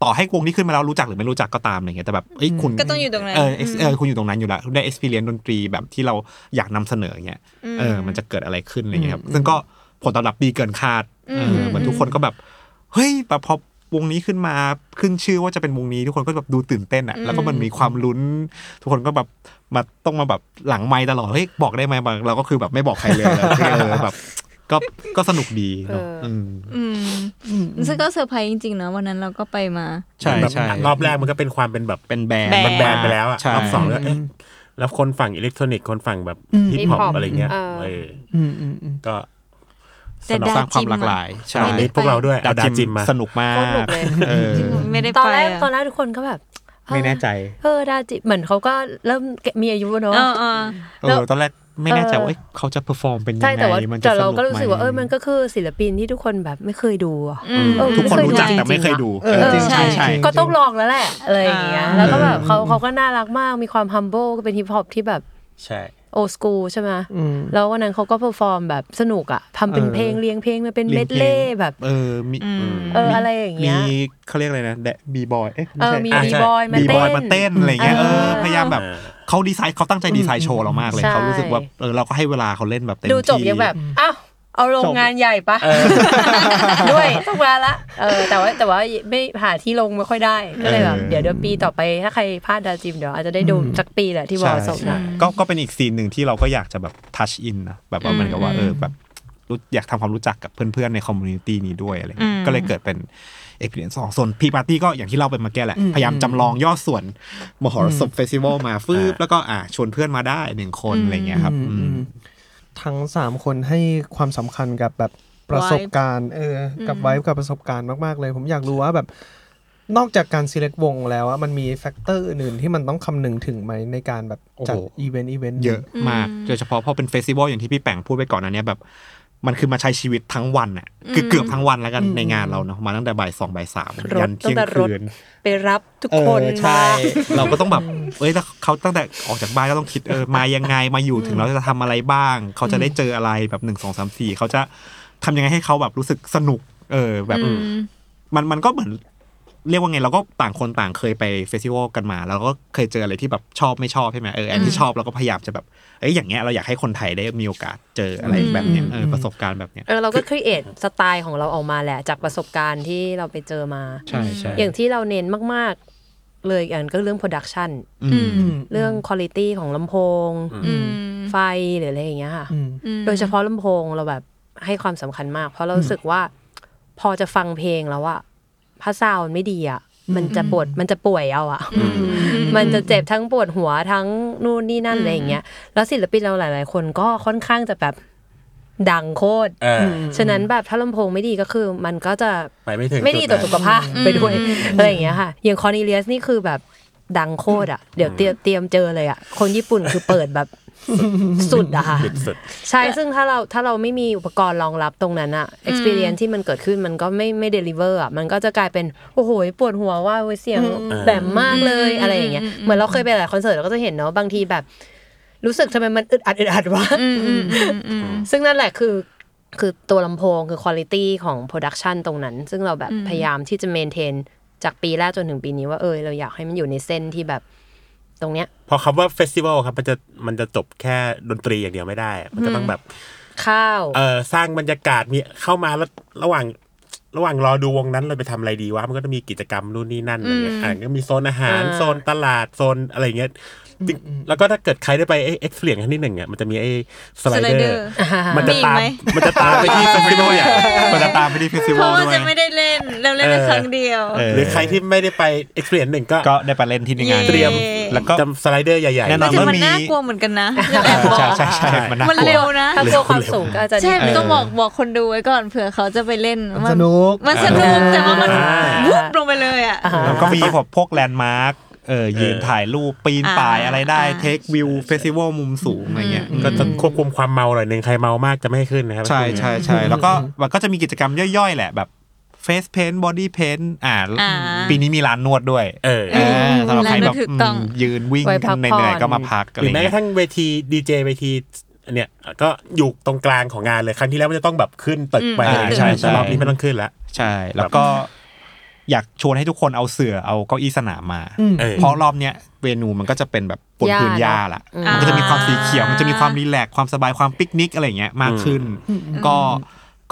Speaker 5: ต่อให้วงที่ขึ้นมาแล้วรู้จักหรือไม่รู้จักก็ตามอะไรเงี้ยแต่แบบเอ้ยคุณ
Speaker 2: ก็ต้องอยู่ตรงนั้น
Speaker 5: เออ ex- เออคุณอยู่ตรงนั้นอยู่แล้วได้ experience ดนตรีแบบที่เราอยากนำเสนอเงี้ยเออมันจะเกิดอะไรขึ้นอะไรเงี้ยครับซึ่งก็ผลตอบรับดีเกินคาดเออเหมือนทุกคนก็แบบ เฮ้ยแบบพอวงนี้ขึ้นมาขึ้นชื่อว่าจะเป็นวงนี้ทุกคนก็แบบดูตื่นเต้นอะแล้วก็มันมีความลุ้น ทุกคนก็แบบมาต้องมาแบบหลังไม้ตลอดเฮ้ยบอกได้ไหมบางเราก็คือแบบไม่บอกใครเลยแล้วก็ เออแบบ ก็ก็สนุกดีเนอะ
Speaker 6: เอออื
Speaker 5: ืม
Speaker 2: อืมซึ่งก็เซอร์ไพรส์จริงๆเนาะวันนั้นเราก็ไปมา
Speaker 5: ใช่
Speaker 4: แบบ
Speaker 5: ใช่
Speaker 4: รอบแรกมันก็เป็นความเป็นแบบ
Speaker 5: เป็นแบรนด์
Speaker 2: แบร
Speaker 4: มันแบนไปแล้วอะ
Speaker 5: ใช่
Speaker 4: รอบสองแล้วเอ๊ะแล้วคนฝั่งอิเล็กทรอนิกส์คนฝั่งแบบฮิปฮอป
Speaker 6: Hip-hop
Speaker 4: อะไรเงี้ย
Speaker 6: เออ
Speaker 4: เออ
Speaker 3: อืมอืมอืม
Speaker 4: ก็
Speaker 2: แต่
Speaker 5: สำหรับ
Speaker 2: ดา
Speaker 5: สร้างความ
Speaker 2: จิม
Speaker 5: หลากหลาย ใช่
Speaker 4: ตอนนี้พวกเราด้วยเอาดาจิมมา
Speaker 5: สนุกมา
Speaker 6: โคตรหนุ
Speaker 5: ก
Speaker 6: กเลย
Speaker 5: เออ
Speaker 2: ไม่ได้
Speaker 6: ต
Speaker 2: ไป
Speaker 6: อนแรก
Speaker 2: ะ
Speaker 6: ตอนแรกทุกคนก็แบบเออ
Speaker 5: ไม่แน่ใจ
Speaker 6: เออดาจิเหมือนเขาก็เริ่มมีอายุแล้วเนาะ
Speaker 2: เออเออ
Speaker 5: เออตอนแรกไม่แน่ใจว่าเอ้ยเขาจะเพอร์ฟอร์มเป็นยัง
Speaker 6: ใช่แต่ว่า
Speaker 5: ไงมันจะ
Speaker 6: แต่เราก็
Speaker 5: นุ
Speaker 6: รู้
Speaker 5: ไห
Speaker 6: สึกว่าเออมันก็คือศิลปินที่ทุกคนแบบไม่เคยดูอะ
Speaker 2: อืม
Speaker 6: เออ
Speaker 5: ทุกคน
Speaker 6: ไม่เย
Speaker 5: รู้
Speaker 6: ดู
Speaker 5: จักแต่ไม่เคยดู
Speaker 3: เออจริงๆ
Speaker 5: ใช่ใช่
Speaker 6: ก็ต้องลองแล้วแหละอะไรอย่างเงี้ย
Speaker 2: อ่า
Speaker 6: แล้วก็แบบเขาเขาก็น่ารักมากมีความ humble ก็เป็นฮิปฮอปที่แบบ
Speaker 4: ใช่
Speaker 6: โอสกูใช่ไหม
Speaker 3: อืม
Speaker 6: แล้ววันนั้นเขาก็เพอร์ฟอร์มแบบสนุกอะทำเป็น
Speaker 3: เออ
Speaker 6: เพลงเรียงเพลงมาเป็นเม
Speaker 5: รีย
Speaker 6: ด
Speaker 5: งพง
Speaker 6: เล่แบบ
Speaker 5: เออมี
Speaker 2: อืม
Speaker 6: เอออะไรอย่าง
Speaker 5: มี
Speaker 6: เงี้ย
Speaker 5: เขาเรียกอะไรนะแดะบีบอยเอ๊ะ
Speaker 6: เออมี
Speaker 5: ไ
Speaker 6: บี
Speaker 5: ใช่
Speaker 6: บอยมา
Speaker 5: บีบอยมา
Speaker 6: เต้
Speaker 5: เต้
Speaker 6: น
Speaker 5: นอะไรเงี้ยเอ
Speaker 6: เอ
Speaker 5: อ
Speaker 6: อ
Speaker 5: พยายามแบบเขาดีไซน์เขาตั้งใจดีไซน์โชว์เรามากเลย
Speaker 6: ใช่
Speaker 5: เขารู้สึกว่าเออเราก็ให้เวลาเขาเล่นแบบเต็มที่
Speaker 6: ดูจบยังแบบอ้าวเอาโรงงานใหญ่ปะ ด้วยต้องมาละเออแต่ว่าแต่ว่าไม่หาที่ลงไม่ค่อยได้ก็เลยแบบ
Speaker 5: เออ
Speaker 6: เดี๋ยวเดี๋ยวปีต่อไปถ้าใครพลาดดาจิมเดี๋ยวอาจจะได้ดูสักปีแหละที่วอ
Speaker 5: ใช่
Speaker 6: ลสม
Speaker 5: ใช่
Speaker 6: นะ
Speaker 5: ก็ก็เป็นอีกซีนหนึ่งที่เราก็อยากจะแบบทัชอินนะแบบว่าเหมันกับว่าเออแบบรู้อยากทำความรู้จักกับเพื่อนๆในคอมมูนิตี้นี้ด้วยอะไรเงี้ยก็เลยเกิดเป็น เอกเหรียญสองส่วนพีปาร์ตี้ก็อย่างที่เล่าไปเมื่อกี้แหละ พยายามจำลองย่อส่วนมหรสพเฟสติวัลมาฟืบแล้วก็อ่าชวนเพื่อนมาได้หนึ่งคนอะไรอย่างเงี้ยครับ
Speaker 3: อืม
Speaker 5: อืม
Speaker 3: อืมทั้งสามคนให้ความสำคัญกับแบบประสบการณ์เออกับไว้กับประสบการณ์มาก ๆ เลย ผมอยากรู้ว่าแบบนอกจากการ select วงแล้วอะมันมีแฟกเตอร์อื่นๆที่มันต้องคำนึงถึงไหมในการแบบจัด
Speaker 5: โอ้โห
Speaker 3: อีเวนต์อีเวนต์
Speaker 5: เยอะมากโดยเฉพาะพอเป็นเฟสติวัลอย่างที่พี่แป้งพูดไปก่อนอันเนี้ยแบบมันคือมาใช้ชีวิตทั้งวันอ่ะคือเกือบทั้งวันแล้วกันในงานเราเนาะมาตั้งแต่บ่ายสองบ่ายสาม
Speaker 6: ร
Speaker 5: ยั
Speaker 6: ถ
Speaker 5: นเที่
Speaker 6: ตั้ง
Speaker 5: ยง
Speaker 6: แต่รถ
Speaker 5: คืน
Speaker 6: ไปรับทุกคน
Speaker 5: เออ
Speaker 6: มา
Speaker 5: ใช่ เราก็ต้องแบบ เอ้ยแล้วเขาตั้งแต่ออกจากบ้านก็ต้องคิดเออมายังไงมาอยู่ถึงเราจะทำอะไรบ้าง เขาจะได้เจออะไรแบบหนึ่งสองสามสี่เขาจะทำยังไงให้เขาแบบรู้สึกสนุก เออ แบบมันมันก็เหมือน เรียกว่าไงเราก็ต่างคนต่างเคยไปเฟสติวัลกันมาแล้วก็เคยเจออะไรที่แบบชอบไม่ชอบใช่ไหมเอออันที่ชอบเราก็พยายามจะแบบเอ้ยอย่างเงี้ยเราอยากให้คนไทยได้มีโอกาสเจออะไรแบบเนี้ยเออประสบการณ์แบบเนี้ย
Speaker 6: เออเราก็ครีเอทสไตล์ของเราออกมาแหละจากประสบการณ์ที่เราไปเจอมา
Speaker 5: ใช่ใช่
Speaker 6: อย่างที่เราเน้นมาก ๆ เลยอย่างก็เรื่องโปรดักชัน
Speaker 5: อืม
Speaker 3: อืม
Speaker 6: เรื่องคุณ i t y ของลำโพง ไฟหรืออะไรอย่างเงี้ยค่ะ
Speaker 3: อืม
Speaker 6: โดยเฉพาะลำโพงเราแบบให้ความสำคัญมาก เพราะเรารู้สึกว่าพอจะฟังเพลงแล้วอะพระซาวด์มันไม่ดีอะมันจะปวดมันจะป่วยเอาอะมันจะเจ็บทั้งปวดหัวทั้งนู่นนี่นั่นอะไรอย่างเงี้ยแล้วศิลปินเราหลาย ๆ คนก็ค่อนข้างจะแบบดังโคตร
Speaker 4: อ่า
Speaker 6: ฉะนั้นแบบถ้าลำโพงไม่ดีก็คือมันก็จะ
Speaker 4: ไปไม่ถึง
Speaker 6: ไม่ดีต่อสุขภาพไปด้วย
Speaker 2: อืม
Speaker 6: อะไรอย่างเงี้ยค่ะอย่างคอร์นิเลียสนี่คือแบบดังโคตรอะเดี๋ยวเตรียมเตรียมเจอเลยอะคนญี่ปุ่นคือเปิดแบบ สุดอะค่ะ
Speaker 4: จุดสุด
Speaker 6: ใช่ ซึ่งถ้าเราถ้าเราไม่มีอุปกรณ์รองรับตรงนั้นอะ experience ที่มันเกิดขึ้นมันก็ไม่ไม่ deliver อะมันก็จะกลายเป็น โอ้โห ปวดหัวว่าเว้ยเสียงแบมมากเลยอะไรอย่างเงี้ย เหมือนเราเคยไปหลายคอนเสิร์ตเราก็จะเห็นเนาะบางทีแบบ รู้สึกทำไมมันอึดอัดอึดอัดวะ ซึ่งนั่นแหละคือคือตัวลำโพงคือคุณ i t y ของโปรดักชันตรงนั้น ซึ่งเราแบบพยายามที่จะเมนเทนจากปีแรกจนถึงปีนี้ว่าเออเราอยากให้มันอยู่ในเส้นที่แบบตรงเนี้ย
Speaker 4: พอคำว่าเฟสติวัลครับมันจะมันจะจบแค่ดนตรีอย่างเดียวไม่ได้อะมันก็ต้องแบบ
Speaker 6: ข้าว
Speaker 4: เออสร้างบรรยากาศมีเข้ามาแล้วระหว่างระหว่างรอดูวงนั้นเราไปทำอะไรดีวะมันก็จะมีกิจกรรมนู่นนี่นั่นอะไรเงี้ยอ่ะก็มีโซนอาหาร
Speaker 6: อ่า
Speaker 4: โซนตลาดโซนอะไรเงี้ยจริงแล้วก็ถ้าเกิดใครได้ไปเอ็กซ์เพลียงครั้งที่หนึ่งอ่ะมันจะมีไอ้สไลเดอ
Speaker 2: Slider
Speaker 4: ร์มันจะตาม
Speaker 2: มีอีกไหม
Speaker 4: มันจะตามไปที่เฟสติวัลใหญ่
Speaker 5: มันจะตามไปที่เฟสติ
Speaker 2: เพ
Speaker 5: วัล
Speaker 2: ราะว่า
Speaker 5: ด้ว
Speaker 2: จะ
Speaker 5: ย
Speaker 2: ไม่ได้เล่นเราเล่นไปครั้งเดียว
Speaker 5: เห
Speaker 4: รือใครที่ไม่ได้ไปเอ็กซ์เพลียงหนึ่งก็
Speaker 5: ก็ได้ไปเล่นที่ในงาน
Speaker 2: เตรียม
Speaker 5: แล้วก็
Speaker 4: จำสไลเดอร์ใหญ่ๆ
Speaker 5: แน่นอน
Speaker 2: แต่มัน
Speaker 5: มี
Speaker 2: น่ากลัวเหมือนกันนะจะแอบบอก
Speaker 5: ใช่ใช่ใช่มันน่า
Speaker 2: มัน
Speaker 5: กลั
Speaker 2: เร็
Speaker 5: ว
Speaker 2: วนะ
Speaker 6: ถ้ากลัวความสูงก็อาจจะ
Speaker 2: ใช่
Speaker 6: นิดนึง
Speaker 2: มันต้องบอกบอกคนดูไว้ก่อนเผื่อเขาจะไปเล่น
Speaker 3: มันสนุก
Speaker 2: มันสนุกแต่ว่ามัน
Speaker 4: อ่า
Speaker 2: วุบลงไปเลยอ่ะ
Speaker 6: อ่า
Speaker 5: แล้วก็มีแบบพวกแลนด์มาร์กเออยืนถ่ายรูปปีนป่าย
Speaker 2: อ่า
Speaker 5: อะไรได้
Speaker 2: อ่า
Speaker 5: เทควิวเฟสติวัลมุมสูงอะไรเงี้ย
Speaker 4: ก็จะควบคุมความเมาหน่อยหนึ่งใครเมามากจะไม่ให้ขึ้นนะครับ
Speaker 5: ใช่ใช่ใช่แล้วก็มันก็จะมีกิจกรรมย่อยๆ แหละแบบเฟสเพนบอดี้เพนอ่า
Speaker 2: อ่า
Speaker 5: ปีนี้มีร้านนวดด้วย
Speaker 4: เออ
Speaker 5: เออสำหรับใครแบบ
Speaker 2: ร้านนวดถูกต้อง
Speaker 5: อืมยืนวิ่ง
Speaker 6: ไว้พั
Speaker 5: กั
Speaker 6: ก
Speaker 5: นใน
Speaker 6: ผ่อน
Speaker 5: ไหนๆก็มาพัก
Speaker 4: ห
Speaker 5: อะไร
Speaker 4: รือแม้ก
Speaker 5: เงี้ย
Speaker 4: ระทั่งเวทีดีเจเวทีเนี่ยก็อยู่ตรงกลางของงานเลยครั้งที่แล้วมันจะต้องแบบขึ้นตึกไป
Speaker 5: อ่าใช่
Speaker 4: แต่
Speaker 5: ใช่
Speaker 4: รอบนี้ไม่ต้องขึ้นละ
Speaker 5: ใช่ แล้วก็อยากชวนให้ทุกคนเอาเสื่อเอาเก้าอี้สนามมา
Speaker 4: เออ
Speaker 5: เพราะรอบเนี้ยเวนูมันก็จะเป็นแบบบนพื้นหญ้าละ
Speaker 6: อืม
Speaker 5: มันก็จะมีความสีเขียว มันจะมีความรีแลกซ์ความสบายความปิกนิกอะไรอย่างเงี้ยมากขึ้น ก็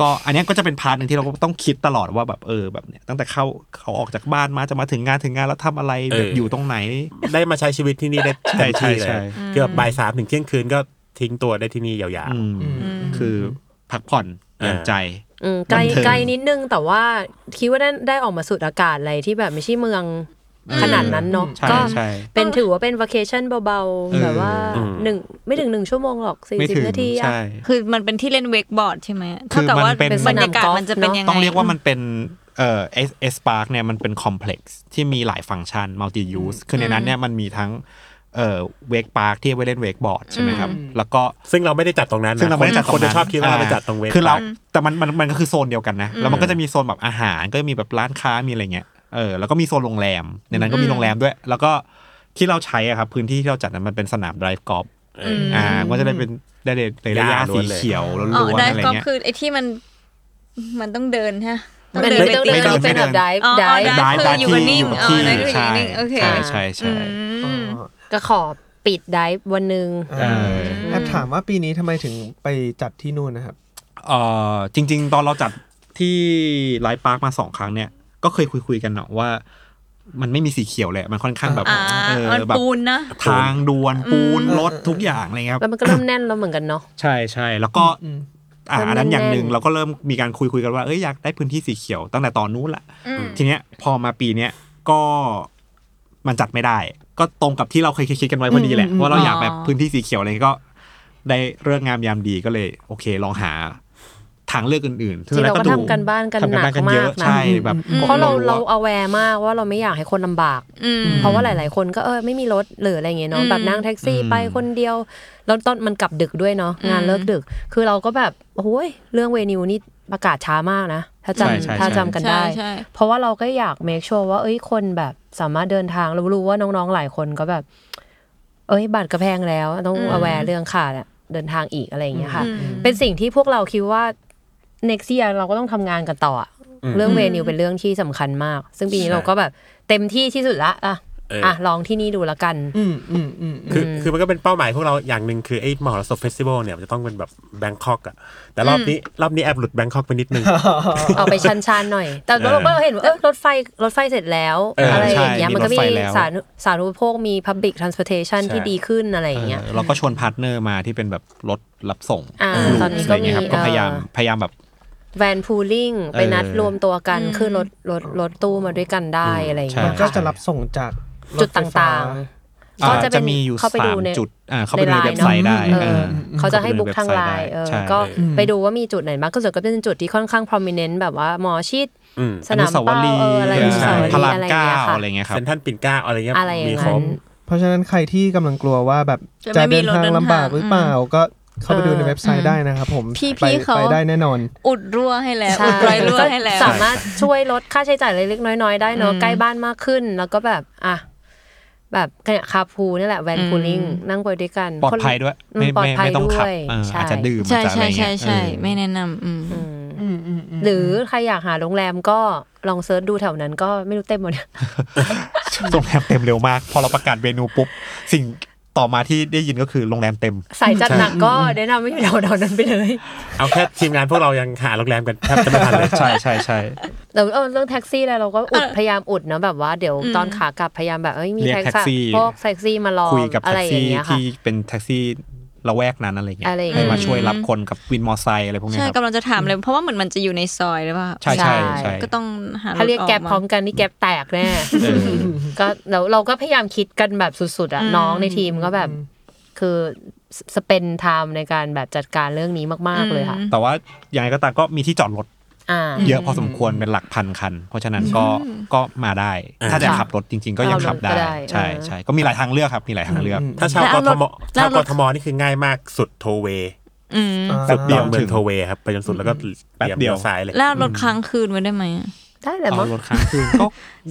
Speaker 5: ก็อันเนี้ยก็จะเป็นพาร์ทหนึ่งที่เราก็ต้องคิดตลอดว่าแบบเออแบบเนี้ยตั้งแต่เข้าเขาออกจากบ้านมาจะมาถึงงานถึงงานแล้วทำอะไร
Speaker 4: เออ
Speaker 5: แบบอยู่ตรงไหน
Speaker 4: ได้มาใช้ชีวิตที่นี่ได้เต็ม
Speaker 5: ใช่
Speaker 4: ที่เล
Speaker 5: ใช่
Speaker 4: ย
Speaker 5: ใช่
Speaker 4: เกือบบ่ายสามถึงเที่ยงคืนก็ทิ้งตัวได้ที่นี่ยาว
Speaker 5: อืมคือพักผ่อนหย่อนใจ
Speaker 6: อืมไกล
Speaker 5: บันเทิง
Speaker 6: ไกลนิดนึงแต่ว่าคิดว่าได้ได้ออกมาสูดอากาศอะไรที่แบบไม่ใช่เมืองขนาดนั้นเนาะ
Speaker 5: ใช่
Speaker 6: ก็
Speaker 5: ใช่
Speaker 6: เป็นถือว่าเป็นวั c a t i o n เบา
Speaker 5: เออ
Speaker 6: ๆ แบบว่า
Speaker 4: อืม
Speaker 6: หนึ่งไม่ถึงหนึ่งชั่วโมงหรอกสี่
Speaker 5: ไม่
Speaker 6: สิบ
Speaker 5: ถึง
Speaker 6: นาทีอะ
Speaker 5: ใช่
Speaker 2: คือมันเป็นที่เล่นเวกบอร์ดใช่ไหม
Speaker 5: คื
Speaker 2: เท่า
Speaker 5: อ
Speaker 2: กับ
Speaker 5: มัน
Speaker 2: ว่า
Speaker 5: เป็น
Speaker 2: บรรยากาศมันจะเป็นยังไง
Speaker 5: ต้องเรียกว่ามันเป็นเอ่อเอสเอสพาร์คเนี่ยมันเป็นคอมเพล็กซ์ที่มีหลายฟังก์ชันมัลติยูสคือในนั้นเนี่ยมันมีทั้งเอ่อเวกพาร์คที่เอาไว้เล่นเวกบอร์ดใช่ไหมครับ แล้วก็
Speaker 4: ๆ ซึ่งเราไม่ได้จัดตรงนั้นนะ
Speaker 5: ซึ่งเราไม่ได้จัด
Speaker 4: คนจะชอบคิดว่าเราไปจัดตรงเว
Speaker 5: คือเรา
Speaker 4: ปา
Speaker 5: แต่มันมันมันก็คือโซนเดียวกันนะ แล้วมันก็จะมีโซนแบบอาหารก็มีแบบร้านค้ามีอะไรเงี้ยเออแล้วก็มีโซนโรงแรม ในนั้นก็มีโรงแรมด้วย แล้วก็ที่เราใช้อะครับพื้นที่ที่เราจัดนั้นมันเป็นสนามไดฟ์กอล์ฟอ่าก็จะได้เป็นได้เลยเลยระยะ
Speaker 4: หญ้าล้
Speaker 5: สี
Speaker 4: วนเลย
Speaker 5: เขียวล้
Speaker 2: อ๋อ
Speaker 5: วน
Speaker 2: ได้
Speaker 5: ๆอะไร
Speaker 2: ก็
Speaker 5: เงี้ย
Speaker 2: คือไอ้ที่มันมันต้องเดินฮะ
Speaker 6: มั
Speaker 2: ต้อน ง
Speaker 6: เป็น
Speaker 2: เดิน
Speaker 6: ไม่
Speaker 2: ไป
Speaker 6: ต้อง
Speaker 2: ตีกัน
Speaker 6: เดินเป็นแบ
Speaker 5: ไม่ต้อง
Speaker 6: บไดฟ์
Speaker 2: อ๋อ
Speaker 6: ไดฟ์
Speaker 2: ได้
Speaker 5: ได้
Speaker 2: คืออยู่กับนิ่ง
Speaker 5: ที่
Speaker 2: อ๋อได้คืออยู่กับนิ่งโอเค
Speaker 5: ใช่ใช่ใช่
Speaker 2: อืม
Speaker 6: ก็ขอปิดไดฟ์วันหนึ่ง
Speaker 5: เออ
Speaker 3: แอบถามว่าปีนี้ทำไมถึงไปจัดที่นู่นนะครับ
Speaker 5: เอ่อจริง ๆ ตอนเราจัดที่ไลฟ์พาร์คมาสองครั้งเนี่ย ก็เคยคุยๆกันเนาะว่า มันไม่มีสีเขียวเลย มันค่อนข้างแบบ
Speaker 2: อ่า
Speaker 5: เออ
Speaker 2: มัน
Speaker 5: แบบ
Speaker 2: ปูนนะ
Speaker 5: ทางด่วนปูนรถทุกอย่างอะไรเงี้ยค
Speaker 6: แล้
Speaker 5: รับ
Speaker 6: วมันก็เริ่มแน่นแล้วเหมือนกันเนาะ
Speaker 5: ใช่ใช่แล้วก็ อ่ะอันนั้นอย่างหนึ่ง
Speaker 6: แน่นๆ
Speaker 5: เราก็เริ่มมีการคุยคุยกันว่าเอ้ยอยากได้พื้นที่สีเขียวตั้งแต่ตอนนู้นละ
Speaker 2: อืม
Speaker 5: ทีเนี้ยพอมาปีเนี้ยก็มันจัดไม่ได้ ก็ตรงกับที่เราเคยคิดกันไว้พอดีแหละ
Speaker 3: อืมอืม
Speaker 5: ว่าเราอยาก
Speaker 2: อ๋อ
Speaker 5: แบบพื้นที่สีเขียวอะไรก็ ได้เรื่องงามยามดีก็เลย โอเค ลองหาทางเลือกอื่นๆซึ่ง
Speaker 6: จริงเราก็
Speaker 5: ดู
Speaker 6: ทำกันบ้านกัน
Speaker 5: ทำ
Speaker 6: หนัก
Speaker 5: เย
Speaker 6: มา
Speaker 5: อะ
Speaker 6: กนะ
Speaker 5: ใช่แบบ
Speaker 6: เพราะเราเรา
Speaker 5: ว่
Speaker 6: เอาแวร์มากว่าเราไม่อยากให้คนลำบาก
Speaker 2: อืม
Speaker 6: เพราะว่าหลาย ๆ คนก็เออไม่มีรถหรืออะไรอย่างเงี้ยเนาะ
Speaker 2: อืม
Speaker 6: แบบนั่งแท็กซี่
Speaker 5: อืม
Speaker 6: ไปคนเดียว แล้วตอนมันกลับดึกด้วยเนาะ
Speaker 2: อืม
Speaker 6: งานเลิกดึก คือเราก็แบบโอ้ยเรื่องเวนิวนี่ประกาศช้ามากนะ ถ้าจ
Speaker 5: ใช่ใช่
Speaker 6: ำถ้าจำกันได้
Speaker 2: ใช่ใช่
Speaker 6: เพราะว่าเราก็อยากเมคชัวร์ว่าเอ้ยคนแบบสามารถเดินทางเรารู้ว่าน้องๆหลายคนก็แบบ เอ้ยบัตรกระแพงแล้วต้องอแวร์เรื่องค่ะเดินทางอีกอะไรอย่างเงี้ยค่ะ
Speaker 2: อืม
Speaker 6: เป็นสิ่งที่พวกเราคิดว่า next year เราก็ต้องทำงานกันต่ออะ
Speaker 4: อืม
Speaker 6: เรื่อง
Speaker 2: อืม
Speaker 6: เวนิวเป็นเรื่องที่สำคัญมาก ซึ่งปีนี้
Speaker 4: ใช่
Speaker 6: เราก็แบบเต็มที่ที่สุดละอ่ะ
Speaker 4: เอออ
Speaker 6: อ่ะลองที่นี่ดูละกัน
Speaker 3: อืมอืมอืม
Speaker 4: คืออ
Speaker 6: ม
Speaker 4: คือมันก็เป็นเป้าหมายพวกเราอย่างหนึ่งคือไอ้มหรสพเฟสติวัลเนี่ยมันจะต้องเป็นแบบแบงคอกอะแต่รอบนี้รอบนี้แอบหลุดแบงคอกไปนิดนึง
Speaker 6: เอาไปชันชันๆหน่อย แต่
Speaker 4: เออ
Speaker 6: เราก็เห็นว่าเออรถไฟรถไฟเสร็จแล้ว
Speaker 4: เอออ
Speaker 6: อะไรอย่างเงี้ย
Speaker 5: ใช่
Speaker 6: มันก็
Speaker 5: มีรถไฟ
Speaker 6: มี
Speaker 5: แล้ว
Speaker 6: สาธารณสาธารณูปโภคมี public transportation ที่ดีขึ้นอะไรอย่างเงี้ย
Speaker 5: าเราก็ชวนพาร์ทเนอร์มาที่เป็นแบบรถรับส่ง
Speaker 6: อ่า
Speaker 5: ลู
Speaker 6: ตอนนี้
Speaker 5: อะไรเงี้ยครับ
Speaker 6: ก็มี
Speaker 5: ก็พยายาม
Speaker 6: เอ่อ
Speaker 5: พยายามแบบ
Speaker 6: แวนพูลิ่งไปนัด
Speaker 5: เออ
Speaker 6: รวมตัวกัน
Speaker 2: อืม
Speaker 6: ขึ้นรถรถรถตู้มาด้วยกันได้อะไรอย่าง
Speaker 5: ใช่
Speaker 6: เงี้ย
Speaker 3: ก็
Speaker 6: ค่ะ
Speaker 3: จะรับส่งจากรถ
Speaker 6: จุด
Speaker 3: ไฟฟ้
Speaker 6: ต่างๆ
Speaker 5: อ่า
Speaker 6: ก็จะเป็น
Speaker 5: จะมีอยู่
Speaker 6: เข้าไป
Speaker 5: สา
Speaker 6: ดู
Speaker 5: ม
Speaker 6: ใน
Speaker 5: จุดอ่าเข้าไปดูในเว็บไซ
Speaker 6: LINE
Speaker 5: ต์
Speaker 6: เน
Speaker 5: ได้
Speaker 6: อะเออ
Speaker 5: ออ
Speaker 6: เขาจะให้
Speaker 5: ข้
Speaker 6: บุ๊
Speaker 5: ไป
Speaker 6: ก
Speaker 5: ดู
Speaker 6: ทาง
Speaker 5: ว็บ
Speaker 6: ไล
Speaker 5: ซด้
Speaker 6: น์เออ
Speaker 5: ใช่
Speaker 6: ก็ไปดูว่ามีจุดไหนบ้างก็ส่วนก็เป็นจุดที่ค่อนข้าง prominent แบบว่าหมอชิด
Speaker 4: อืม
Speaker 6: สนาม
Speaker 5: อสาว
Speaker 6: เป้า
Speaker 5: รีย์
Speaker 6: เอออะไรอ
Speaker 5: เอย่าง อ
Speaker 6: เงี้ย
Speaker 5: ใช่
Speaker 6: สาวรี
Speaker 5: พระราม
Speaker 6: อะไรอย่าง
Speaker 5: เก้า
Speaker 6: เงี้ยค่ะ
Speaker 5: อะไรเงี้ยครับ
Speaker 4: เซนทรันปิ่นเกล้าอะไรเงี้ย
Speaker 6: อะไรอย่าง
Speaker 4: มีคร
Speaker 6: นั้
Speaker 4: บ
Speaker 6: น
Speaker 3: ๆ เพราะฉะนั้นใครที่กำลังกลัวว่าแบบ
Speaker 2: จะ
Speaker 3: จะ
Speaker 2: ไม่มีรถ
Speaker 3: เดินทาง
Speaker 2: เดิน
Speaker 3: ลำบาก
Speaker 2: ทาง
Speaker 3: หรือเปล่าก็เข้าไปดูในเว็บไซต์ได้นะครับผม
Speaker 2: พี่ๆ
Speaker 3: ไป
Speaker 2: เขา
Speaker 3: ไปได้แน่นอน
Speaker 2: อุดรั่วให้แล้ว
Speaker 6: ใช่
Speaker 2: อุดรอยรั่วให้แล้ว
Speaker 6: สามารถช่วยลดค่าใช้จ่ายเล็กๆน้อยๆได้เนอะใกล้บ้านมากขึ้น แล้วก็แบบอ่ะแบบเนี่ยคาร์พูลนี่แหละแวนพูลิ่งนั่งไปด้วยกัน
Speaker 5: ปลอดภัยด้วย
Speaker 6: อื
Speaker 5: ไม่
Speaker 6: ปลอด
Speaker 5: ไม่
Speaker 6: ภัย
Speaker 5: ไม่ต้องขับ
Speaker 6: ด้วย
Speaker 5: เออ
Speaker 6: ใช่
Speaker 5: อาจจะดื่ม
Speaker 2: ใช่
Speaker 5: อาจจะอะ
Speaker 2: ใช่
Speaker 5: ไร
Speaker 2: ใช่
Speaker 5: เงี้ย
Speaker 2: ใช่
Speaker 5: เออ
Speaker 2: ไม่แนะนำอืม
Speaker 6: หรือใครอยากหาโรงแรมก็ลองเซิร์ชดูแถวนั้นก็ไม่รู้เต็มหมดเนี่ย
Speaker 5: โรงแรมเต็มเร็วมาก พอเราประกาศเมนูปุ๊บ สิ่งต่อมาที่ได้ยินก็คือโรงแรมเต็ม
Speaker 6: สายจัดหนักก็แนะนำไม่อยู่แถวๆนั้นไปเลย
Speaker 4: เอาแค่ทีมงานพวกเรายังหาโรงแรมกันแทบจะไม่ทันเลย
Speaker 5: ใช่ใช่ใช่
Speaker 6: แต่เออเรื่องแท็กซี่อะไรเราก็อุดพยายามอุดเนอะแบบว่าเดี๋ยวตอนขากลับพยายามแบบเอ้ยมี
Speaker 5: เรียก
Speaker 6: แท็ก
Speaker 5: แท็กซี่
Speaker 6: ซี่พวกแท็กซี่มารอ
Speaker 5: คุยกับ
Speaker 6: อะ
Speaker 5: แท็
Speaker 6: ไร
Speaker 5: ก
Speaker 6: อย่าง
Speaker 5: ซี่
Speaker 6: เงี้ยค่ะ
Speaker 5: ที่เป็นแท็กซี่ละแวกนั้นอะไรเงี้ย
Speaker 6: อะไรอย่างเงี้
Speaker 5: ให้
Speaker 6: ย
Speaker 5: มาช่วยรับคนกับวินมอไซค์อะไรพวกเนี้ย
Speaker 2: ใช่
Speaker 5: ครับ
Speaker 2: กำลังจะถามเลย เพราะว่าเหมือนมันจะอยู่ในซอยหรือเปล่า
Speaker 5: ใช่ใช่ใช่
Speaker 2: ก็ต้องหา
Speaker 6: ถ้าเรียก
Speaker 2: ถออ
Speaker 6: แก๊ป
Speaker 2: มา
Speaker 6: พร้อมกันนี่แก๊ปแตกแน่
Speaker 5: เออ
Speaker 6: ก็เราเราก็พยายามคิดกันแบบสุดๆอ่ะ
Speaker 2: อืม
Speaker 6: น้องในทีมก็แบบคือสเปนไทม์ในการแบบจัดการเรื่องนี้มาก ๆเลยค่ะ
Speaker 5: แต่ว่ายังไงก็ตามก็มีที่จอดรถ
Speaker 6: อ่า
Speaker 5: เยอะพอสมควรเป็นหลักพันคัน เพราะฉะนั้นก็ก็มาได้
Speaker 4: อ่า
Speaker 5: ถ้าจะ
Speaker 6: ค่ะ
Speaker 5: ขับรถจริง ๆ ก็ยังขับได้
Speaker 6: เอารถก็ได้
Speaker 5: ใช่
Speaker 6: เออ
Speaker 5: ใช่ก็มีหลายทางเลือกครับมีหลายทางเลือก
Speaker 4: ถ้าชาว
Speaker 2: แล้ว
Speaker 4: ก
Speaker 2: เอา
Speaker 4: ท
Speaker 2: ร
Speaker 4: ม
Speaker 2: ถแล้
Speaker 4: ชาว ว
Speaker 2: ว
Speaker 4: ก
Speaker 2: รถ
Speaker 4: ทมนี่คือง่ายมากสุดโทเว
Speaker 2: อืม
Speaker 4: สุดด
Speaker 3: เดี
Speaker 4: อย
Speaker 3: ว
Speaker 4: นเมืองโทเวครับไปจนสุดแล้วก็
Speaker 5: แป๊บเดียว
Speaker 4: ลี้ซ้ายเลย
Speaker 2: แล้วรถค้างคืนไว้ได้ไหมอะ
Speaker 6: ได้แหละมั้
Speaker 5: เอา
Speaker 6: ง
Speaker 5: รถค้างคื นก็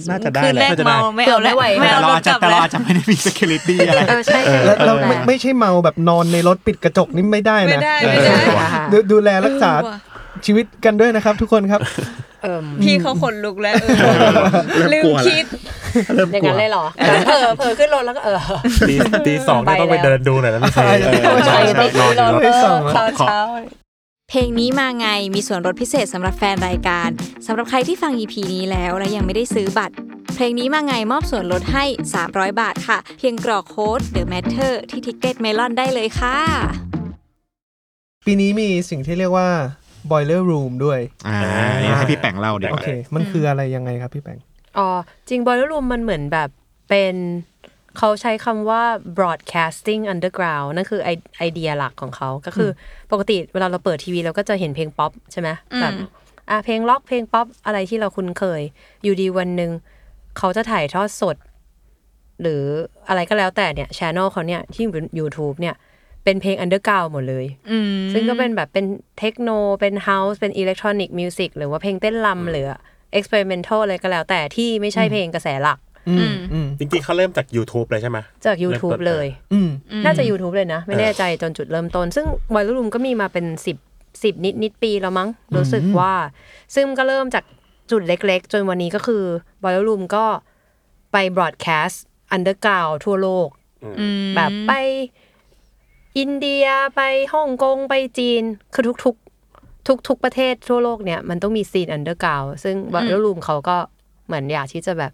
Speaker 5: น่าจะได้
Speaker 2: คืน
Speaker 5: แห
Speaker 2: แรก
Speaker 5: ละ
Speaker 4: น่าจะได้
Speaker 2: เมาไม่เอาแล้ว
Speaker 6: เออไม่ไหว
Speaker 2: ไม่
Speaker 5: แต่
Speaker 2: เอา
Speaker 5: เรา
Speaker 2: รถ
Speaker 5: อาจ
Speaker 2: กลับ
Speaker 5: จะแต่เรา
Speaker 2: แล้ว
Speaker 5: อาจจะไม่ได้มี security อะไร
Speaker 6: เออใช่ใช่
Speaker 3: แล้วเรา
Speaker 6: โงแ
Speaker 3: ไม่ไม่ใช่เมาแบบนอนในรถปิดกระจกนี่ไม่ได้
Speaker 2: ไม่
Speaker 3: นะ
Speaker 2: ได้ไม่ได้
Speaker 3: ดูดูแลรักษา
Speaker 2: เออว่ะ
Speaker 3: ชีวิตกันด้วยนะครับ ทุกคนครับ
Speaker 6: เอิ่ม
Speaker 2: พี่เขาขนลุกแล้วเออลืมคิด
Speaker 6: อย่างนั้นเลยเหรอเผลอเผลอขึ้นรถแล้วก็เออ
Speaker 4: ตีตีสองเนี่ยต้องไปเดินดูหน่อยแล้วไม่ใช่
Speaker 3: ไปแล้ว
Speaker 4: ใช่ใช่นอนอยู่รถ
Speaker 3: ไม่ส่งอะ
Speaker 6: ตอนเช้า
Speaker 2: เพลงนี้มาไงมีส่วนลดพิเศษสำหรับแฟนรายการสำหรับใครที่ฟัง EP นี้แล้วและยังไม่ได้ซื้อบัตร เพลงนี้มาไงมอบส่วนลดให้ 300 บาทค่ะ เพียงกรอกโค้ด The Matter ที่ Ticket Melon ได้เลยค่ะ
Speaker 3: ปีนี้มีสิ่งที่เรียกว่า boiler room ด้วย
Speaker 5: อ่าเดี๋ยวให้พี่แป่งเล่าดีก
Speaker 3: โอ
Speaker 5: ว่า
Speaker 3: เค มันคืออะไรยังไงครับพี่แปง
Speaker 6: อ๋อจริง Boiler Room มันเหมือนแบบเป็นเขาใช้คำว่า broadcasting underground นั่นคือไอไอเดียหลักของเขาก็คืออปกติเวลาเราเปิดทีวีเราก็จะเห็นเพลงป๊อปใช่ไหมแบบอ่ะเพลงล็อกเพลงป๊อปอะไรที่เราคุ้นเคย อยู่ดีวันหนึ่งเขาจะถ่ายทอดสด หรืออะไรก็แล้วแต่เนี่ยช ANNEL เขาเนี่ย ที่อยู่บน YouTube เนี่ย เป็นเพลง underground หมดเลย
Speaker 2: อืม
Speaker 6: ซึ่งก็เป็นแบบเป็นเทคโน เป็นเฮาส์ เป็นอิเล็กทรอนิกส์มิวสิกหรือว่าเพลงเต้นรำหรือเอ็กซ์เพร์เมนทัลอะไรก็แล้วแต่ที่ไม่ใช่เพลงกระแสหลัก
Speaker 3: อืมอืม
Speaker 4: จริงๆเขาเริ่มจาก YouTube เลยใช่ไหม
Speaker 6: จาก
Speaker 4: เริ่มต้
Speaker 6: YouTube
Speaker 4: น
Speaker 6: เลย
Speaker 3: อืม
Speaker 6: น่าจะ YouTube เลยนะ ไม่แน่ใจจนจุดเริ่มต้น ซึ่งวอยรุ่มก็มีมาเป็น 10 10 นิดนิดปีแล้วมั้ง รู้สึกว่า ซึ่งก็เริ่มจากจุดเล็กๆ จนวันนี้ก็คือวอยรุ่มก็ไปบ r อ a แคสต์อันเดอร์กราวทั่วโลก แบบไปอินเดียไปฮ่องกงไปจีน คือทุกๆ ทุก ๆ ประเทศทั่วโลกเนี่ย มันต้องมีซีนอันเดอร์กราวซึ่งวัลลุมเขาก็เหมือนอยากที่จะแบบ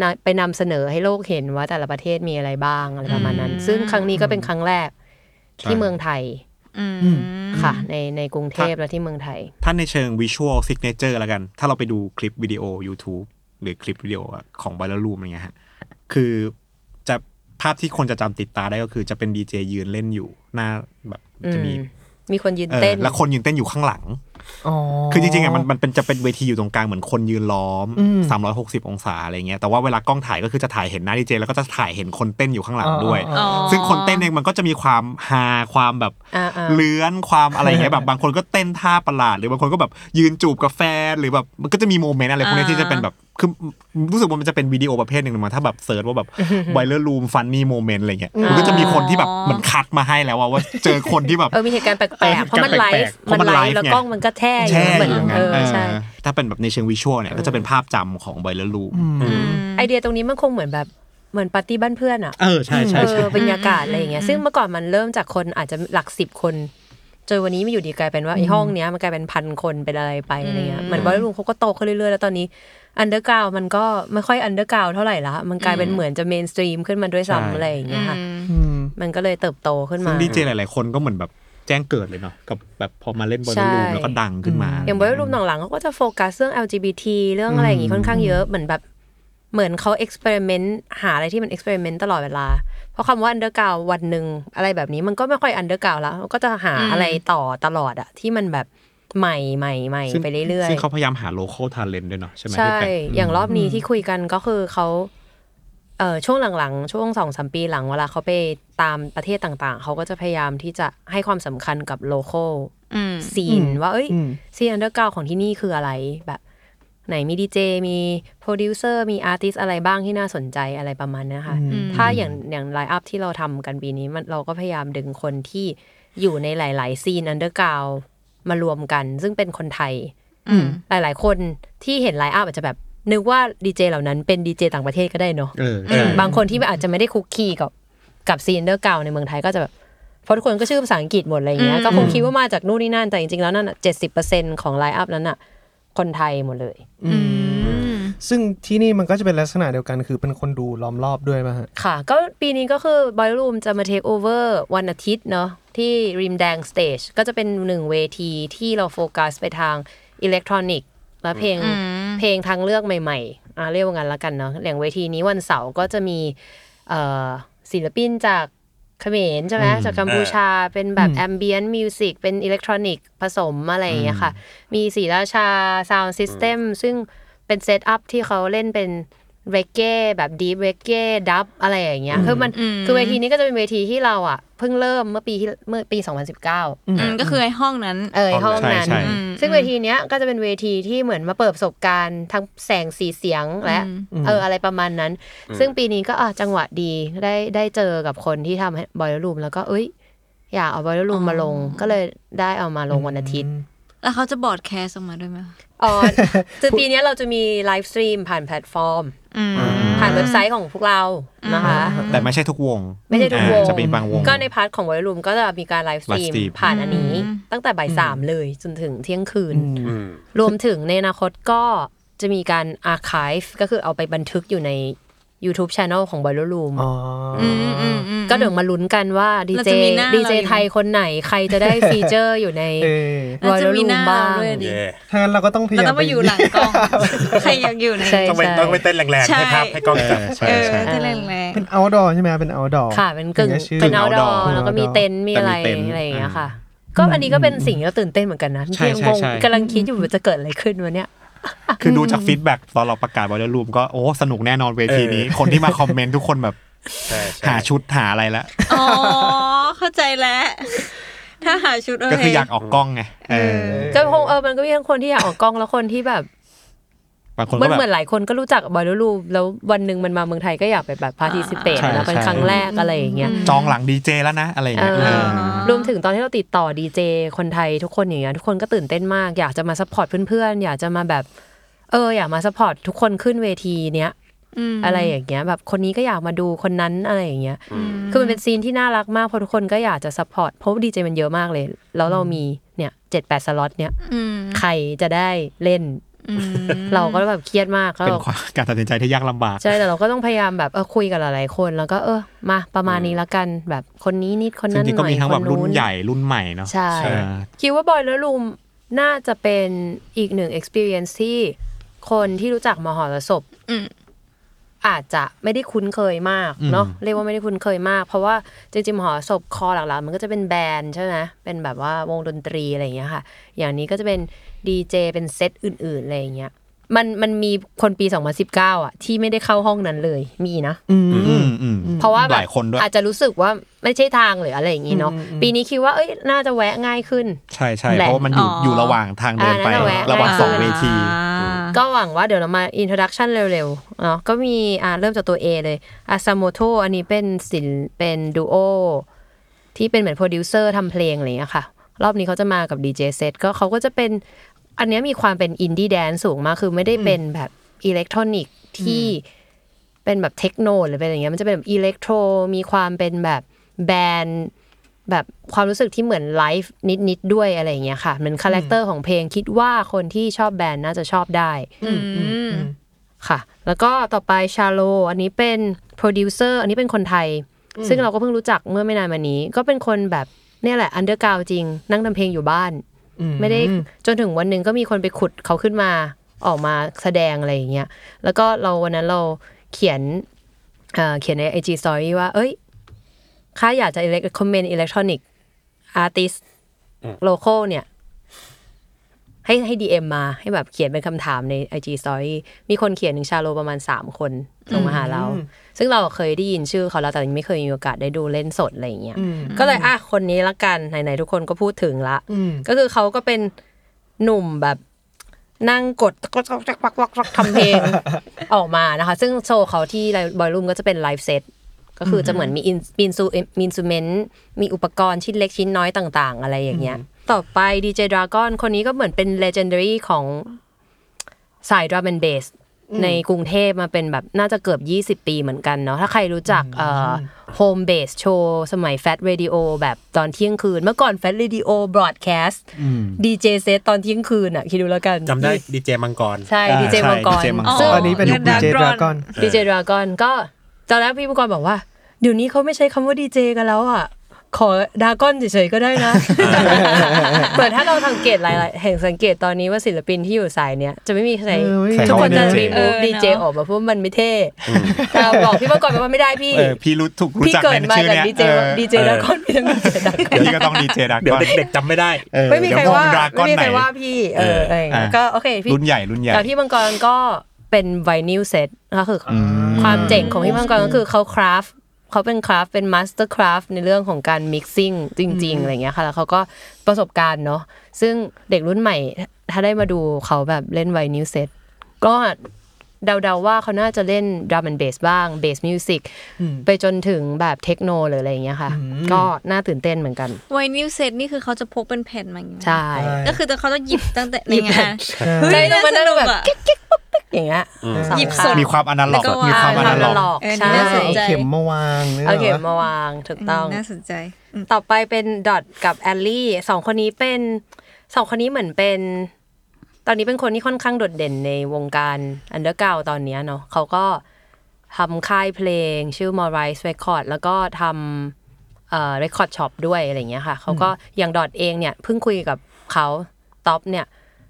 Speaker 6: นำไปนำเสนอให้โลกเห็นว่าแต่ละประเทศมีอะไรบ้างอะไรประมาณนั้น ซึ่งครั้งนี้ก็เป็นครั้งแรกที่เมืองไทย
Speaker 2: อืม
Speaker 6: ค่ะ ในในกรุงเทพและที่เมืองไทย
Speaker 5: ถ้าในเชิงวิชวลซิกเนเจอร์ละกัน ถ้าเราไปดูคลิปวิดีโอ YouTube หรือคลิปวิดีโอของไบลลูมอะไรเงี้ยฮะ คือจะภาพที่คนจะจำติดตาได้ก็คือจะเป็นดีเจยืนเล่นอยู่ หน้าแบบจะมี
Speaker 6: อืม มีคนยืน
Speaker 5: เออ
Speaker 6: เต้น
Speaker 5: แล้วคนยืนเต้นอยู่ข้างหลัง
Speaker 3: อ๋อ
Speaker 5: คือจริงๆอ่ะมันมันเป็นจะเป็นเวทีอยู่ตรงกลางเหมือนคนยืนล้อม
Speaker 3: อืม
Speaker 5: 360 องศาอะไรเงี้ยแต่ว่าเวลากล้องถ่ายก็คือจะถ่ายเห็นหน้าดีเจแล้วก็จะถ่ายเห็นคนเต้นอยู่ข้างหลังด้วย
Speaker 3: อ๋ออ๋ออ๋อ
Speaker 5: ซึ่งคนเต้นเองมันก็จะมีความฮาความแบบ
Speaker 6: อ่าๆ
Speaker 5: เลื้อนความอะไรเงี้ยแบบบางคนก็เต้นท่าประหลาด หรือบางคนก็แบบยืนจูบกับแฟนหรือแบบมันก็จะมีโมเมนต์อะไรพวกนี้ที่จะเป็นแบบคือรู้สึกว่ามันจะเป็นวิดีโอประเภทหนึ่งมาถ้าแบบเซิร์ชว่าแบบไบเลอร์รูมฟันนี่โมเมนต์อะไรเงี้ยมันก็จะมีคนที่แบบเหมือนคัดมาให้แล้วว่าว่าเจอคนที่แบบ
Speaker 6: เออมีเหตุการณ์แปลกๆ เพราะมันไลฟ์
Speaker 5: เพราะมัน
Speaker 6: ไล
Speaker 5: ไลฟ์
Speaker 6: ฟ์แล้ว
Speaker 5: ไง
Speaker 6: กล้องมันก็แช่
Speaker 5: แช่
Speaker 6: เหมื
Speaker 5: อนยู่อย่างนั้
Speaker 6: เอน อ
Speaker 5: เออ
Speaker 6: ใช่
Speaker 5: ถ้าเป็นแบบในเชิงวิชวลเนี่ยก็จะเป็นภาพจำของไบเลอร์รูม
Speaker 6: ไอเดียตรงนี้มันคงเหมือนแบบเหมือนปาร์ตี้บ้านเพื่อนอ่ะ
Speaker 5: เออใช่ใช่
Speaker 6: เอ
Speaker 5: ใช่
Speaker 6: อบรรยากาศอะไรอย่างเงี้ย ซึ่งเมื่อก่อนมันเริ่มจากคนอาจจะหลักสิบคน จนวันนี้มันอยู่ดีกลายเป็นว่าไอห้องเนี้ยมันกลายเป็นพันคนเป็นอะไรไปอะไรเงี้ย เหมือนบอลลูนเขาก็โตขึ้นเรื่อยๆ แล้วตอนนี้อันเดอร์กราวมันก็ไม่ค่อยอันเดอร์กราวเท่าไหร่ละ มันกลายเป็นเหมือนจะเมนสตรีมขึ้นมาด้วยซ้ำอะไรอย่างเงี้ยค่ะ
Speaker 3: อืม
Speaker 6: มันก็เลยเติบโตขึ้น
Speaker 5: ซึ่
Speaker 6: มา
Speaker 5: งดีเจหลาย ๆ คนก็เหมือนแบบแจ้งเกิดเลยเนาะกับแบบพอมาเล่นบอล
Speaker 6: ใช่
Speaker 5: ลูนแล้วก็ดังขึ้นมา
Speaker 6: อย่างบอยรูปหลังๆเขาก็จะโฟกัสเรื่อง LGBT เรื่องอะไรอย่างงี้ค่อนข้างเยอะเหมือนแบบเหมือนเขาเอ็กซ์เพร์เมนต์หาอะไรที่มันเอ็กซ์เพร์เมนต์ตลอดเวลา เพราะคำว่าอันเดอร์กราววันหนึ่งอะไรแบบนี้มันก็ไม่ค่อยอันเดอร์กราวแล้วก็จะหาอะไรต่อตลอดอะที่มันแบบใหม่ใหม่ใหม่
Speaker 5: ซึ่ง
Speaker 6: ไปเรื่อย
Speaker 5: ซึ่งเขาพยายามหาโลเคอลทาเลนด้วยเนาะใช่ไหม
Speaker 6: ๆ ใช่
Speaker 5: ที่แปะ
Speaker 6: อย่างรอบนี้ที่คุยกันก็คือเขาเออช่วงหลังๆ ช่วงสองสามปีหลังเวลาเขาไปตามประเทศต่างๆเขาก็จะพยายามที่จะให้ความสำคัญกับโลโก้ซีนว่าเอ้ย
Speaker 3: อืม
Speaker 6: ซีอันเดอร์เกาของที่นี่คืออะไรแบบ ไหนมีดีเจมีโปรดิวเซอร์มีอาร์ติสอะไรบ้างที่น่าสนใจอะไรประมาณเนี้ยค่ะ ถ้าอย่างอย่างไลน์อัพที่เราทำกันปีนี้มันเราก็พยายามดึงคนที่อยู่ในหลาย ๆ ซีนอันเดอร์เกามารวมกัน ซึ่งเป็นคนไทย หลาย ๆ คนที่เห็นไลน์อัพอาจจะแบบ นึกว่าดีเจเหล่านั้นเป็นดีเจต่างประเทศก็ได้เนาะ
Speaker 5: เออใช่
Speaker 6: บางคนที่อาจจะไม่ได้คุกคีกับกับซีนเดอร์เก่าในเมืองไทยก็จะแบบเพราะทุกคนก็ชื่อภาษาอังกฤษหมดอะไรอย่างเงี้ยก็คงคิดว่ามาจากนู่นนี่นั่นแต่จริงๆแล้วนั่นเจ็ดสิบเปอร์เซ็นของไลน์อัพนั้นอ่ะ คนไทยหมดเลย
Speaker 3: ซึ่งที่นี่มันก็จะเป็นลักษณะเดียวกันคือเป็นคนดูล้อมรอบด้วยป่ะฮะ
Speaker 6: ค่ะ ก็ปีนี้ก็คือบอยรูมจะมาเทคโอเวอร์วันอาทิตย์เนาะที่ริมแดงสเตจก็จะเป็นหนึ่งเวทีที่เราโฟกัสไปทางอิเล็กทรอนิกส์และเพลงเพลงทางเลือกใหม่ๆอ่ะเรียกว่างั้นละกันเนาะอย่างเวทีนี้วันเสาร์ก็จะมีเอ่อศิลปินจากเขมรใช่ไหมจากกัมพูชาเป็นแบบแอมเบียนมิวสิกเป็นอิเล็กทรอนิกส์ผสมอะไรอย่างเงี้ยค่ะ มีศรีราชาซาวน์ซิสเต็มซึ่งเป็นเซตอัพที่เขาเล่นเป็น เรเก้แบบดีเรเก้ดับอะไรอย่างเงี้ยคือมันคือเวทีนี้ก็จะเป็นเวทีที่เราอ่ะ เพิ่งเริ่มเมื่อปีที่เมื่อปี 2019
Speaker 2: อืมก็คือไอ้ห้องนั้น
Speaker 6: เออห้องนั้น
Speaker 5: ใช่ใช่
Speaker 6: ซึ่งเวทีเนี้ยก็จะเป็นเวทีที่เหมือนมาเปิดประสบการณ์ทั้งแสงสีเสียงและเอออะไรประมาณนั้น ซึ่งปีนี้ก็อ่ะจังหวะดีได้ได้เจอกับคนที่ทำให้บอยลูมแล้วก็เอ้ย อยากเอาบอยลูมมาลงก็เลยได้เอามาลงวันอาทิตย์
Speaker 2: แล้วเขาจะบอร์ดแคสออกมาด้วยไหม
Speaker 6: อ๋ อคือปีเนี้ยเราจะมีไลฟ์สตรีมผ่านแพลตฟอร์ม ผ่านเว็บไซต์ของพวกเรานะคะ
Speaker 5: แต่ไม่ใช่ทุกวง
Speaker 6: ไม่ใช่ทุกวง
Speaker 5: อ่าจะเป็นบางวง
Speaker 6: ก็ในพาร์ทของไวรูมก็จะมีการไลฟ์สตรีม
Speaker 5: Live stream
Speaker 6: ผ่านอันนี้ ตั้งแต่บ่ายสามเลยจนถึงเที่ยงคืน
Speaker 4: อืม
Speaker 6: รวมถึงในอนาคตก็จะมีการ archive ก็คือเอาไปบันทึกอยู่ใน YouTube Channel ของ Boiler Room
Speaker 3: อ๋อ
Speaker 6: ก็เดี๋ยวมาลุ้นกันว่าดี
Speaker 2: เรา
Speaker 6: เจ
Speaker 2: จะมีหน้า
Speaker 6: ดี
Speaker 2: เราอ
Speaker 6: เจ
Speaker 2: ยู่
Speaker 6: ไทยคนไหนใครจะ ได้ฟีเจอร์อยู่ใน
Speaker 3: เออ
Speaker 2: น่าจะมีหน้าเราด้วยดิ
Speaker 4: เย่
Speaker 3: ถ้างั้นเราก็ต้องพยา
Speaker 2: เรา
Speaker 3: ยาม
Speaker 2: ต้องมาอยู่หลังกล้อง ใครอยากอยู่ใน
Speaker 6: ใช่
Speaker 4: ต้องไปต้องไปเต้นแรงๆ
Speaker 2: ใช่
Speaker 4: ให้ภาพให้กล้องจับ
Speaker 5: ใช่
Speaker 2: เออ
Speaker 5: ใช่
Speaker 2: ถ้าแรง
Speaker 3: เป็น outdoor ใช่ไหมเป็น outdoor
Speaker 6: ค่ะเป็นกึ่ง
Speaker 3: ถึจะชื่อ
Speaker 6: เป็น outdoor
Speaker 5: เป็น outdoor
Speaker 6: แล้วก็มีเต็นท์มี
Speaker 5: แต่
Speaker 6: อะ
Speaker 5: มี
Speaker 6: ไร
Speaker 5: เต็นท์
Speaker 6: อะไรอย่างเงี้ย
Speaker 5: อ่า
Speaker 6: ค่ะ ก็อันนี้ก็เป็นสิ่งที่เราตื่นเต้นเหมือนกันนะ
Speaker 5: ใช่
Speaker 6: ที่
Speaker 5: ใช่
Speaker 6: งง
Speaker 5: ใช่
Speaker 6: กำลังคิดอยู่ว่าจะเกิดอะไรขึ้นวันเนี้ย
Speaker 5: คือดูจากฟีดแบ็กตอนเราประกาศบอลลูมก็โอ้สนุกแน่นอนเวทีนี้
Speaker 4: เออ
Speaker 5: คนที่มาคอมเมนต์ทุกคนแบบ
Speaker 4: ใช่ใช่
Speaker 5: หาชุดหาอะไรละ
Speaker 2: ๆ อ๋อ เข้าใจแล้ว ถ้าหาชุดโอ
Speaker 5: ก็
Speaker 2: เค
Speaker 5: คืออยากออกกล้องไงเออ
Speaker 6: ก็คงเออมันก็มีทั้งคนที่อยากออกกล้องแล้วคนที่แบบ
Speaker 5: บางคน
Speaker 6: มั
Speaker 5: ก็
Speaker 6: น
Speaker 5: แบ
Speaker 6: เหมือบ นหลายคนก็รู้จักบอยลูลูแล้ววันหนึ่งมันมาเมืองไทยก็อยากไปแบบพาร์ทิซิเปต
Speaker 5: ใช่
Speaker 6: นะเป็น
Speaker 5: ใช่
Speaker 6: ครั้งแรกอะไรอย่างเงี้ย
Speaker 5: จองหลังดีเจแล้วนะอะไรอย่าง
Speaker 6: เอ
Speaker 5: เงี้ยเอ
Speaker 6: อ
Speaker 5: อ
Speaker 6: รวมถึงตอนที่เราติดต่อดีเจคนไทยทุกคนอย่างเงี้ยทุกคนก็ตื่นเต้นมากอยากจะมาซัพพอร์ตเพื่อนๆอยากจะมาแบบ เออ อยากมาซัพพอร์ตทุกคนขึ้นเวทีเนี้ยอะไรอย่างเงี้ยแบบคนนี้ก็อยากมาดูคนนั้นอะไรอย่างเงี้ยคือมันเป็นซีนที่น่ารักมากเพราะทุกคนก็อยากจะซัพพอร์ตเพราะดีเจมันเยอะมากเลย แล้วเรามีเนี่ยเจ็ดแปดสล็อตเนี่ยใครจะได้เล่น
Speaker 2: อืม
Speaker 6: เราก็แบบเครียดมากแล้ว
Speaker 5: เป็น
Speaker 6: เรา
Speaker 5: ความ การตัดสินใจที่ยากลำบาก
Speaker 6: ใช่แต่เราก็ต้องพยายามแบบเออคุยกับหลายๆคน แล้วก็เออมาประมาณนี้ละกันแบบคนนี้นิดคน
Speaker 5: ซึ่
Speaker 6: นั้
Speaker 5: ง
Speaker 6: น
Speaker 5: ที่
Speaker 6: หน่
Speaker 5: ก็
Speaker 6: อย
Speaker 5: มีทั้งแบบ
Speaker 6: ค
Speaker 5: รุ่นใหญ่รุ่นใหม่เนาะ
Speaker 6: ใช่
Speaker 5: เออ
Speaker 6: คิดว่าบอยและลูมน่าจะเป็นอีกหนึ่ง experience ที่คนที่รู้จักมหรสพ
Speaker 2: อืม
Speaker 6: อาจจะไม่ได้คุ้นเคยมากเนาะเรียกว่าไม่ได้คุ้นเคยมาก เพราะว่าจริงๆมหรสพคอหลักๆมันก็จะเป็นแบรนด์ใช่ไหมเป็นแบบว่าวงดนตรีอะไรอย่างเงี้ยค่ะ อย่างนี้ก็จะเป็นดีเจเป็นเซตอื่นๆอะไรอย่างเงี้ยมันมันมีคนปี 2019 อ่ะ ที่ไม่ได้เข้าห้องนั้นเลยมีนะ
Speaker 5: อืมอืม
Speaker 6: เพราะว่าแบบ
Speaker 5: หลายคนด้วย
Speaker 6: อาจจะรู้สึกว่าไม่ใช่ทางหรืออะไรอย่างนี้เนาะปีนี้คิดว่าเอ้ยน่าจะแวะง่ายขึ้น
Speaker 5: ใช่ใช่
Speaker 6: แหละ
Speaker 5: เพราะว่ามันอยู่อยู่ระหว่างทางเดินไป
Speaker 6: อ่านั่นแหละ
Speaker 5: ระหว่างสองเวที
Speaker 2: อ่า
Speaker 6: ก็หวังว่าเดี๋ยวเรามาอินโทรดักชันเร็วๆเนาะก็มีอ่าเริ่มจากตัว A เลยอาซาโมโตอันนี้เป็นศิลป์เป็นดูโอที่เป็นเหมือนโปรดิวเซอร์ทำเพลงอะไรอย่างเงี้ยค่ะ รอบนี้เขาจะมากับดีเจเซตก็เขาก็จะเป็นอันเนี้ยมีความเป็นอินดี้แดนสูงมาก คือไม่ได้เป็นแบบอิเล็กทรอนิกส์ที่เป็นแบบเทคโนหรือเป็นอะไรเงี้ยมันจะเป็นแบบอิเล็กโทรมีความเป็นแบบแบนด์ แบบความรู้สึกที่เหมือนไลฟ์นิดๆด้วยอะไรอย่างเงี้ยค่ะเหมือนคาแรคเตอร์ของเพลงคิดว่าคนที่ชอบแบรนด์น่าจะชอบได้ค่ะ แล้วก็ต่อไปชาโล อันนี้เป็นโปรดิวเซอร์อันนี้เป็นคนไทย ซึ่งเราก็เพิ่งรู้จักเมื่อไม่นานมานี้ ก็เป็นคนแบบเนี่ยแหละอันเดอร์กราวจริง นั่งทำเพลงอยู่บ้าน ไม่ได้จนถึงวันหนึ่งก็มีคนไปขุดเขาขึ้นมาออกมาแสดงอะไรอย่างเงี้ยแล้วก็เราวันนั้นเราเขียนเอ่อเขียนในไอจีสตอรี่ว่า เอ้ย ค่าอยากจะ recommend electronic artist โลโก้เนี่ย ให้ให้ DM มาให้แบบเขียนเป็นคำถามใน IG Story มีคนเขียนหนึ่งชาโลประมาณ 3 คนส่งมาหาเรา ซึ่งเราเคยได้ยินชื่อเขาแล้วแต่ยังไม่เคยมีโอกาสได้ดูเล่นสดอะไรอย่างเงี้ยก็เลยอ่ะคนนี้ละกัน ไหน ๆ ทุกคนก็พูดถึงละ ก็คือเขาก็เป็นหนุ่มแบบนั่งกดก็จักวักวักวักทำเพลง ออกมานะคะ ซึ่งโชว์เขาที่บอยรูมก็จะเป็นไลฟ์เซต ก็คือจะเหมือนมีอินมีนซูมีนซูเมนต์มีอุปกรณ์ชิ้นเล็กชิ้นน้อยต่างๆ อะไรอย่างเงี้ย ต่อไปดีเจดราก้อนคนนี้ก็เหมือนเป็นเลเจนดารีของสายดรามันเบสในกรุงเทพมาเป็นแบบน่าจะเกือบ 20 ปีเหมือนกันเนาะถ้าใครรู้จักเอ่อโฮมเบสโชว์สมัยแฟ t เรดิโอแบบตอนเที่ยงคืน เมื่อก่อนแฟ t เรดิโอบรอดแคสต์ดีเจเซตตอนเที่ยงคืนอ่ะคิดดูแล้วกัน
Speaker 4: จำได้ดีเจมังกร
Speaker 6: ใช่ดีเจ
Speaker 5: ใช่
Speaker 6: มังกร
Speaker 5: DJ มังกร
Speaker 6: ซึ่ง
Speaker 3: อันนี้เป็น
Speaker 2: เงิน
Speaker 3: ดี
Speaker 2: ดาว
Speaker 3: เจ
Speaker 2: กร
Speaker 3: ด
Speaker 2: อ
Speaker 3: ราน ก้อน
Speaker 6: ดีเจดราก้อนก็ตอนแรกพี่มังกรบอกว่า เดี๋ยวนี้เขาไม่ใช้คำว่าดีเจกันแล้วอ่ะ ขอดราก้อนเฉยๆก็ได้นะ เหมือนถ้าเราสังเกตหลายๆแห่งสังเกตตอนนี้ว่าศิลปินที่อยู่สายเนี้ยจะไม่มีใคร
Speaker 3: เออไม่มี
Speaker 6: ทุกคนจะ
Speaker 5: ใคร
Speaker 6: รี
Speaker 5: ว่า
Speaker 6: มู
Speaker 2: DJ
Speaker 6: ฟดีเจ
Speaker 2: เออเนอะ
Speaker 6: ออกมาเพราะมันไม่เท่แต่บอกพี่มังกรไปว่าไม่ได้พี่
Speaker 5: เออพี่รู้ถูกรู้
Speaker 6: พี่
Speaker 5: จัก
Speaker 6: เกิ
Speaker 5: ใน
Speaker 6: ดมา
Speaker 5: ชื่อ
Speaker 6: จาก
Speaker 5: เนี้ย
Speaker 6: ดีเจ
Speaker 5: เออ
Speaker 6: ดีเจดราก้อนพี่ต้องดีเจดราก้อน
Speaker 5: เดี๋ยวพี่ก็ต้องดีเจดัก
Speaker 4: เดี๋ยว
Speaker 5: ก่อน
Speaker 4: เด็กๆจำไม่ได้
Speaker 5: เออ
Speaker 6: ไม่มีใคร
Speaker 5: เดี๋ยวง
Speaker 6: ว่า
Speaker 5: ดราก้
Speaker 6: ไม่
Speaker 5: อน
Speaker 6: มี
Speaker 5: ไหน
Speaker 6: ใครว่าพี่เออเออ
Speaker 5: อ่า
Speaker 6: ก็โอเคพี่
Speaker 5: รุ่นใหญ่รุ่นใหญ่
Speaker 6: แต่พี่มังกรก็เป็นไวนิลเซตก็คืออความเจ๋งของพี่มังกรก็คือเขาคราฟเขาเป็นคราฟเป็นมาสเตอร์คราฟในเรื่องของการมิกซิ่งจริง ๆ อะไรเงี้ยค่ะ แล้วเขาก็ประสบการณ์เนาะซึ่งเด็กรุ่นใหม่ ถ้าได้มาดูเขาแบบเล่นไวนิลเซตก็เดาๆว่าเขาน่าจะเล่นดรัม n d นเบสบ้างเบสมิวสิกไปจนถึงแบบเทคโนหรืออะไรเงี้ยค่ะ ก็น่าตื่นเต้นเหมือนกัน
Speaker 2: ไวนิวเซตนี่คือเขาจะพกเป็นแผ่นมาอย่างนี้
Speaker 6: ใช่
Speaker 2: ก็คือแต่เขาจะหยิบตั้งแต่ใน
Speaker 6: หยิบแผ่
Speaker 2: งาน น
Speaker 6: ใช่ต้องมานั่งดูแบบ
Speaker 2: อะ
Speaker 6: อย่างเงี้ยสอง
Speaker 2: หยิบ
Speaker 6: ขา
Speaker 2: สด
Speaker 5: มีความอนาล็อก
Speaker 2: แล้วก็วาง
Speaker 5: มีความอนา
Speaker 6: ทำละ
Speaker 5: ล็อก
Speaker 6: หลอก
Speaker 2: เออ
Speaker 6: ใช่
Speaker 2: น่าสน
Speaker 3: เอา
Speaker 2: ใจ
Speaker 3: เข็มมาวางนี่ยหร
Speaker 6: เอาเข็มมาวางถูกต้อง
Speaker 2: น่าสนใจ
Speaker 6: ต่อไปเป็นดอทกับแอลลี่สองคนนี้เป็นสองคนนี้เหมือนเป็น ตอนนี้เป็นคนที่ค่อนข้างโดดเด่นในวงการอันเดอร์กราวตอนเนี้ยเนาะเขาก็ทำค่ายเพลงชื่อ m o r i s e Record แล้วก็ทำเอ่อ Record Shop ด้วยอะไรอย่างเงี้ยค่ะเขาก็อย่างดอทเองเนี่ยเพิ่งคุยกับเขาท็อปเนี่ย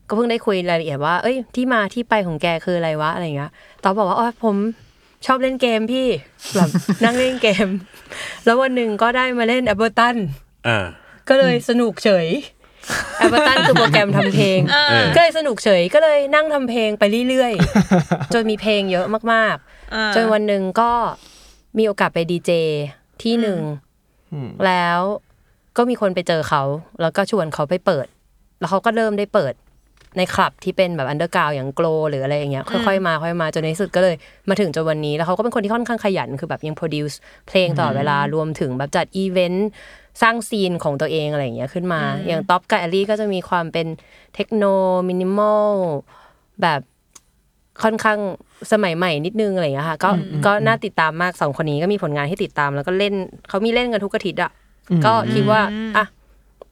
Speaker 6: ก็เพิ่งได้คุยรายละเอียดว่า เอ้ย ที่มาที่ไปของแกคืออะไรวะอะไรอย่างเงี้ยท็อปบอกว่าอ๋อผมชอบเล่นเกมพี่แบบ นั่งเล่นเกม แล้ววันหนึ่งก็ได้มาเล่นแอปเปิลตัน
Speaker 4: อ่า
Speaker 6: ก็เลยสนุกเฉ ย แอปเปตันคือโปรแกรมทำเพลง ก็เลยสนุกเฉย ก็เลยนั่งทำเพลงไปเรื่อย ๆ จนมีเพลงเยอะมากๆ จนวันหนึ่งก็มีโอกาสไปดีเจที่หนึ่ง แล้วก็มีคนไปเจอเขา แล้วก็ชวนเขาไปเปิด แล้วเขาก็เริ่มได้เปิดในคลับที่เป็นแบบอันเดอร์กราวอย่างโกลหรืออะไรอย่างเงี้ยค่อยๆมาค่อยมาจนในที่สุดก็เลยมาถึงจนวันนี้ แล้วเขาก็เป็นคนที่ค่อนข้างขยันคือแบบยังโปรดิวซ์เพลงต่อดเวลารวมถึงแบบจัดอีเวนต์สร้างซีนของตัวเองอะไรอย่างเงี้ยขึ้นมา อย่างท็อปกับแอลลี่ก็จะมีความเป็นเทคโนมินิมอลแบบค่อนข้างสมัยใหม่นิดนึงอะไรอย่างเงี้ยค่ะก็ก็น่าติดตามมากสองคนนี้ก็มีผลงานให้ติดตาม แล้วก็เล่นเขามีเล่นกันทุกอาทิตย์อ่ะก็คิดว่าอ่ะ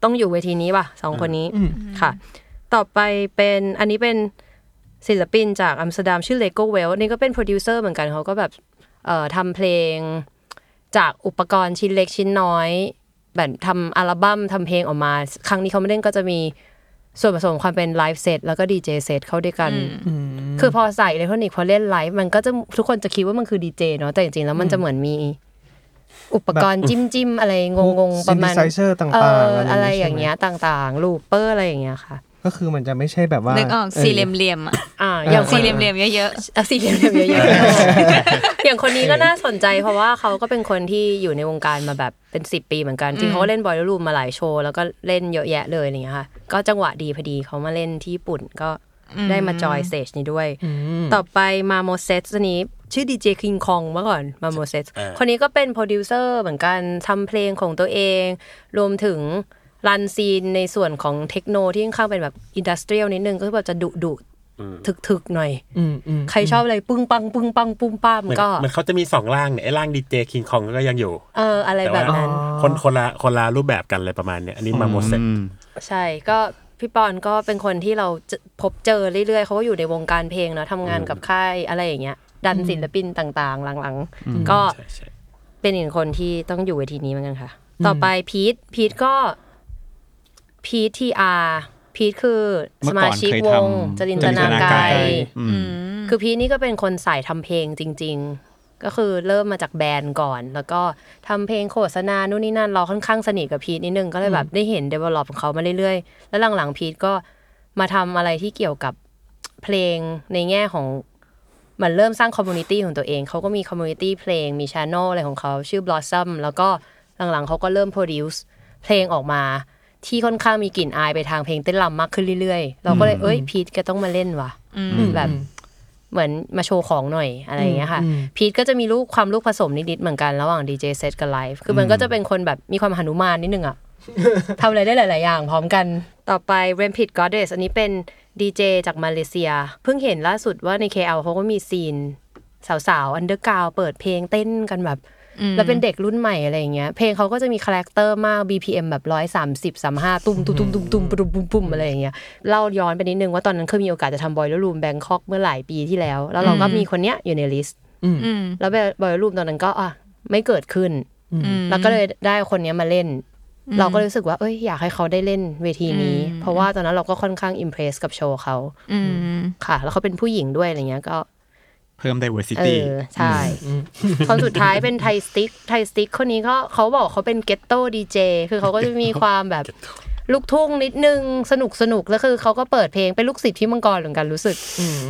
Speaker 6: ต้องอยู่เวทีนี้ป่ะสองคนนี้ค่ะ ต่อไปเป็นอันนี้เป็น ศิลปินจากอัมสเตอร์ดัมชื่อเลโกเวลนี่ก็เป็นโปรดิวเซอร์เหมือนกันเขาก็แบบเอ่อทำเพลงจากอุปกรณ์ชิ้นเล็กชิ้นน้อย แบบทำอัลบั้มทำเพลงออกมา ครั้งนี้เขาไม่เล่นก็จะมีส่วนผสมความเป็นไลฟ์เซตแล้วก็ดีเจเซตเข้าด้วยกัน คือพอใส่อิเล็กทรอนิกส์พอเล่นไลฟ์มันก็จะทุกคนจะคิดว่ามันคือดีเจเนาะแต่จริงๆแล้วมันจะเหมือนมี อุปกรณ์จิ้มจิ้มๆอะไรงงๆประมาณ
Speaker 3: synthesizer ต่างๆ
Speaker 6: เอ่อ
Speaker 3: อะ
Speaker 6: อะไรไรอ
Speaker 3: อา
Speaker 6: ย่ย่าง ง
Speaker 3: เงี้
Speaker 6: เงี้
Speaker 3: ย
Speaker 6: ยต่างๆ ลูปเปอร์อะไรอย่างเงี้ยค่ะ
Speaker 3: ก็คือมันจะไม่ใช่แบบว่า
Speaker 2: นึกออกสี่เหลี่ยมเหลี่ยมๆอะ
Speaker 6: อ่าอย่างคน
Speaker 2: สี่เหลี่ยมเหลี่ยมๆเยอะ
Speaker 6: อ่ะสี่เหลี่ยมๆเยอะๆอย่างคนนี้ก็น่าสนใจเพราะว่าเขาก็เป็นคนที่อยู่ในวงการมาแบบเป็นสิบปีเหมือนกันจริงเขาก็เล่นบอยลูมมาหลายโชว์แล้วก็เล่นเยอะแยะเลยอะไรอย่างเงี้ยค่ะ ก็จังหวะดีพอดีเขามาเล่นที่ญี่ปุ่นก็ได้มาจอยสเตจนี้ด้วย ต่อไปมาโมเซสนี้ชื่อดีเจคิงคองเมื่อก่อนมาโมเซส
Speaker 4: อ่า
Speaker 6: คนนี้ก็เป็นโปรดิวเซอร์เหมือนกันทำเพลงของตัวเอง รวมถึงรันซีนในส่วนของเทคโนที่ค่อนข้างเป็นแบบอินดัสเทรียลนิดนึงก็คือแบบจะดุดุๆถึกๆหน่อย
Speaker 3: อืมอืม
Speaker 6: ใครชอบอะไรปึ้งปังปึ้งปังปุ้มป้าม
Speaker 4: เหมือน
Speaker 6: ก็
Speaker 4: เหมือนเขาจะมีสองร่างเนี่ยไอ้ร่างดีเจคิงคองก็ยังอยู่
Speaker 6: เอออะไรแบบนั้น
Speaker 4: คนคนละคนละรูปแบบกันเลยประมาณเนี้ยอันนี้มาโมเสส
Speaker 5: อืม
Speaker 6: ใช่ก็พี่ปอนก็เป็นคนที่เราจะพบเจอเรื่อยๆเขาก็อยู่ในวงการเพลงเนาะทำงานกับค่ายอะไรอย่างเงี้ย ดันศิลปินต่างๆ หลังๆ ก็
Speaker 4: ใช่ใช่
Speaker 6: เป็นอีกคนที่ต้องอยู่เวทีนี้เหมือนกันค่ะ ต่อไปพีทพีทก็พีททีอาร์พีทคือ
Speaker 5: เมื่
Speaker 6: ส
Speaker 5: อ
Speaker 6: มา
Speaker 5: ก่อน
Speaker 6: ชิก
Speaker 5: เคยว ท
Speaker 6: ง
Speaker 5: ำ
Speaker 6: จรินตนา
Speaker 5: ไ
Speaker 6: กาย
Speaker 5: อืม
Speaker 6: คือพีทนี่ก็เป็นคนสายทำเพลงจริง ๆ ก็คือเริ่มมาจากแบรนด์ก่อน แล้วก็ทำเพลงโฆษณานู่นนี่นั่นเราค่อนข้างสนิทกับพีทนิดนึงก็เลยแบบได้เห็น develop ของเขามาเรื่อยๆ แล้วหลังๆพีทก็มาทำอะไรที่เกี่ยวกับเพลงในแง่ของเหมันเริ่มสร้างคอมมูนิตี้ของตัวเอง เขาก็มีคอมมูนิตี้เพลงมีช n e l อะไรของเขาชื่อ Blossom แล้วก็หลังๆเขาก็เริ่ม produce เพลงออกมา ที่ค่อนข้างมีกลิ่นอายไปทางเพลงเต้นรำมากขึ้นเรื่อยๆ เราก็เลยเอ้ยพีทแกต้องมาเล่นว่ะแบบ เหมือนมาโชว์ของหน่อยอะไรอย่างเงี้ยค่ะ พีทก็จะมีลูกความลูกผสมนิดๆเหมือนกันระหว่างดีเจเซตกับไลฟ์คือมันก็จะเป็นคนแบบมีความหนุมานนิดนึงอะ ทำอะไรได้หลาย ๆ อย่างพร้อมกันต่อไป r a m p i d Goddess อันนี้เป็นดีเจจากมาเลเซีย เพิ่งเห็นล่าสุดว่าใน KL เขาก็มีซีน สาว ๆ อันเดอร์กาวเปิดเพลงเต้นกันแบบ แล้วเป็นเด็กรุ่นใหม่อะไรอย่างเงี้ย เพลงเขาก็จะมีคาแรคเตอร์มาก BPM แบบร้อยสามสิบสามห้าตุ้มตุ้มตุ้มตุ้มตุ้มปุ้มปุ้มปุ้มอะไรอย่างเงี้ย เล่าย้อนไปนิดนึงว่าตอนนั้นเคยมีโอกาสจะทำบอยล์รูมแบงคอกเมื่อหลายปีที่แล้ว แล้วเราก็มีคนเนี้ยอยู่ในลิสต์
Speaker 2: ๆอืม
Speaker 6: แล้วบอยล์รูมตอนนั้นก็อ่ะไม่เกิดขึ้น แล้วก็เลยได้คนเนี้ยมาเล่น เราก็รู้สึกว่าเอ้ยอยากให้เขาได้เล่นเวทีนี้ เพราะว่าตอนนั้นเราก็ค่อนข้างอิมเพรสกับโชว์เขา
Speaker 2: อืม
Speaker 6: ค่ะ แล้วเขาเป็นผู้หญิงด้วยอะไรเงี้ยก็
Speaker 5: เพิ่ม
Speaker 6: เอ
Speaker 5: diversity
Speaker 6: อ ใช่ คนสุดท้ายเป็นไทยสติ๊กไทยสติ๊กคนนี้ก็เขาบอกเขาเป็นเกตโต้ดีเจคือเขาก็จะมีความแบบลูกทุ่งนิดนึงสนุกสนุกแล้วคือเขาก็เปิดเพลงเป็นลูกศิษย์พี่มังกรเหมือนกันรู้สึก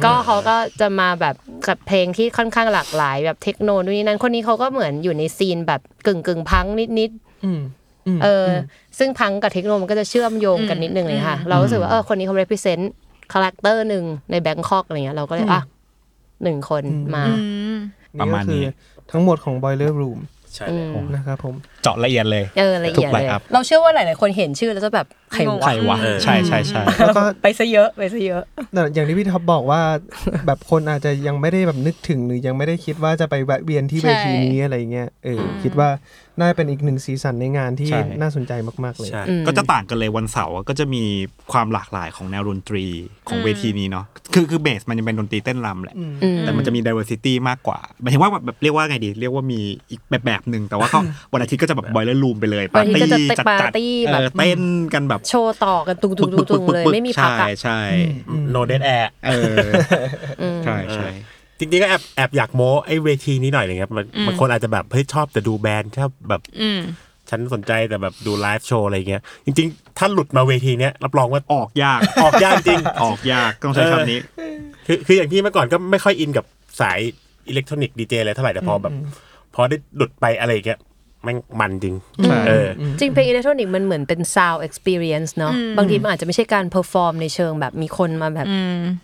Speaker 6: ก็เขาก็จะมาแบบกับเพลงที่ค่อนข้างหลากหลายแบบเทคโนนู่นนี่นั้นคนนี้เขาก็เหมือนอยู่ในซีนแบบกึ่งกึ่งพังนิดนิดๆเอออ ซึ่งพังกับเทคโนมันก็จะเชื่อมโยงกันนิดนึงเลยค่ะ เรารู้สึกว่าเออคนนี้เขา represent คาแรคเตอร์หนึ่งในแบงคอกอะไรเงี้ยเราก็เลยอ่ะหนึ่งคนมา
Speaker 5: ประมาณ
Speaker 3: ก็
Speaker 5: นี้
Speaker 3: คือทั้งหมดของ Boiler Room
Speaker 4: ใช่เลย
Speaker 3: นะครับผม
Speaker 5: เจาะละเอียดเลย
Speaker 6: เออละเอียด
Speaker 5: ถูกไหม
Speaker 6: เลย
Speaker 5: ครับ
Speaker 6: เราเชื่อว่าหลาย ๆ คนเห็นชื่อแล้วจะแบบใครง
Speaker 2: ง
Speaker 5: ใครวะ
Speaker 4: เออ
Speaker 5: ใช่ใช่ใช่
Speaker 3: แล้วก็
Speaker 6: ไปซะเยอะไปซะเยอะ
Speaker 3: แต่อย่างที่พี่ท็อปบอกว่า แบบคนอาจจะยังไม่ได้แบบนึกถึงหรือยังไม่ได้คิดว่าจะไปแวะเวียนที่
Speaker 2: ใช่
Speaker 3: เวทีนี้อะไรเงี้ยเอออคิดว่าน่าเป็นอีกหนึ่งสีสันในงานที่
Speaker 5: ใช่
Speaker 3: น่าสนใจมาก ๆ เลย
Speaker 4: ใช่
Speaker 5: ก็จะต่างกันเลยวันเสาร์อะก็จะมีความหลากหลายของแนวดนตรีของเวทีนี้เนาะคือคือเบสมันยังเป็นดนตรีเต้นรำแหละ แต่มันจะมี diversity มากกว่าหมายถึงว่าแบบเรียกว่าไงดี เรียกว่ามีอีกแบบแบบหนึ่งแต่ว่าเขาวันอาทิตย์ก็จะแบบบอยเลอร์รูมไปเลยปาร์
Speaker 6: วันอาทิตย์ก็
Speaker 5: ตี้
Speaker 6: จะ
Speaker 5: จัด
Speaker 6: ปา
Speaker 5: จั
Speaker 6: ร์
Speaker 5: ด
Speaker 6: ตี้แบบ
Speaker 5: เออเต้นกันแบบ
Speaker 6: โชว์ต่อกันตุงตุงตุงตุงเลย ไม่มีพัก
Speaker 5: ใช่
Speaker 6: อะ
Speaker 5: ใช่
Speaker 4: โนเดนแอร์
Speaker 5: เอออใช่ใช่
Speaker 4: จริงๆก็แอบแอบอยากโม้ไอ้เวทีนี้หน่อยนะครับมันบางคนอาจจะแบบเฮ้ยชอบแต่ดูแบรนด์ชอบแบบ
Speaker 2: อืม
Speaker 4: ฉันสนใจแต่แบบดูไลฟ์โชว์อะไรเงี้ยจริงๆ ถ้าหลุดมาเวทีเนี้ยรับรองว่า
Speaker 5: ออกยาก
Speaker 4: ออกยากจริง
Speaker 5: ออกยากต้องใช้คำนี้
Speaker 4: คือคืออย่างที่เมื่อก่อนก็ไม่ค่อยอินกับสายอิเล็กทรอนิกส์ดีเจอะไรเท่าไหร่แต่พอแบบ พอได้หลุดไปอะไรเงี้ยแม่งมันจริงเอออ
Speaker 6: จริงเพลงอิเล็กทรอนิกส์มันเหมือนเป็น sound experience เนาะบางทีมันอาจจะไม่ใช่การ perform ในเชิงแบบมีคนมาแบบ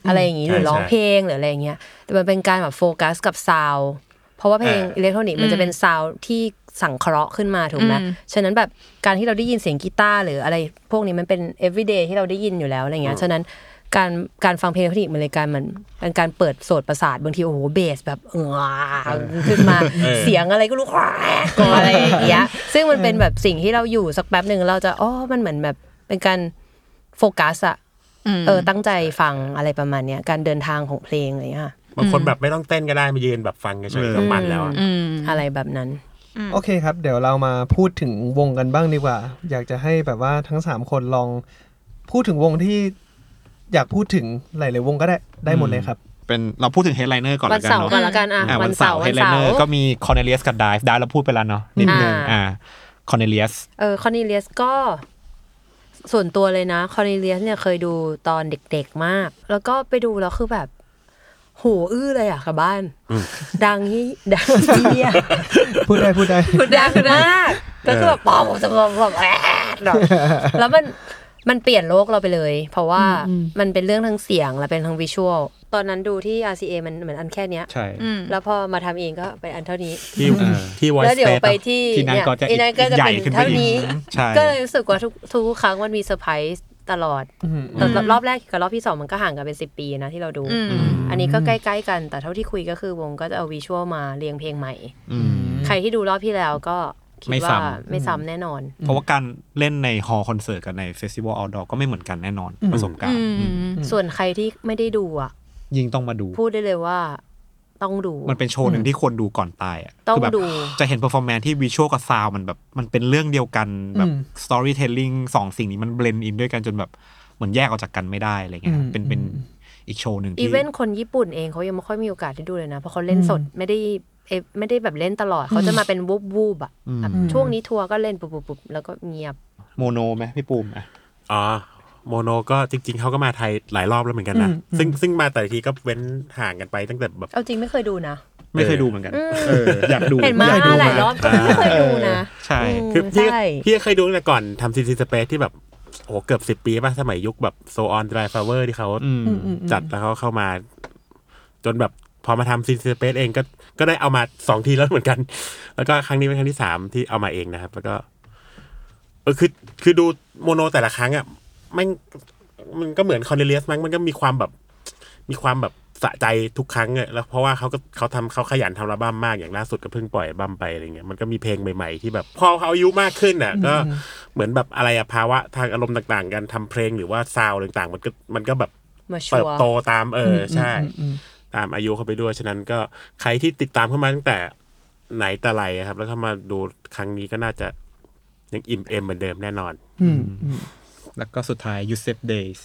Speaker 6: อะไรอย่างงี้หรือ
Speaker 4: ใช่
Speaker 6: ร้อง
Speaker 4: ใช่
Speaker 6: เพลงหรืออะไรอย่างเงี้ยแต่มันเป็นการแบบโฟกัสกับ sound เพราะว่าเพลงอิเล็กทรอนิกส์มันจะเป็น sound ที่สังเคราะห์ขึ้นมาถูกไหมฉะนั้นแบบการที่เราได้ยินเสียงกีตาร์หรืออะไรพวกนี้มันเป็น everyday ที่เราได้ยินอยู่แล้วอะไรเงี้ยฉะนั้นการการฟังเพลงอิเล็กทรอนิกส์มันเลยการมันเป็นการเปิดโสตประสาทบางทีโอ้โหเบสแบบเออขึ้นมาเสียงอะไรก็รู้ ก่อนอะไรอย่างเงี้ย ซึ่งมันเป็นแบบสิ่งที่เราอยู่สักแป๊บหนึ่งเราจะอ๋อมันเหมือนแบบเป็นการโฟกัสอะ
Speaker 2: ม
Speaker 6: เออตั้งใจฟังอะไรประมาณเนี้ยการเดินทางของเพลงอะไรอย่างเงี้ยค่ะ
Speaker 4: บางคนแบบไม่ต้องเต้นก็ได้มายืนแบบฟังเฉยๆก็มันแล้วอะ
Speaker 2: อืม
Speaker 6: อะไรแบบนั้น
Speaker 3: โอเคครับ เดี๋ยวเรามาพูดถึงวงกันบ้างดีกว่า อยากจะให้แบบว่าทั้งสามคนลองพูดถึงวงที่อยากพูดถึงหลาย ๆ วงก็ได้ได้หมดเลยครับ
Speaker 5: เป็นเราพูดถึงเฮดไลเนอร์ก่อน
Speaker 6: วัน
Speaker 5: ละกัน
Speaker 6: เสาร์
Speaker 5: เนาะ
Speaker 6: ก่อนละกันอ่ะ
Speaker 5: อ่ะ
Speaker 6: วั
Speaker 5: วัน น
Speaker 6: เสา
Speaker 5: เสา
Speaker 6: ร์
Speaker 5: ร์
Speaker 6: วั
Speaker 5: เฮ
Speaker 6: น
Speaker 5: ดไล
Speaker 6: เสา
Speaker 5: เนอ
Speaker 6: ร์
Speaker 5: ร์ก็มีคอนเนเลียสกับไดฟ์ไดฟ์เราพูดไปแล้วเนาะนิดนึง
Speaker 6: อ่า
Speaker 5: อ่าคอนเนเลียส
Speaker 6: เออคอนเนเลียสก็ส่วนตัวเลยนะคอนเนเลียสเนี่ยเคยดูตอนเด็กๆมาก แล้วก็ไปดูแล้วคือแบบหูอื้อเลยอ่ะกลับบ้าน ดังที่ดังที่เนี่ย
Speaker 3: พูดได้พูดได้
Speaker 6: ดังมากก็คือแบบปอมจะปอมแบบแอด แบบแล้วมันมันเปลี่ยนโลกเราไปเลย เพราะว่ามันเป็นเรื่องทั้งเสียงและเป็นทั้งวิชวลตอนนั้นดูที่ RCA มันเหมือนอันแค่เนี้ย
Speaker 5: ใช่
Speaker 6: แล้วพอมาทำเองก็เป็นอันเท่านี้
Speaker 4: ที่ที่ voice
Speaker 6: แล้วเดี๋ยว
Speaker 4: space
Speaker 6: ไป
Speaker 4: เนอะ
Speaker 6: ที่
Speaker 5: ที่นั่น
Speaker 6: เย
Speaker 5: ก็จะ
Speaker 6: อีนั่นก็จะ
Speaker 5: ใหญ่
Speaker 6: เป็น
Speaker 5: ขึ้นไป
Speaker 6: เท่า
Speaker 5: อี
Speaker 6: นี้
Speaker 5: กใช่
Speaker 6: ก็เลยรู้สึกว่าทุกทุกครั้งมันมีเซอร์ไพรส์ตลอดแต่รอบรอบแรกกับรอบที่สองมันก็ห่างกันเป็นสิปีนะที่เราดู
Speaker 2: อืม
Speaker 6: อันนี้ก็ใกล้ๆกัน แต่เท่าที่คุยก็คือวงก็จะเอาวิชวลมาเรียงเพลงใหม่
Speaker 5: อืม
Speaker 6: ใครที่ดูรอบที่แล้วก็คิด
Speaker 5: ไม่ซ้ำ
Speaker 6: ว่าไม่ซ้ำแน่นอน
Speaker 5: เพราะว่าการเล่นในฮอลคอนเสิร์ตกับในเฟสติวัล o อ t d o ดอร์ก็ไม่เหมือนกันแน่นอนประสบการณ์อืม
Speaker 6: ส่วนใครที่ไม่ได้ดูอ่ะ
Speaker 5: ยิ่งต้องมาดู
Speaker 6: พูดได้เลยว่าต้องดู
Speaker 5: มันเป็นโชว์หนึ่งที่ควรดูก่อนตายอ่ะ
Speaker 6: ต้อง
Speaker 5: คืแบบ
Speaker 6: ดู
Speaker 5: จะเห็นเ e อร์ฟอร์แมนที่วิชวลกับซาวมันแบบ มันเป็นเรื่องเดียวกันแบบ
Speaker 3: อืม
Speaker 5: สตอรี่เทลลิ่งสองสิ่งนี้มันเบลนด์อินด้วยกันจนแบบเหมือนแยกออกจากกันไม่ได้อะไรเงี้ย
Speaker 3: อืม
Speaker 5: เป็นเป็นอีกโชว์หนึ่ง
Speaker 6: อี
Speaker 5: ที่
Speaker 6: เวนคนญี่ปุ่นเองเขายังไม่ค่อยมีโอกาสได้ดูเลยนะเพราะเขาเล่นสดไม่ได้เอ๊ะไม่ได้แบบเล่นตลอดเขาจะมาเป็นวูบวูบๆอะแบบช่วงนี้ทัวร์ก็เล่นปุ๊บปุ๊บปุ๊บแล้วก็เงียบ
Speaker 5: โมโนไหมพี่ปูมอ่ะ
Speaker 4: อ๋อโมโนก็จริง ๆเขาก็มาไทยหลายรอบแล้วเหมือนกันนะซึ่งซึ่งมาแต่ละทีก็เว้นห่างกันไปตั้งแต่แบบ
Speaker 6: เอาจริงไม่เคยดูนะ
Speaker 5: ไม่เคยดูเหมือนกัน เออ อยากดู
Speaker 6: เห็นมา
Speaker 5: อยกดู
Speaker 6: หลายรอบก็ไม่เคยดูนะ
Speaker 5: ใช่
Speaker 6: ม
Speaker 4: คือพี่
Speaker 6: ใช่
Speaker 4: พี่เคยดูตั้งแต่ก่อนทำซีซีสเปซที่แบบโอ้โหเกือบสิบ10 ปีป่ะ สมัยยุคแบบโซออนไดร์ฟเวอร์ที่เขา
Speaker 5: อืม
Speaker 4: จัดแล้วเขาเข้ามา จนแบบพอมาทำซีซีสเปซเองก็ก็ได้เอามาสองทีแล้วเหมือนกัน แล้วก็ครั้งนี้เป็นครั้งที่สามที่เอามาเองนะครับ แล้วก็เออคือคือดูโมโนแต่ละครั้งอ่ะแม่งมันก็เหมือนคอนเดเลียสมั้งมันก็มีความแบบ มีความแบบสะใจทุกครั้งเลยแล้วเพราะว่าเขาก็เขาทำเขาขยันทำอัลบั้มมากอย่างล่าสุดก็เพิ่งปล่อยอัลบั้มไปอะไรเงี้ยมันก็มีเพลงใหม่ๆที่แบบพอเขาอายุมากขึ้นอ่ะก็เหมือนแบบอะไรอะภาวะทางอารมณ์ต่างๆ กันทำเพลงหรือว่าซาวด์ต่างๆ มันก็มันก็แบบ
Speaker 6: มาชั
Speaker 4: เติ
Speaker 6: ว
Speaker 4: บ
Speaker 6: ร์
Speaker 4: โตตามเออใช่ ตามอายุเขาไปด้วยฉะนั้นก็ใครที่ติดตามเข้ามาตั้งแต่ไหนแต่ไรอะครับ แล้วเข้ามาดูครั้งนี้ก็น่าจะยังอิ่มเอมเหมือนเดิมแน่นอน
Speaker 3: อืม
Speaker 5: แล้วก็สุดท้าย u s e p Days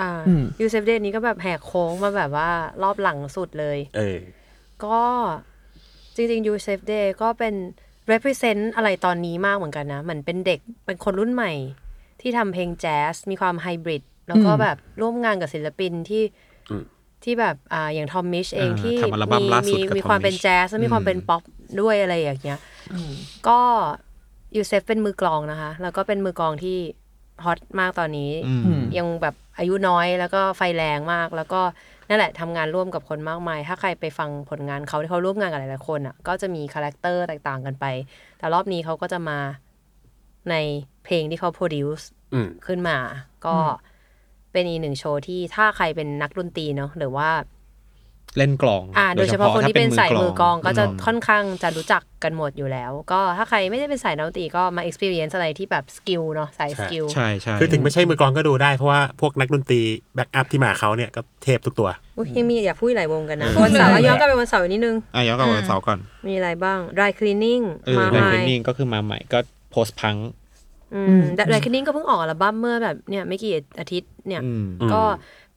Speaker 6: อ่า
Speaker 3: อืม
Speaker 6: ยูเซฟเดนนี้ก็แบบแหกโค้งมาแบบว่ารอบหลังสุดเลย
Speaker 4: เออ
Speaker 6: ก็จริงๆ u s a f e Day ก็เป็น represent อะไรตอนนี้มากเหมือนกันนะ เหมือนเป็นเด็กเป็นคนรุ่นใหม่ ที่ทำเพลงแจ๊ส มีความไฮบริด แล้วก็แบบร่วมงานกับศิลปินที่
Speaker 4: อืม
Speaker 6: ที่แบบอ่าอย่างทอมมิชเอง
Speaker 5: อ่า
Speaker 6: ที่
Speaker 5: ทำอัลบั้มล่าสุดกับ
Speaker 6: มี
Speaker 5: Tom
Speaker 6: ความเป็น
Speaker 5: Misch
Speaker 6: แจ๊สและมีความเป็นป๊อปด้วยอะไรอย่างเงี้ยก็ยูเซฟเป็นมือกลองนะคะ แล้วก็เป็นมือกลองที่ฮอตมากตอนนี้
Speaker 3: อืม
Speaker 6: ยังแบบอายุน้อยแล้วก็ไฟแรงมาก แล้วก็นั่นแหละทำงานร่วมกับคนมากมาย ถ้าใครไปฟังผลงานเขาที่เขาร่วมงานกับหลายๆคนอ่ะก็จะมีคาแรคเตอร์แตกต่างกันไป แต่รอบนี้เขาก็จะมาในเพลงที่เขาโปรดิวซ์
Speaker 4: อืม
Speaker 6: ขึ้นมา ก็เป็นอีกหนึ่งโชว์ที่ถ้าใครเป็นนักดนตรีเนาะหรือว่า
Speaker 5: เล่นกลอง
Speaker 6: อ่าโดยเฉพาะคนที่เป็น
Speaker 5: ถ้
Speaker 6: สายมือกลองก็จะ
Speaker 5: ม
Speaker 6: ค่อนข้างจะรู้จักกันหมดอยู่แล้ว ก็ถ้าใครไม่ได้เป็นสายดนตรีก็มา experience อะไรที่แบบสกิลเนาะสายสกิล
Speaker 5: ใช่ใช่
Speaker 4: คือถึงไม่ใช่มือกลองก็ดูได้เพราะว่าพวกนักดนตรีแบ็กอัพที่มาเขาเนี่ยก็เทพทุกตัว
Speaker 6: อุ๊ยยังมีอยากพูดอีกหลายวงกันนะวันเสาร์อ่ะย้อนกลับไปวันเสาร์อีกนิดนึง
Speaker 5: อ่ะย้อนกลับมาเสาร์ก่อน
Speaker 6: มีอะไรบ้าง dry cleaning
Speaker 5: เออ
Speaker 6: มาให
Speaker 5: ใน
Speaker 6: ม่
Speaker 5: เทรนนิ่งก็คือมาใหม่ก็โพสพัง
Speaker 6: อืม dry cleaning ก็เพิ่งออกอัลบั้มเมื่อแบบเนี่ยไม่กี่อาทิตย์เนี่ย
Speaker 5: อืม
Speaker 6: ก็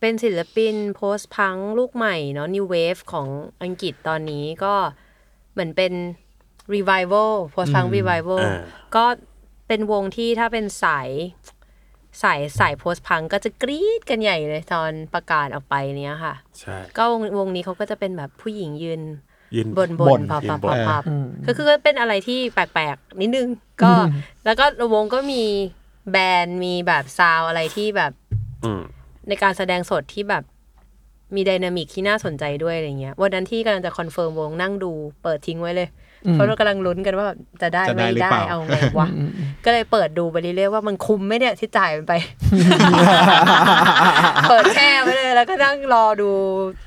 Speaker 6: เป็นศิลปินโพสพังลูกใหม่เนาะ new wave ของอังกฤษตอนนี้ก็เหมือนเป็น revival post punk revival
Speaker 4: อ่า
Speaker 6: ก็เป็นวงที่ถ้าเป็นสายสายสายโพสพังก็จะกรี๊ดกันใหญ่เลยตอนประกาศออกไปเนี้ยค่ะ
Speaker 4: ใช่
Speaker 6: ก็วงวงนี้เขาก็จะเป็นแบบผู้หญิงยืน
Speaker 4: ยืน
Speaker 6: บนบน
Speaker 5: บ่น
Speaker 6: พับ
Speaker 4: ยืน
Speaker 6: พับบ
Speaker 4: น
Speaker 6: พับพับก็คือก็เป็นอะไรที่แปลกๆ นิดนึง ก็แล้วก็วงก็มีแบรนด์มีแบบซาวอะไรที่แบบ
Speaker 4: อืม
Speaker 6: ในการแสดงสดที่แบบมีไดินามิกที่น่าสนใจด้วยอะไรเงี้ยวันนั้นที่กำลังจะคอนเฟิร์มวงนั่งดูเปิดทิ้งไว้เลย เพราะเรากำลังลุ้นกันว่าแบบจะได้
Speaker 5: จะได้
Speaker 6: ไม่
Speaker 5: หรือ
Speaker 6: ได้
Speaker 5: เปล่า
Speaker 6: เอาไงวะก็เลยเปิดดูไปเรื่อยๆว่ามันคุ้มไหมเนี่ยที่จ่ายมัน ไป เปิดแช่ไปเลยแล้วก็นั่งรอดู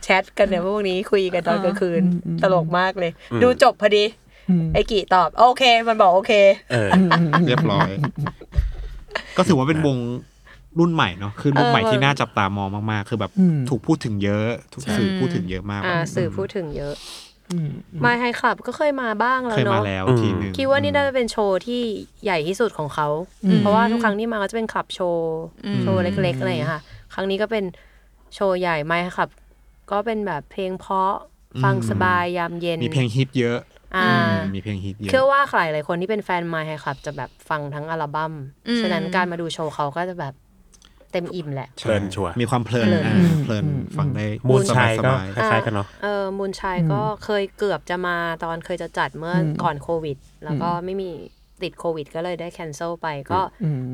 Speaker 6: แชทกันเนี่ยพวกนี้คุยกันตอนกลางคืน ตลกมากเลย ดูจบพอดี ไอ้กี่ตอบ โอเค มันบอกโอเค
Speaker 4: เออ
Speaker 5: เรียบร้อย ก็ถือว่าเป็นวง รุ่นใหม่เนาะคือรุ่นใหม่
Speaker 2: เออ
Speaker 5: ที่น่าจับตามองมากๆ คือแบบ
Speaker 3: อืม
Speaker 5: ถูกพูดถึงเยอะถูกสื่อพูดถึงเยอะมาก
Speaker 6: อ่าสื่อพูดถึงเยอะ
Speaker 3: อืม
Speaker 6: มาไฮคลับก็เคยมาบ้างแล้ว
Speaker 5: เคยมา
Speaker 6: เนาะ
Speaker 5: แล้ว
Speaker 4: อืม
Speaker 5: ทีหนึง
Speaker 6: คิดว่านี่น่าจะเป็นโชว์ที่ใหญ่ที่สุดของเขา
Speaker 2: อืม
Speaker 6: เพราะว่าทุกครั้งที่มาก็จะเป็นคลับโชว์ โชว์เล็กๆอะไรอย่างเงี้ยค่ะ ครั้งนี้ก็เป็นโชว์ใหญ่ไมค์ครับ ก็เป็นแบบเพลงเพราะฟังสบายยามเย็น
Speaker 5: มีเพลงฮิตเยอะ
Speaker 6: อ่า
Speaker 5: อืมมีเพลงฮิตเยอะ
Speaker 6: เชื่อว่าหลายหลายๆคนที่เป็นแฟนไมค์ครับ จะแบบฟังทั้งอัลบั้ม
Speaker 2: อืม
Speaker 6: ฉะนั้นการมาดูโชว์เขาก็จะแบบเต็มอิ่มแหละ
Speaker 4: เพลินชัวร์
Speaker 5: มีความเพลิน
Speaker 6: เพลิน
Speaker 5: อ่าเพลินฟังได้
Speaker 4: มูลชายก็
Speaker 5: สบาย
Speaker 4: คล้ายๆกันเนาะ
Speaker 6: เออมูลชัยก็เคยเกือบจะมาตอนเคยจะจัดเมื่ออก่อนโควิด แล้วก็ไม่มีติดโควิด ก็เลยได้แคนเซิลไปก็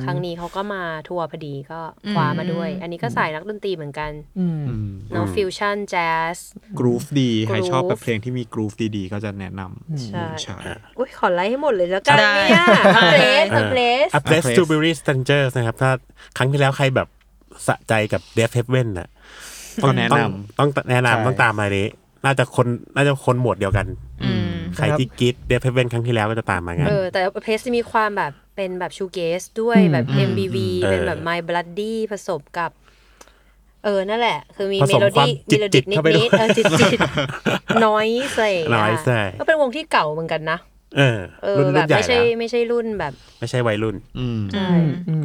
Speaker 6: ครั้งนี้เขาก็มาทัวร์พอดีก็คว้ามาด้วย อันนี้ก็สายนักดนตรีเหมือนกัน
Speaker 3: อืม
Speaker 6: เนาะฟิวชั่นแจ๊ส
Speaker 5: กรูฟดี ใครชอบแบบ
Speaker 6: groove
Speaker 5: เพลงที่มีกรูฟดีๆ ก็จะแนะนำ
Speaker 6: ใช่
Speaker 5: ใช่
Speaker 6: อุ้ยขอไลค์ให้หมดเลยแล้วกัน
Speaker 7: ได้
Speaker 6: เนี่ยอัพเลสอัพเลส
Speaker 4: A Place
Speaker 5: A Place
Speaker 4: to Bury Strangers นะครับ ถ้าครั้งที่แล้วใครแบบสะใจกับ Death Heaven น่ะ
Speaker 5: ก็แนะ
Speaker 4: ต้อน งต้องแนะ
Speaker 5: ใช่
Speaker 4: นำต้องตามมานี้น่าจะคนน่าจะคนหมวดเดียวกัน ใคร
Speaker 3: ครับ
Speaker 4: ที่กิ๊ด Death Heaven ครั้งที่แล้วก็จะตามมางั้น
Speaker 6: เออแต่เพสมีความแบบเป็นแบบชูเกสด้วยแบบ MBV
Speaker 4: เออ
Speaker 6: เป็นแบบ My Bloody ผสมกับ เออ นั่นแหละ คือมี
Speaker 4: ผ
Speaker 6: เม
Speaker 4: สม
Speaker 6: โล
Speaker 4: ความ
Speaker 6: ดี้
Speaker 4: จิ
Speaker 6: เม
Speaker 4: ต
Speaker 6: โล
Speaker 4: จิ
Speaker 6: ดี้
Speaker 4: ต
Speaker 6: นิ
Speaker 4: เข้าไปด้ว
Speaker 6: ด
Speaker 4: ย
Speaker 6: ๆเออจิตจิต น้อยใส่างเงี้ย
Speaker 4: noise ใส่
Speaker 6: ก็เป็นวงที่เก่าเหมือนกันนะ
Speaker 4: เออ
Speaker 6: เออ
Speaker 4: รุ่น
Speaker 6: แบ
Speaker 4: รุ่
Speaker 6: บ
Speaker 4: นใหญ่
Speaker 6: ไม่ใช่
Speaker 4: แล้ว
Speaker 6: ไม่ใช่รุ่นแบบ
Speaker 4: ไม่ใช่วัยรุ่น
Speaker 5: ำอืม
Speaker 6: ใช่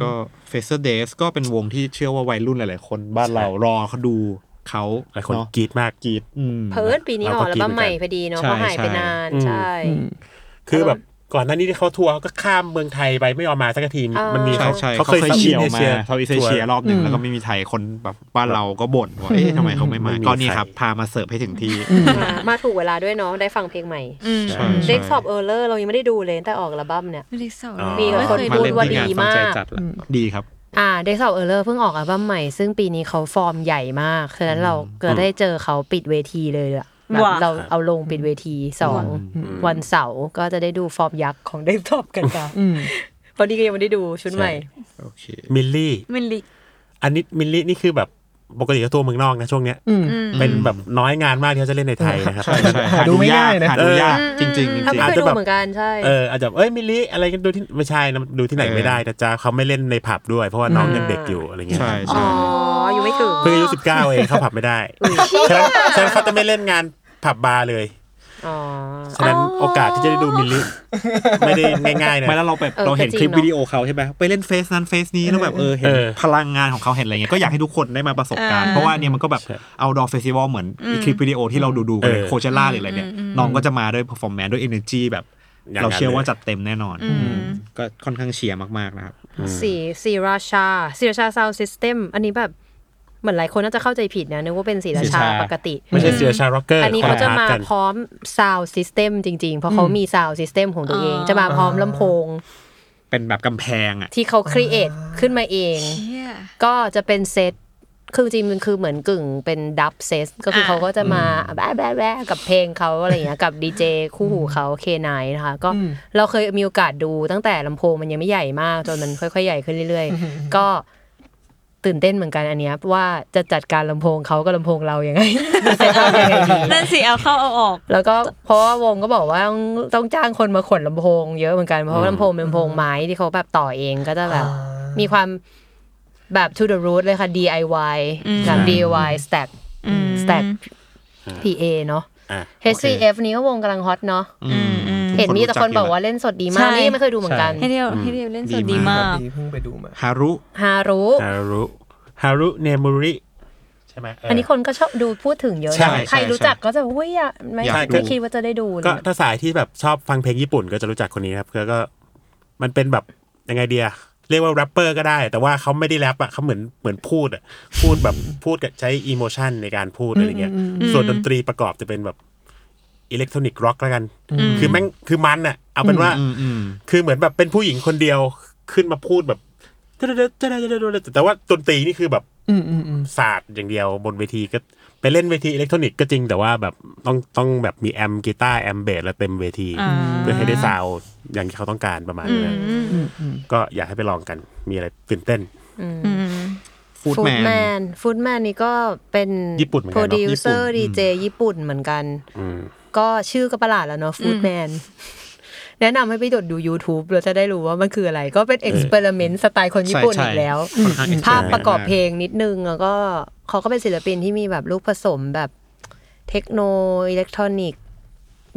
Speaker 5: ก็ f a c e r Days ก็เป็นวงที่เชื่อว่าวัยรุ่นหลายๆ คนบ้านเรารอเขาดูเขา
Speaker 4: หลายคน
Speaker 5: เนาะ
Speaker 4: กรีดมาก
Speaker 5: กรีดอืม
Speaker 6: เพิร์ดปีนี้ออก
Speaker 4: เราก็
Speaker 6: แล้
Speaker 4: กิ
Speaker 6: วน บ้าใหม่
Speaker 4: เหมือนกัน
Speaker 6: พอดีเนาะ
Speaker 5: ใช่
Speaker 6: เขาหายไป
Speaker 5: ใช่
Speaker 6: นานใช่
Speaker 4: คือแบบก่อนหน้านี้ที่เขาทัวร์ก็ข้ามเมืองไทยไปไม่ยอมมาสักที
Speaker 6: อ่ามั
Speaker 4: มันมี
Speaker 5: ใช่
Speaker 4: เขา
Speaker 5: ใช่
Speaker 4: เขา
Speaker 5: เขา
Speaker 4: เคย
Speaker 5: เคย
Speaker 4: สัก
Speaker 5: เชียร์
Speaker 4: ใน
Speaker 5: มา
Speaker 4: ชี
Speaker 5: เขาอีเซเชียร์ร
Speaker 4: ทัว
Speaker 5: อบหนึ่งแล้วก็ไม่มีไทยคนแบบบ้านเราก็บ่นว่าเอ๊ะทำไมเขาไม่มา
Speaker 4: ไม่มี
Speaker 5: ก็นี่
Speaker 4: ใคร
Speaker 5: ครับ พามาเสิร์ฟให้ถึงที่
Speaker 6: มามาถูกเวลาด้วยเนาะได้ฟังเพลงใหม่
Speaker 5: ใช่
Speaker 6: เด็กสอบเออร์เลอร์เรายังไม่ได้ดูเลยตั้งแต่ออกอัลบั้มเนี่ย
Speaker 7: ไม่ได้สอน
Speaker 4: อ๋อ
Speaker 7: ไม่
Speaker 6: มี
Speaker 7: เคย
Speaker 6: คน
Speaker 5: มา
Speaker 7: ดู
Speaker 5: เล่น
Speaker 6: ว่า
Speaker 5: ที่งา
Speaker 6: ดี
Speaker 5: นตั้งใจ
Speaker 6: มาก
Speaker 5: จัดละดีครับ
Speaker 6: อ่าเดซ s เออร์เลอร์เพิ่งออกอัลบั้มใหม่ ซึ่งปีนี้เขาฟอร์มใหญ่มาก ฉะนั้นเราเกิดได้เจอเขาปิดเวทีเลยอะแบบ
Speaker 7: ว้า
Speaker 6: เราเอาลงปิดเวทีสองวันเสาร์ก็จะได้ดูฟอร์มยักษ์ของเดฟท็อปกันค่ะเพราะนี่ก็ยังไม่ได้ดูชุดใหม่
Speaker 5: โอเค
Speaker 4: มิลลี่
Speaker 7: มันลิก
Speaker 4: อันนี้มิลลี่นี่คือแบบปกติก็ทัวร์เมืองนอกนะช่วงเนี้ยเป็นแบบน้อยงานมากที่เขาจะเล่นในไทยนะครับ
Speaker 5: ใช่ใช่
Speaker 3: หาดูไม่ได้นะ
Speaker 5: หาดูยากจริงๆจริง
Speaker 6: ถ้า
Speaker 5: ๆ
Speaker 6: ไม่เคยดูเหมือนกันใช่
Speaker 4: เอออาจจะเอ้ยมิลลิอะไรกันดูที่ไม่ใช่นะดูที่ไหน
Speaker 5: เออ
Speaker 4: ไม่ได้นะจ๊ะเขาไม่เล่นในผับด้วย เพราะว่าน้องยังเด็กอยู่อะไรเงี้ย
Speaker 5: ใช่
Speaker 6: อ๋
Speaker 5: ใช่
Speaker 6: ออยู่ไม่ถึง
Speaker 4: เพิ่งอายุสิบเก้าเองเข้าผับไม่ได้ฉะนั้นฉะนั้นเขาจะไม่เล่นงานผับบาร์เลย
Speaker 6: อ๋อ
Speaker 4: ฉะนั้นโอกาสที่จะได้ดูมิลลิไม่ได้ง่ายๆนะ
Speaker 5: ไม่แล้วเราแบบ
Speaker 6: เออ
Speaker 5: เราเห็น
Speaker 6: ก็จริง
Speaker 5: คลิป
Speaker 6: เนอะ
Speaker 5: วิดีโอเขาใช่ไหมไปเล่นเฟสนั้นเฟสนี้แล้วแบบเออเห็
Speaker 4: เอน อ
Speaker 5: พลังงานของเขาเห็นอะไรเงี้ยก็อยากให้ทุกคนได้มาประสบการณ์ เพราะว่าเนี่ยมันก็แบบ
Speaker 4: ใช่
Speaker 5: เอาดอเฟสติวัลเหมือนอีกคลิปวิดีโอที่เราดูดูๆกันโคเชล่าหรืออะไรเนี่ยน้องก็จะมาด้วย performance ด้วย energy แบบ
Speaker 4: อย่าง
Speaker 5: เรา
Speaker 4: นั้นลย
Speaker 5: เชื่อว่าจัดเต็มแน่นอนอืมก็ค่อนข้างเชียร์มากๆนะครับ
Speaker 6: สีสีราชาสีราชาซาวด์ซิสเต็มอันนี้แบบเหมือนหลายคนน่าจะเข้าใจผิดนะนึกว่าเป็นสีรา
Speaker 5: ศรี
Speaker 6: ชา
Speaker 5: ราชา
Speaker 6: ปกติ
Speaker 4: ไม่ใช่เสือชาร็อกเกอร์
Speaker 6: อันนี้เขาจะมา
Speaker 4: คละอาร์ตกัน
Speaker 6: พร้อม Sound System จริง ๆ เพราะเขามี Sound System ของตัวเอง จะมาพร้อมลำโพง
Speaker 5: เป็นแบบกำแพงอ่ะ
Speaker 6: ที่เขา Create ขึ้นมาเอง
Speaker 7: เชี่ย
Speaker 6: ก็จะเป็นเซต คือจริงๆมันคือเหมือนกึ่งเป็นดับเซต ก็คือเขาก็จะมาแบ๊ะแบ๊ะแบ๊ะกับเพลงเขาอะไรอย่างเงี้ย กับดีเจคู่หูเขาเคนายนะคะ ก็เราเคยมีโอกาสดูตั้งแต่ลำโพงมันยังไม่ใหญ่มาก จนมันค่อยๆ ใหญ่ขึ้นเรื่อยๆ ก็ตื่นเต้นเหมือนกันอันเนี้ยว่าจะจัดการลำโพงเขากับลำโพงเรายังไง เซตอัพยังไงดี
Speaker 7: นั่นสิ เอาเข้าเอาออก
Speaker 6: แล้วก็เพราะว่าวงก็บอกว่าต้องต้องจ้างคนมาขนลำโพงเยอะเหมือนกัน เพราะว่าลำโพงเป็นลำโพงไม้ที่เขาแบบต่อเองก็จะแบบ มีความแบบ to the root เลยค่ะ DIY กับ DIY stack stack PA เนาะ
Speaker 4: อ่ะ
Speaker 6: HCF นี้ก็วงกำลังฮอตเนาะเห็นมีแต่คนบอกว่าเล่นสดดีมาก
Speaker 7: ใช่
Speaker 6: นี่ยังไม่เคยดูเหมือนกัน
Speaker 7: ให้เดียวให้เดียวเล่นสด
Speaker 5: ดี
Speaker 7: ดี
Speaker 5: มาม
Speaker 7: าก ก
Speaker 3: ดีเพิ่งไปดูมา
Speaker 5: ฮารุ
Speaker 6: ฮารุ
Speaker 4: ฮารุฮารุเนมูริใช่ไหมเ
Speaker 6: อันนี้คนก็ชอบดูพูดถึงเยอะ
Speaker 4: ใช่
Speaker 6: นะใครรู้จักก็จะอุ้ยอ่ะไม่
Speaker 5: อยากดู
Speaker 6: ไม่คิดว่าจะได้ดูเล
Speaker 4: ก็
Speaker 6: ย
Speaker 4: ถ้าสายที่แบบชอบฟังเพลงญี่ปุ่นก็จะรู้จักคนนี้ครับคือก็มันเป็นแบบยังไงเดียเรียกว่าแรปเปอร์ก็ได้ แต่ว่าเขาไม่ได้แรปอะเขาเหมือนเหมือนพูดอะพูดแบบพูดกับใช้อีโมชันในการพูดอะไรเงี้ยส่วนดนตรีประกอบจะเป็นแบบอิเล็กทรอนิกร็อกแล้วกัน คือแม่งคือมันอะเอาเป็นว่า
Speaker 5: อืมอืม
Speaker 4: คือเหมือนแบบเป็นผู้หญิงคนเดียวขึ้นมาพูดแบบแต่ว่าดนตรีนี่คือแบบศาสตร์อย่างเดียวบนเวทีก็ไปเล่นเวทีอิเล็กทรอนิกส์ก็จริง แต่ว่าแบบต้องต้องแบบมีแอมกีตาร์แอมเบสและเต็มเวที เพื่อให้ได้ซาวด์อย่างที่เขาต้องการประมาณนี้นะก็อยากให้ไปลองกันมีอะไรตื่นเต้น
Speaker 5: ฟูด
Speaker 6: ฟู
Speaker 5: แม
Speaker 6: ด
Speaker 5: น
Speaker 6: แมนฟูดแมนนี่ก็เป็น
Speaker 4: ญี่ปุ่นเหมือนกั
Speaker 6: โปร
Speaker 4: นเนอะ
Speaker 6: ดิวเซอ
Speaker 4: ญี่ปุ่
Speaker 6: ร์
Speaker 4: น
Speaker 6: ดีเจญี่ปุ่นเหมือนกัน
Speaker 4: อืม
Speaker 6: ก็ชื่อก็ประหลาดแล้วเนาะฟูดแมน แนะนำให้ไปดดดู YouTube เราจะได้รู้ว่ามันคืออะไร ก็เป็นเอ็กซ์เพร์เมนต์สไตล์คนญี่ปุ่น
Speaker 5: ใช่
Speaker 6: อีกแล้ว
Speaker 5: ค่อนข้ง
Speaker 6: ภาพ
Speaker 5: experiment
Speaker 6: ประกอบ
Speaker 5: ม
Speaker 6: เพลงนิดนึง แล้วก็เขาก็เป็นศิลปินที่มีแบบลูกผสมแบบเทคโนอิเล็กทรอนิกส์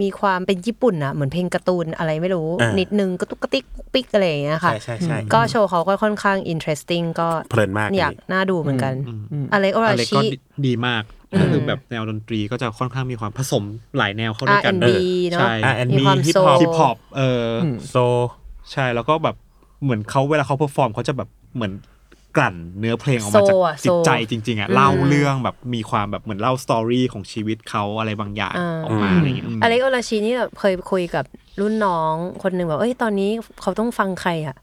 Speaker 6: มีความเป็นญี่ปุ่นอะเหมือนเพลงการ์ตูนอะไรไม่รู้
Speaker 4: อ่านิ
Speaker 6: นิดนึงกระตุกกระติกกุ๊กปิ๊กอะไรอย่างเงี้ยค่ะ
Speaker 4: ใช่ใช่ใช่
Speaker 6: ก็โชว์เขาก็ค่อนข้าง interesting ก็
Speaker 4: เพลินมาก
Speaker 6: อยาก
Speaker 4: อันนี้
Speaker 6: น่าดูเหมือนกัน
Speaker 5: อืม
Speaker 6: อะไรโอรา
Speaker 5: อะไรก็
Speaker 6: ชิ
Speaker 5: ดีดีมาก
Speaker 6: อืม
Speaker 5: ก็คือแบบแนวดนตรีก็จะค่อนข้างมีความผสมหลายแนวเข้าด้วยกัน
Speaker 6: R&B เนอะ
Speaker 5: ใช่
Speaker 4: อ่ะแอน
Speaker 6: มี
Speaker 4: บี
Speaker 6: ความ
Speaker 4: ฮิป
Speaker 6: โซ
Speaker 4: ฮอป
Speaker 5: ฮิปฮอปเอออ
Speaker 3: ม
Speaker 4: โซ
Speaker 5: ใช่แล้วก็แบบเหมือนเขาเวลาเขาเพอร์ฟอร์มเขาจะแบบเหมือนกลั่นเนื้อเพลงออกมาจาก
Speaker 6: โซอ่ะ
Speaker 5: จิตใจ
Speaker 6: โซ
Speaker 5: จริง ๆอ่ะ
Speaker 6: อืม
Speaker 5: เล่าเรื่องแบบมีความแบบเหมือนเล่าสตอรี่ของชีวิตเขาอะไรบางอย่าง
Speaker 6: อ่า
Speaker 5: ออกมาอะไรอย่างเงี้ย
Speaker 6: อเล็กโอราชินี่แบบเคยคุยกับรุ่นน้องคนหนึ่งแบบเอ้ยตอนนี้เขาต้องฟังใครอะ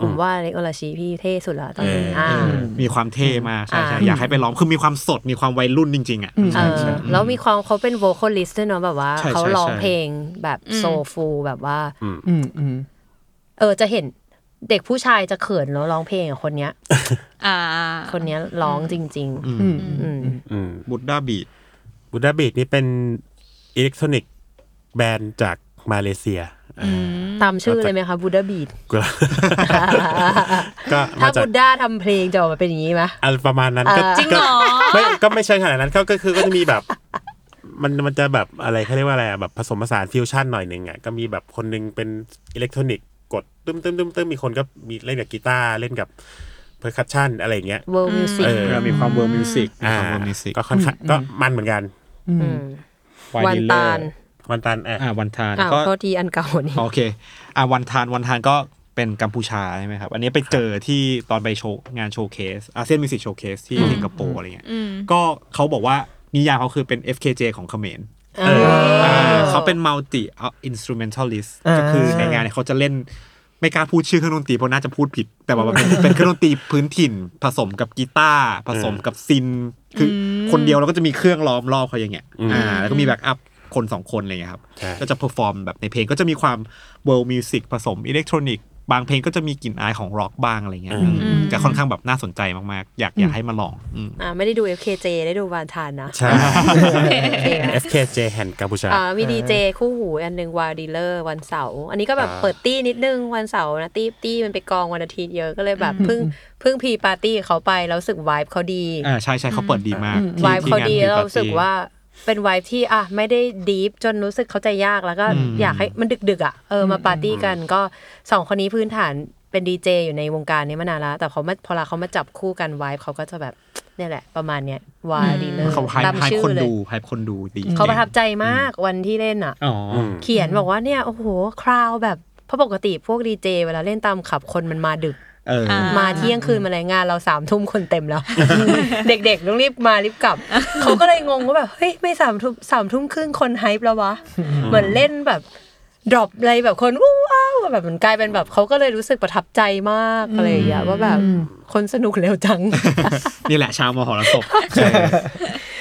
Speaker 6: ผมว่าอเล็กโอราชิพี่เท่สุดละตอนนี้
Speaker 4: เอออ่
Speaker 6: อ่า
Speaker 5: เออมีความเท่มากใช่ใช่อยากให้ไปร้องคือมีความสดมีความวัยรุ่นจริง ๆ อ่ะ
Speaker 6: เออแล้วมีความเขาเป็น vocalist ด้วยเนาะแบบว่า
Speaker 5: ใช่
Speaker 6: เขา
Speaker 5: ใช่
Speaker 6: ร้อง
Speaker 5: ใช่
Speaker 6: เพลงแบบโซฟูแบบว่า
Speaker 3: อืมอืม
Speaker 6: เออจะเห็นเด็กผู้ชายจะเขินแล้วร้องเพลงอะคนเนี้ย
Speaker 2: อ่า
Speaker 6: คนเนี้ยร้องจริง ๆ
Speaker 5: อืม
Speaker 6: อืม
Speaker 4: อืม
Speaker 5: บุดด้าบีด
Speaker 4: บูดาบีดนี่เป็นอิเล็กทรอนิกส์แบรนด์จากมาเลเซียอ่า
Speaker 6: ตามชื่อเลยไหมคะบูดาบีด
Speaker 4: ก็ก็
Speaker 6: ถ้า
Speaker 4: มาจาก
Speaker 6: บูด้าทำเพลงจะออกมาเป็นอย่างนี้ไหม
Speaker 4: อันประมาณนั้นก็
Speaker 2: จริงเหรอ
Speaker 4: ก็ไม่ก็ไม่ใช่ขนาดนั้นเขาก็คือก็จะมีแบบ มันมันจะแบบอะไรเขาเรียกว่าอะไรอะแบบผสมผสานฟิวชั่นหน่อยหนึ่งอ่ะก็มีแบบคนหนึงเป็นอิเล็กทรอนิกส์กดตึ้มตึ้มตึ้มตึ้มมีคนก็มีเล่นกับกีตาร์เล่นกับเพอร์คัชชันอะไรอย่างเงี้ย
Speaker 6: world
Speaker 4: เอ
Speaker 6: music
Speaker 4: อ
Speaker 5: เออมีความเวิร์มิวสิกมี
Speaker 4: อ่า
Speaker 5: ความเวิร์มิวสิก
Speaker 4: ก็ค่อนข้างก็มันเหมือนกัน
Speaker 6: มวันตาล
Speaker 4: วันตันอ่ะ
Speaker 5: อ่าวันทาน
Speaker 6: อ้าว
Speaker 5: ก็
Speaker 6: โทษทีอันเก่านี่
Speaker 5: โอเคอ่าวันทานวันทานก็เป็นกัมพูชาใช่ไหมครับ อันนี้ไปเจอที่ตอนไปโชว์งานโชว์เคสอาเซียนมิวสิกโชว์เคสที่สิงคโปร์อะไรเงี้ยก็เขาบอกว่านิยามเขาคือเป็น FKJ ของเขมร
Speaker 4: เออ
Speaker 5: เขาเป็น multi instrumentalist
Speaker 3: อ่า
Speaker 5: ก็คือในงานเนี่ยเขาจะเล่นไม่กล้าพูดชื่อเครื่องดนตรีเพราะน่าจะพูดผิด แต่ว่ามันเป็นเป็นเครื่องดนตรีพื้นถิ่น ผสมกับกีตาร์ผสมกับซิน คือคนเดียวแล้วก็จะมีเครื่องล้อมรอบเขาอย่างเงี้ย อ่า แล้วก็มีแบ็กอัพคนสองคนอะไรเงี้ยครับ
Speaker 4: ใช่
Speaker 5: ก็จะเพอร์ฟอร์มแบบในเพลงก็จะมีความเวิลด์มิวสิกผสมอิเล็กทรอนิกส์บางเพลงก็จะมีกลิ่นอายของร็อกบ้างอะไรเงี้ยอืมจะค่อนข้างแบบน่าสนใจมากๆ อยากอยากให้มาลองอืม
Speaker 6: อ่าไม่ได้ดู FKJ ได้ดูวานทานนะ
Speaker 4: ใช่
Speaker 6: โอเคนะ
Speaker 4: FKJ แห่งกัมพูชา
Speaker 6: อ่ามีดีเจคู่หูอันหนึ่งวาดีเลอร์วันเสาร์อันนี้ก็แบบ
Speaker 4: อ่า
Speaker 6: เปิดตี้นิดนึงวันเสาร์นะตี้ตี้มันไปกองวันอาทิตย์เยอะก็เลยแบบเพิ่งเพิ่งพีปาร์ตี้เขาไปแล้วรู้สึกวายเขาดี
Speaker 5: อ่าใช่ใช่เขาเปิดดีมากที่
Speaker 6: วาย
Speaker 5: ที่
Speaker 6: เขา
Speaker 5: งน
Speaker 6: ดี
Speaker 5: Tea
Speaker 6: เรา
Speaker 5: Party
Speaker 6: รู้สึกว่าเป็นวายที่อ่ะไม่ได้ดีฟจนรู้สึกเขาใจยากแล้วก็อยากให้มันดึกๆอ่ะเอออมาปาร์ตี้กันก็สองคนนี้พื้นฐานเป็นดีเจอยู่ในวงการนี้มานานแล้วแต่เขามาพอเราเขามาจับคู่กันวายเขาก็จะแบบเนี่ยแหละ ประมาณเนี้ยวายดีเลย
Speaker 5: เขาไฮ
Speaker 6: ตาม
Speaker 5: ไฮ
Speaker 6: ชื่อ
Speaker 5: คน
Speaker 6: เลย
Speaker 5: ดูไฮคนดูดี
Speaker 6: เขาประทับใจมากวันที่เล่นอ่ะ
Speaker 5: อ๋ออ
Speaker 4: ม
Speaker 6: เขียนบอกว่าเนี่ยโอ้โหคราวแบบเพราะปกติพวกดีเจเวลาเล่นตามขับคนมันมาดึก
Speaker 5: เออ
Speaker 2: อ่า
Speaker 6: มาเที่ยงคืนมาเลยงานเราสามทุ่มคนเต็มแล้ว เด็กๆต้องรีบมารีบกลับ เขาก็เลยงงว่าแบบเฮ้ยไม่สามทุ่มสามทุ่มครึ่งคนไฮป์แล้ววะ เหมือนเล่นแบบดรอปอะไรแบบคนอู้ว้าวแบบมันกลายเป็นแบบเขาก็เลยรู้สึกประทับใจมากอะไรอย่างเงี้ยว่าแบบคนสนุกเร็วจัง
Speaker 5: นี่แหละชาวมหรสพโอเค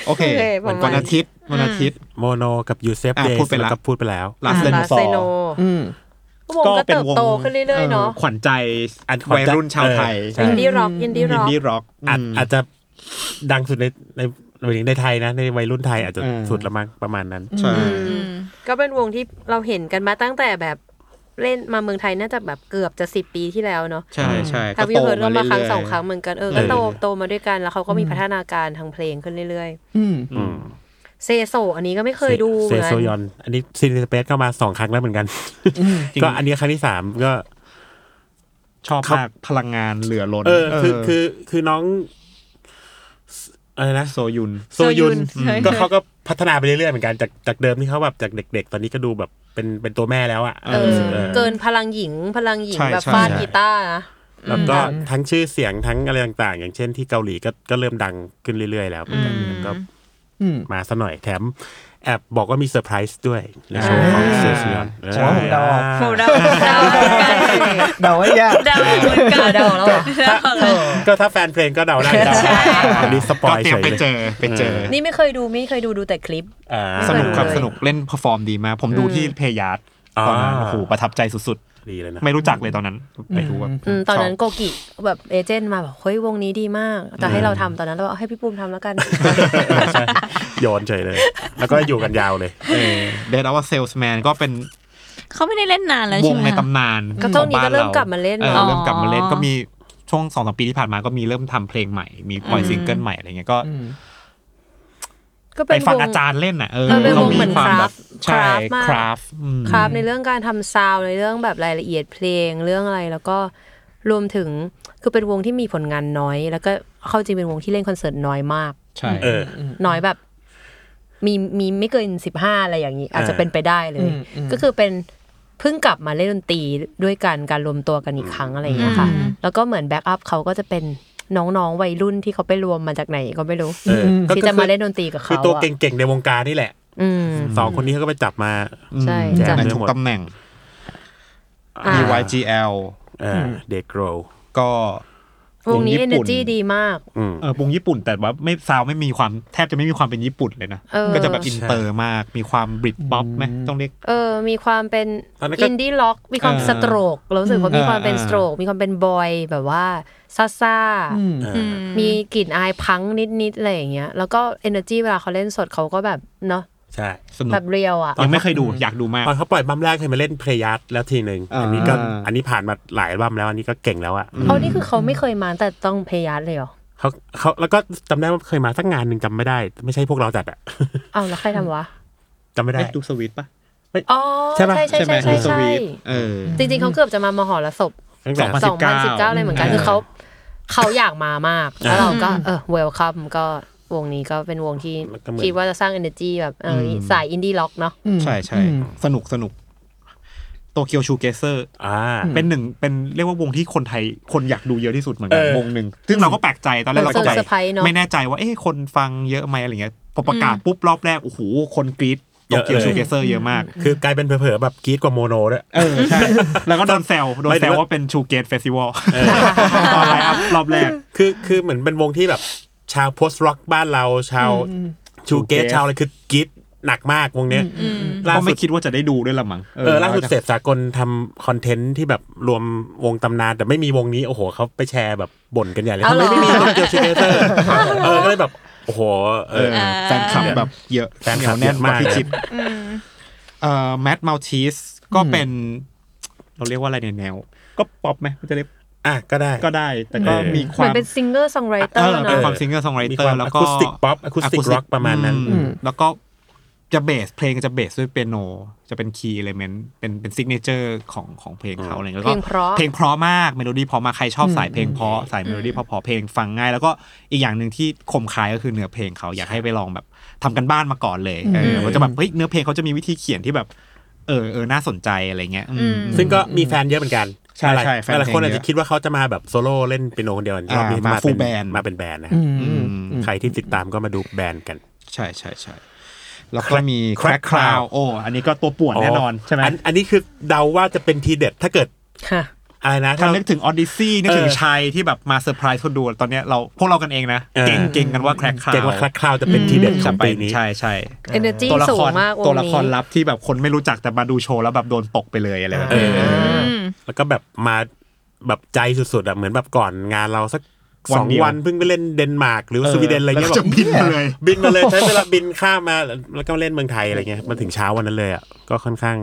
Speaker 6: โอเค
Speaker 5: เห
Speaker 6: ประมาณ
Speaker 5: มือนวันอาทิตย์วันอาทิตย์
Speaker 4: โมโนกับยูเซฟ
Speaker 5: อ่ะ
Speaker 4: เดย์
Speaker 5: พูดไปละ
Speaker 4: กับพูดไปแล้ว
Speaker 5: ลาสเลนซอ
Speaker 6: ไซ
Speaker 5: ร์
Speaker 6: โน
Speaker 3: อืม
Speaker 6: วงก็เติบโตขึ้นเรื่อยๆเนาะ
Speaker 5: ขวัญใจ
Speaker 4: อันขวัญ
Speaker 5: วัย
Speaker 4: ใจ
Speaker 5: รุ่นชาวไทย
Speaker 4: เออใช่
Speaker 6: อินดี้ร็อกอินดี้
Speaker 5: อิ
Speaker 6: ร็
Speaker 5: น
Speaker 6: อก
Speaker 5: ดี้ร็อก
Speaker 4: อาจ
Speaker 5: ม
Speaker 4: อาจจะดังสุดในในในในไทยนะ ในวัยรุ่นไทยอาจจะ
Speaker 5: อืม
Speaker 4: สุดละมั้งประมาณนั้น
Speaker 5: ใช่
Speaker 6: ก็เป็นวงที่เราเห็นกันมาตั้งแต่แบบเล่นมาเมืองไทยน่าจะแบบเกือบจะสิบปีที่แล้วเนาะ
Speaker 5: ใช่ใช่
Speaker 6: ทาวิเพิร์ดก็มาครั้ง
Speaker 5: เยๆ
Speaker 6: สองครั้งเหมือนกันเออก็โตโตมาด้วยกันแล้วเขาก็มีพัฒนาการทางเพลงขึ้นเรื่อย
Speaker 3: อืม
Speaker 5: อืม
Speaker 6: ๆ เซโซอันนี้ก็ไม่เคยดู
Speaker 4: เซ
Speaker 6: เหมือน
Speaker 4: โซยอน อันนี้ซินสเปซก็มาสองครั้งแล้วเหมือนกัน ก็อันนี้ครั้งที่สามก็
Speaker 5: ชอบมากพลังงานเหลือล้น
Speaker 4: เออ คือคือคือน้องสอะไรนะ
Speaker 5: โซยุน
Speaker 4: โซยุนก็เขาก็พัฒนาไปเรื่อยๆเหมือนกันจากจากเดิมที่เขาแบบจากเด็ก ๆ ตอนนี้ก็ดูแบบเป็นเป็นตัวแม่แล้วอ่ะ
Speaker 5: เอ
Speaker 6: เออ
Speaker 4: ออ
Speaker 6: เกินพลังหญิงพลังหญิง
Speaker 5: ใช่
Speaker 6: แบบ
Speaker 5: ใช่
Speaker 6: ฟาดกีตาร์นะ
Speaker 4: แล้วก็ทั้งชื่อเสียงทั้งอะไรต่างๆ อย่างเช่นที่เกาหลีก็ก็เริ่มดังขึ้นเรื่อยๆ แล้วเหมือนกันก็
Speaker 3: อืม
Speaker 4: มาซะหน่อยแถม แอบบอกว่ามีเซอร์ไพรส์ด้วยในโชว์ของเซอร์ซิออน
Speaker 5: ใช่
Speaker 3: ผมเดาออก
Speaker 2: พวกเราเรา
Speaker 3: เดาไว้ยาก
Speaker 2: เดาเหมือน
Speaker 6: เอ
Speaker 2: กั
Speaker 6: อนเดาแล้วเหรอ
Speaker 4: ถ้าก็ถ้าแฟนเพลงก็เดาได้นะอันนี้สปอ
Speaker 5: ก็
Speaker 4: ย
Speaker 5: เตรี
Speaker 4: เฉย
Speaker 5: ยมไป
Speaker 4: เลย
Speaker 5: เจอไปเจอ
Speaker 6: นี่ไม่เคยดูไม่เคยดูดูแต่คลิป
Speaker 4: อ่า
Speaker 5: สนุกครับ
Speaker 6: เลย
Speaker 5: สนุกเล่นเพอร์ฟอร์มดีมาก ผมดูที่เพยาร์ดตอนนั้น
Speaker 4: อ่า
Speaker 5: โอ้โหประทับใจสุด
Speaker 4: ดีเลยนะ
Speaker 5: ๆ ไม่รู้จักเลยตอนนั้นไปดูแบบ
Speaker 6: อืมตอนนั้น
Speaker 5: ชบ
Speaker 6: โกกิแบบเอเจนต์มาแบบเฮ้ยวงนี้ดีมากจะให้เราทำตอนนั้นเราเอาให้พี่ปุ้มทำแล้วกัน
Speaker 4: โยนเฉยเลย แล้วก็อยู่กันยาวเลย
Speaker 5: เดดอวเซลส์แมนก็เป็น
Speaker 2: เขาไม่ได้เล่นนานแล้ว
Speaker 5: ว
Speaker 2: ใช่
Speaker 5: ง
Speaker 2: ไหม
Speaker 5: ใน
Speaker 2: คะ
Speaker 5: ตำนาน
Speaker 6: ก็ช่วงนี้
Speaker 5: ขอ
Speaker 6: ก็
Speaker 5: บ้า
Speaker 6: เริ่มกลับมาเล่น
Speaker 5: เออ
Speaker 6: เนอะ
Speaker 5: เริ่มกลับมาเล่น
Speaker 2: อ๋อ
Speaker 5: ก็มีช่วงสองสามปีที่ผ่านมาก็มีเริ่มทำเพลงใหม่ มีปล่อยซิงเกิลใหม่อะไรเงี้ยก็
Speaker 3: อืม
Speaker 6: ก็เป็
Speaker 5: ไป
Speaker 6: นว
Speaker 5: ฟังอาจารย์เล่นน่ะเออ
Speaker 6: เออเป็นวง
Speaker 5: เขามี
Speaker 6: เหมือน
Speaker 5: ความแบ
Speaker 6: craft
Speaker 5: บใช่
Speaker 6: craft มาก
Speaker 5: คราฟอืม
Speaker 6: ครับในเรื่องการทำซาวด์ในเรื่องแบบรายละเอียดเพลงเรื่องอะไรแล้วก็รวมถึงคือเป็นวงที่มีผลงานน้อย แล้วก็เข้าจริงเป็นวงที่เล่นคอนเสิร์ตน้อยมาก
Speaker 5: ใช่
Speaker 4: เออ
Speaker 6: น้อยแบบมีมีไม่เกินสิบห้าอะไรอย่างนี้ อาจจะเป็นไปได้เลย
Speaker 3: อืมอืม
Speaker 6: ก็คือเป็นเพิ่งกลับมาเล่นดนตรีด้วยกันการรวมตัวกันอีกครั้งอะไรอย่างเงี้ยค่ะ
Speaker 2: อืม
Speaker 6: แล้วก็เหมือนแบ็กอัพเขาก็จะเป็นน้องๆวัยรุ่นที่เขาไปรวมมาจากไหนก็ไม่รู้
Speaker 4: เออก็
Speaker 6: ที่
Speaker 4: คือ
Speaker 6: จะมาเล่นดนตรีกับ
Speaker 4: คือ
Speaker 6: เขา
Speaker 4: ตัว
Speaker 6: อะ
Speaker 4: เก่งๆในวงการนี่แหละ
Speaker 6: อืม
Speaker 4: สองคนนี้เขาก็ไปจับมา
Speaker 6: ใช่
Speaker 5: อืม
Speaker 6: จัด
Speaker 5: แต่ทุกตำแหน่ง
Speaker 6: อ่ะ
Speaker 5: BYGL
Speaker 4: เออเดกโกร
Speaker 5: ก็
Speaker 6: วงนี้
Speaker 5: ญี่ปุ่
Speaker 6: energy ดีมาก
Speaker 4: อืม
Speaker 5: เออวงญี่ปุ่นแต่ว่าไม่ซาวไม่มีความแทบจะไม่มีความเป็นญี่ปุ่นเลยนะ
Speaker 6: เออ
Speaker 5: ก็จะแบบอินเตอร์มาก มีความบริตป๊อปไหมต้องเรียก
Speaker 6: เออ มีความเป็น
Speaker 4: ตอนนั้นก็
Speaker 6: อินดี้ล็อก มีความ
Speaker 5: เออ
Speaker 6: สโตรกเรารู้สึกว่า
Speaker 5: อืม
Speaker 6: มีความเป็น
Speaker 5: อ่า
Speaker 6: สโตรก มีความเป็นบอยแบบว่าซาซา
Speaker 4: เอออ
Speaker 6: มีกลิ่นอายพังนิดๆอะไรอย่างเงี้ย แล้วก็ energy เวลาเขาเล่นสดเขาก็แบบเนาะ
Speaker 4: ใช่
Speaker 5: สนุก
Speaker 6: แบบเรียวอ่ะ
Speaker 5: ยังไม่เคยดูอยากดูมาก
Speaker 4: ตอนเขาปล่อยบัมแรกเคยมาเล่นเพลยัสแล้วทีหนึ่ง
Speaker 3: อ่า
Speaker 4: อันนี้ก็อันนี้ผ่านมาหลายบัมแล้วอันนี้ก็เก่งแล้วอะ
Speaker 6: เอานี่คือเขาไม่เคยมาแต่ต้องพยายามเลยเหรอ
Speaker 4: เขาเขาแล้วก็จำได้ว่าเคยมาสักงานหนึ่งจำไม่ได้ ไม่ใช่พวกเราจัดอะ
Speaker 6: เอาแล้วใครทำวะ
Speaker 4: จำไม่ได้
Speaker 5: ดูสวิตปะ
Speaker 6: อ๋อ
Speaker 4: ใช่
Speaker 6: ใช่
Speaker 4: ปะ
Speaker 6: ใช่ใช่
Speaker 5: ไหม
Speaker 6: ใช่
Speaker 5: ดูส
Speaker 6: ใช่
Speaker 5: วิตเออ
Speaker 6: จริงๆเขาเกือบจะมามหรสพ
Speaker 4: ตั้งแต่
Speaker 5: 2019
Speaker 6: 2019 เลยเหมือนกัน
Speaker 5: อืม
Speaker 6: คือเขาเขาอยากมามาก
Speaker 4: อ่า
Speaker 6: แล้วเราก็เออเวลคัมก็วงนี้ก็เป็นวงที่
Speaker 4: แล้วก็เหมือน
Speaker 6: คิดว่าจะสร้าง energy แบบเอออสายอินดี้ล็อกเนาะ
Speaker 5: ใช่ใช่สนุกสนุกโตเกียวชูเกเซอร์
Speaker 4: อ่า
Speaker 5: เป็นหนึ่งเป็นเรียกว่าวงที่คนไทยคนอยากดูเยอะที่สุดเหมือนกัน
Speaker 4: เออ
Speaker 5: วงหนึ่งซึ่งเราก็แปลกใจตอนแรกเราก็
Speaker 6: เซอร์เซอร์ไพรส์เนอะ
Speaker 5: ไม่แน่ใจว่าเอ๊ะคนฟังเยอะไหมอะไรเงี้ยพอประกาศปุ๊บรอบแรกโอ้โหคนกรี๊ด
Speaker 4: เย
Speaker 5: โต
Speaker 4: อะ
Speaker 5: เกียว
Speaker 4: เลย
Speaker 5: ชูเกเซอร์เยอะมาก
Speaker 4: คือกลายเป็นเผลอๆแบบกรีดกว่าโมโนด้วย
Speaker 5: เออใช่ แล้วก็โดนแซวโดนแซว
Speaker 4: ไม่ได้
Speaker 5: ว่าเป็นชูเกตเฟสติวัล ตอนไลฟ์อัพรอบแรก
Speaker 4: คือคือเหมือนเป็นวงที่แบบ ชาวโพสต์ร็อกบ้านเราชาวชูเกส
Speaker 5: shoegaze
Speaker 4: ชาวอะไรคือกรีดหนักมากวงเนี้ยล่า
Speaker 5: ก็
Speaker 4: สุ
Speaker 5: ไม่
Speaker 4: ด
Speaker 5: คิดว่าจะได้ดูด้วยละมั้ง
Speaker 4: เออล่าสุดเสพสากลทำคอนเทนต์ที่แบบรวมวงตำนานแต่ไม่มีวงนี้โอ้โหเขาไปแชร์แบบบ่นกันใหญ่เลย
Speaker 6: อ้าว
Speaker 4: ทำ
Speaker 6: เหรอ
Speaker 4: ไมไม่มีวงเกียวชูเกเตอร์เออก็เลยแบบโอ้โหเอ
Speaker 5: เอ
Speaker 4: อ
Speaker 5: อแฟนคลับแบบเยอะ
Speaker 4: แฟนคลับเยอะมาก
Speaker 5: หวแพี่จิ๊บเอ่อแมทมัลชีสก็เป็น เราเรียกว่าอะไรเนี่ยแนว ก็ป๊อปไหมมันจะเรียก
Speaker 4: อ่ะก็ได้
Speaker 5: ก็ได้ แต่
Speaker 4: เอ
Speaker 5: ก็
Speaker 4: อ
Speaker 5: มีค
Speaker 6: เหมือ
Speaker 5: วาม
Speaker 6: นเป็นซิงเกอร์ซองไรเต
Speaker 5: เอ
Speaker 6: อร์
Speaker 5: อเป็น
Speaker 6: เนาะ
Speaker 5: ความซิงเกิลซองไร
Speaker 4: มี
Speaker 5: เตอ
Speaker 4: ความ
Speaker 5: ร์แล้ว
Speaker 4: อะ
Speaker 5: ก็
Speaker 4: คูสติกป๊อปอะคูสติก
Speaker 5: acoustic
Speaker 4: ร็อกประมาณนั้น
Speaker 5: อืแล้วก็จะเบสเพลงจะเบสด้วยเปียโน จะเป็นคีย์เอลเมนต์เป็นเป็นซิกเนเจอร์ของของเพลงเขาอะไรเงี้ยแล้วก็
Speaker 6: เพลงเพราะ
Speaker 5: เพลงเพราะมากเมโลดี้เพราะมากใครชอบสายเพลงเพราะสายเมโลดี้เพราะๆเพลงฟังง่าย แล้วก็อีกอย่างหนึ่งที่คมคายก็คือเนื้อเพลงเขาอยากให้ไปลองแบบทำกันบ้านมาก่อนเลยเออว่าจะแบบเฮ้ยเนื้อเพลงเขาจะมีวิธีเขียนที่แบบ เออเออน่าสนใจอะไรเงี้ยอืม
Speaker 4: ซึ่งก็มีแฟนเยอะเหมือนกัน
Speaker 5: ใช่ใช่แฟนเพลง
Speaker 4: หลายคนอาจ
Speaker 5: เย
Speaker 4: จะ
Speaker 5: อะ
Speaker 4: คิดว่าเขาจะมาแบบโซโล่เล่นเปียโนคนเดียวรอบนี้
Speaker 5: อ่ามา
Speaker 4: เป็
Speaker 5: full band
Speaker 4: มาเป็นแบนด์นะครับ
Speaker 5: อืม
Speaker 4: ใครที่ติดตามก็มาดูแบนด์กัน
Speaker 5: ใช่ใช่ใช่แล้วก็มี
Speaker 4: Crack
Speaker 5: crack
Speaker 4: Cloud
Speaker 5: cloud โอ้อันนี้ก็ตัวป่วนแน่นอนใช่ไหม
Speaker 4: อันนี้คือเดาว่าจะเป็นทีเด็ดถ้าเกิด
Speaker 6: ค่ะ
Speaker 4: อะไรนะ
Speaker 5: ถ้า
Speaker 4: เรา
Speaker 5: นึกถึงออดิซี่นึกถึง
Speaker 4: เออ
Speaker 5: ชัยที่แบบมาเซอร์ไพรส์คนดูตอนเนี้ยเราพวกเรากันเองนะ
Speaker 4: เออ
Speaker 5: เก่งเก่งกันว่าแครกคราว
Speaker 4: เกรงว่าคลักคราวจะเป็นทีเด็ดข
Speaker 5: จะ
Speaker 4: อง
Speaker 5: เป็
Speaker 4: ปี
Speaker 5: น
Speaker 4: นี้
Speaker 5: ใช่ใช่
Speaker 6: energy
Speaker 5: ตัวละ
Speaker 6: สู
Speaker 5: ค
Speaker 6: ง
Speaker 5: ร
Speaker 6: มากวงนี้
Speaker 5: ตัวละครลับที่แบบคนไม่รู้จักแต่มาดูโชว์แล้วแบบโดนตกไปเลยอะไรแบบ
Speaker 4: เอ
Speaker 5: นี้
Speaker 4: อ แล้วก็แบบมาแบบใจสุดๆอะเหมือนแบบก่อนงานเราสักสองวันเพิ่งไปเล่นเดนมาร์กหรือสวีเดนอะไรเงี้ย
Speaker 5: แล้ว
Speaker 4: แบ
Speaker 5: จะ
Speaker 4: บ
Speaker 5: บินมาเลย
Speaker 4: บินมาเลยใช้เวลาบินข้ามมาแล้วก็มาเล่นเมืองไทยอะไรเงี้ยมาถึงเช้าวันนั้นเลยอะก็ค่อนข้าง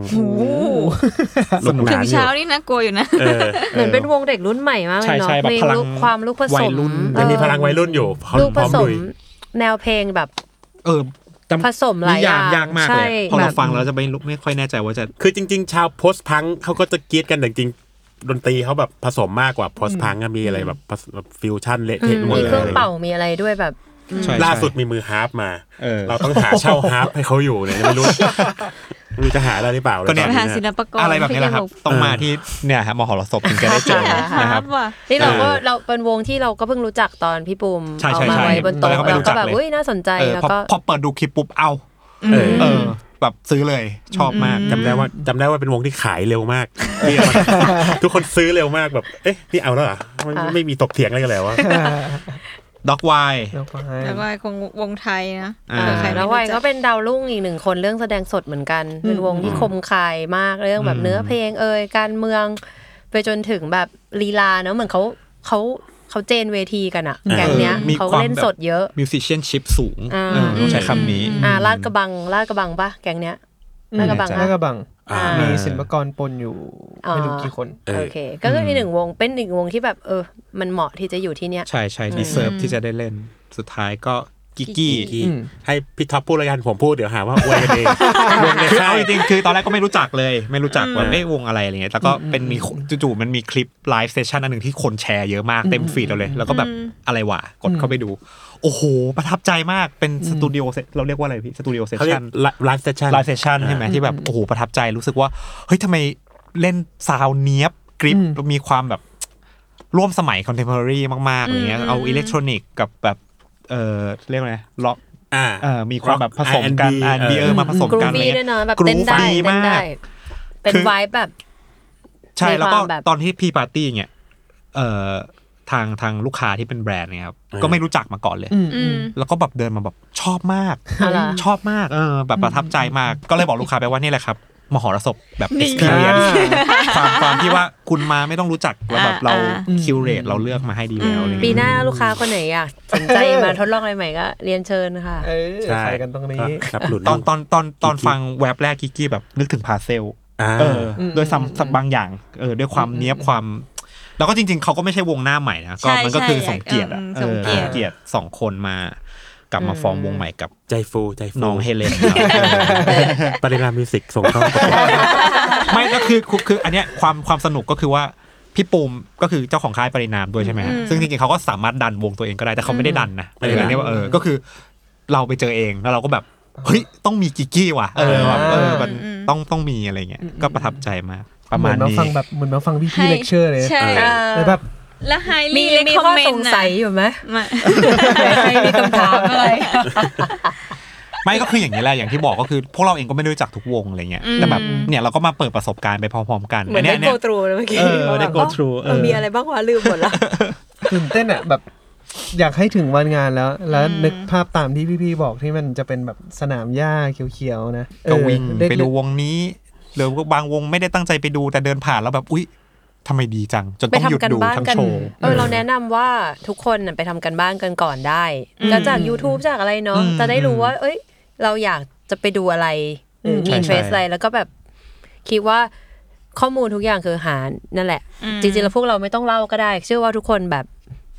Speaker 4: สนุกส
Speaker 2: ถึ
Speaker 4: นางนอ
Speaker 2: เช้า
Speaker 4: ยู่
Speaker 2: นี่น่ากลัวอยู่นะ
Speaker 4: เออ
Speaker 6: เหมือนเป็นวงเด็กรุ่นใหม่มากเลยเนาะ
Speaker 5: ใช่ๆแบบ
Speaker 6: มี
Speaker 5: พลัง
Speaker 6: ลูกความลูกผ
Speaker 5: วั
Speaker 6: ส
Speaker 5: ย
Speaker 6: ม
Speaker 5: รุ่น
Speaker 6: เออ
Speaker 4: ยังมีพลังวัยรุ่นอยู่พร้อม
Speaker 6: ลูก
Speaker 4: พ
Speaker 6: ผ
Speaker 4: ร้อม
Speaker 6: สม
Speaker 4: ลุย
Speaker 6: แนวเพลงแบบ
Speaker 5: เออจำ
Speaker 6: ผสมหลาย
Speaker 5: นิ
Speaker 6: อย่าง
Speaker 5: ยากมาก
Speaker 6: ใช่
Speaker 5: เลยพอเรา
Speaker 6: แบบ
Speaker 5: ฟังแล้วจะไม่รู้ไม่ค่อยแน่ใจว่าจะ
Speaker 4: คือจริง ๆ ชาวโพสต์พังเขาก็จะกรีดกันแต่จริงๆดนตรีเขาแบบผสมมากกว่าโพสต์พังก็มีอะไรแบบผสแบบฟิวชั่นเละเทะหมด
Speaker 6: มี
Speaker 4: เลย
Speaker 6: เครื่องเป่ามีอะไรด้วยแบบ
Speaker 5: ใช่
Speaker 4: ล่าสุด
Speaker 5: ใช่
Speaker 4: มีมือฮาร์ปมา
Speaker 5: เออ
Speaker 4: เราต้องหาเช่าฮาร์ปให้เขาอยู่ เนี่ยไม่รู้ ไม่รู้จะหาได้หรือเปล่าล
Speaker 5: ก็เนี่ย
Speaker 4: ตอ
Speaker 2: หาศิลปกร
Speaker 5: อะไรแบบนี้แหละครับ ต้องมาที่เนี่ยฮะมหรสพถึงจะได้เจอ
Speaker 2: นะ
Speaker 5: นะ
Speaker 2: ค
Speaker 5: ค
Speaker 2: รั
Speaker 5: รั
Speaker 2: บบ ว่ะ
Speaker 6: นี่เราก็เราเป็นวงที่เราก็เพิ่งรู้จักตอนพี่ปูม
Speaker 5: ใช่
Speaker 6: เอา
Speaker 5: ใช่
Speaker 6: มา
Speaker 5: ใช่
Speaker 6: ไว้บนโต๊ะ
Speaker 5: ตอนแรกก็ไม่
Speaker 6: เรา
Speaker 5: รู้จั
Speaker 6: ก็
Speaker 5: ก
Speaker 6: แบบ
Speaker 5: เลย
Speaker 6: เอ้ยน่าสนใจ
Speaker 5: เออ
Speaker 6: แล้ว
Speaker 5: พอ
Speaker 6: ก็
Speaker 5: พอเปิดดูคลิปปุ๊บเอา
Speaker 4: เออ
Speaker 5: เออ แบบซื้อเลยชอบมาก
Speaker 4: จำได้ว่าจำได้ว่าเป็นวงที่ขายเร็ว มากที่เอามา ทุกคนซื้อเร็วมากแบบ เอ๊ะนี่เอาแล้วเหรอไม่ไม่มีตกเถียงอะไรกันแล้ววะ
Speaker 5: ด็อกไว
Speaker 3: แล้วก็ให้
Speaker 2: แล้วก็คงวงไทยนะ
Speaker 5: อ่า
Speaker 2: เผื่อใครไม่
Speaker 6: แล้ว
Speaker 2: รู้
Speaker 6: วัย
Speaker 2: จั
Speaker 6: ก็เป็นดาวรุ่งอีกหนึ่งคนเรื่องแสดงสดเหมือนกัน เป็นวงที่คมคายมากเรื่องแบบเนื้อเพลงเอ่ยการเมืองไปจนถึงแบบลีลาเนอะเหมือนเขาเขาเขาเจนเวทีกันอะแก๊งเนี้ย
Speaker 5: เออมี
Speaker 6: เขา
Speaker 5: ความ
Speaker 6: เล่นสดเยอะ
Speaker 5: มิวสิชเชนชิพสูง
Speaker 6: อ่า
Speaker 5: เออต้องใช้คำนี้
Speaker 6: อ่าลาดกระบังลาดกระบังปะแก๊งเนี้ย
Speaker 3: อืม
Speaker 6: ลาดกระบัง
Speaker 5: ใช่
Speaker 3: หน้า
Speaker 6: ปะ
Speaker 3: กระบัง
Speaker 4: อ่า
Speaker 3: มีศิลปากรปนอยู่
Speaker 6: อ๋อ
Speaker 3: ไม่รู้กี่คน
Speaker 4: เออ
Speaker 6: โอเค ก็คืออีกหนึ่งวงเป็นอีกวงที่แบบเออ มันเหมาะที่จะอยู่ที่เนี้ย
Speaker 5: ใช่ใช่ดีเซิร์ฟที่จะได้เล่นสุดท้ายก็กิกกี้
Speaker 4: ที่ให้พี่ท็อปพูดแล้วกันผมพูดเดี๋ยวหาว่าอวย กันเอง วงใน
Speaker 5: คือ
Speaker 4: ค่า
Speaker 5: เอา
Speaker 4: ย
Speaker 5: จริงๆคือตอนแรกก็ไม่รู้จักเลย ไม่รู้จักว่าเอ้ยวงอะไรอะไรเงี้ยแล้วก็เป็นมีจู่ๆมันมีคลิปไลฟ์เซสชันอันหนึ่งที่คนแชร์เยอะมากเต็มฟีดเราเลย แล้วก็แบบอะไรวะกดเข้าไปดู โอ้โห ประทับใจมากเป็นสตูดิโอเซเราเรียกว่าอะไรพี่สตูดิโอเซส
Speaker 4: เขาเรียก
Speaker 5: ชัน
Speaker 4: ไลฟ์เซสชั่น
Speaker 5: ไลฟ์เซสชันใช่ไหมที่แบบโอ้โหประทับใจรู้สึกว่า เฮ้ยทำไมเล่นซาวด์เนี้ยบกริปมีความแบบร่วมสมัยคอนเทมพอรีมากๆอย่างเงี้ยเอาอิเล็กทรอนิกส์กับแบบ เออเรียกว่าไงล็อก
Speaker 4: อ่า
Speaker 5: เออมีความแบบผสมกัน
Speaker 4: R&B
Speaker 5: อันดีเออมาผสม
Speaker 6: กรู
Speaker 5: กันอะไร
Speaker 6: ฟี่ด้ว
Speaker 5: เงี้
Speaker 6: ย
Speaker 5: ย
Speaker 6: เนาะแบบ
Speaker 5: กรู
Speaker 6: เต้น
Speaker 5: ฟ
Speaker 6: ได้
Speaker 5: ดี
Speaker 6: เต้น
Speaker 5: มา
Speaker 6: ได้
Speaker 5: ก
Speaker 6: เป็น
Speaker 5: คือ
Speaker 6: ไวบ์แบบ
Speaker 5: ใช่แล้วก็
Speaker 6: มีความแบบ
Speaker 5: ตอนที่พีปาร์ตี้เงี้ยเอ่อทางทางลูกค้าที่เป็นแบรนด์เนี่ยครับก็ไม่รู้จักมาก่อนเลย
Speaker 2: อืม
Speaker 5: แล้วก็แบบเดินมาแบบชอบมาก
Speaker 6: อ๋อเหรอ
Speaker 5: ชอบมากเออแบบประทับใจมากก็เลยบอกลูกค้าไปว่านี่แหละครับ มหรสพแบบ experience ความความที่ว่าคุณมาไม่ต้องรู้จักแล้วแบบเรา
Speaker 2: อ่า
Speaker 5: คิวเรตเราเลือกมาให้ดีแล้วอะไรเงี้ย
Speaker 6: ปีหน้าลูกค้าคนไหนอยากสนใจมาทดลองอะไรใหม่ก็เรียนเชิญค่ะ
Speaker 3: เออ
Speaker 4: ใช่
Speaker 3: ใครกันตรงนี้
Speaker 4: ครับหลุด
Speaker 5: ตอนตอนตอนตอนฟังแวบแรกกิกกี้แบบนึกถึงพาเซล
Speaker 4: อ่า
Speaker 5: เอออโดยสัมสับบางอย่างเออด้วยความเนี้ยบความ แล้วก็จริง ๆ เขาก็ไม่ใช่วงหน้าใหม่นะ
Speaker 2: ใช่
Speaker 5: ก็มันก็
Speaker 2: ใช่
Speaker 5: คือสมเกียรติอะ
Speaker 2: อืมสม
Speaker 5: เออ
Speaker 2: เกียรติ
Speaker 5: สมเกียรติสองคนมา กลับมาฟอร์มวงใหม่กับ
Speaker 4: ใจฟูใจฟู
Speaker 5: น้องเฮเลน
Speaker 4: ปรินามิวสิกส่ง เข้าประกวด
Speaker 5: ไม่ก็คือคือคืออันเนี้ยความความสนุกก็คือว่าพี่ปูมก็คือเจ้าของค่ายปรินามด้วยใช่ไหมฮะซึ่งจริงๆเขาก็สามารถดันวงตัวเองก็ได้แต่เขาไม่ได้ดันนะ
Speaker 4: ไม่ได้ดัน
Speaker 5: อันเนี้ยว่าเออก็คือเราไปเจอเองแล้วเราก็แบบเฮ้ยต้องมีกิกกี้ว่ะเออแบบเออมันต้องต้องมีอะไรเงี้ยก็ประทับใจมากประ
Speaker 3: เห
Speaker 5: มา
Speaker 3: มื
Speaker 5: ณ
Speaker 3: อนมา
Speaker 5: นี้
Speaker 3: ฟังแบบเหมือนมาฟังพี่พี่เลคเชอร์เลย
Speaker 2: ใช่
Speaker 4: เอ
Speaker 3: แล้วแบบ
Speaker 2: แล้วไฮ
Speaker 6: มี
Speaker 2: ลี่
Speaker 6: มี
Speaker 2: มี
Speaker 6: ข้
Speaker 2: ข้
Speaker 6: อ
Speaker 2: อ
Speaker 6: ส
Speaker 2: ส
Speaker 6: ง
Speaker 2: ง
Speaker 6: สั
Speaker 2: สั
Speaker 6: ย
Speaker 2: ย
Speaker 6: อยู่ไหม
Speaker 2: มา
Speaker 6: ใครมีคำถามอะไร
Speaker 5: ไม่ก็คืออย่างนี้ยแหละอย่างที่บอกก็คือพวกเราเองก็ไม่ได้รู้จักทุกวงอะไรเงี้ยแต่แบบเนี่ยเราก็มาเปิดประสบการณ์ไปพร้อมๆกัน
Speaker 6: เหมือน
Speaker 5: อั
Speaker 6: ได้โก
Speaker 5: นเนี้ย
Speaker 6: ทรูเลยเมื่อกี้
Speaker 5: เออได้ go through
Speaker 6: เออมีอะไรบ้างวะลืมหมดละ
Speaker 3: ตื่นเต้นอ่ะแบบอยากให้ถึงวันงานแล้ว แล้วนึกภาพตามที่พี่พี่บอกที่มันจะเป็นแบบสนามหญ้าเขียวๆนะ
Speaker 5: ก็วิ่ง
Speaker 3: เออเล็กๆ
Speaker 5: ไปดูวงนี้หรือว่าบางวงไม่ได้ตั้งใจไปดูแต่เดินผ่านแล้วแบบอุ๊ยทำไมดีจัง จน
Speaker 6: ไป
Speaker 5: ต้องหยุด
Speaker 6: ทำกัน
Speaker 5: ดู
Speaker 6: บ้าน
Speaker 5: ทั้ง
Speaker 6: กัน
Speaker 5: โชว์
Speaker 6: เออเราแนะนำว่าทุกคนน่ะไปทำกันบ้านกันก่อนได้ก็จาก YouTube จากอะไรเนาะ
Speaker 5: อืม
Speaker 6: จะได้รู้ว่า เอ้ย เราอยากจะไปดูอะไร
Speaker 5: ใช่
Speaker 6: มี
Speaker 5: ใช่
Speaker 6: เทรสอะไรแล้วก็แบบคิดว่าข้อมูลทุกอย่างคือหานั่นแหละ จริงๆแล้วพวกเราไม่ต้องเล่าก็ได้ เชื่อว่าทุกคนแบบ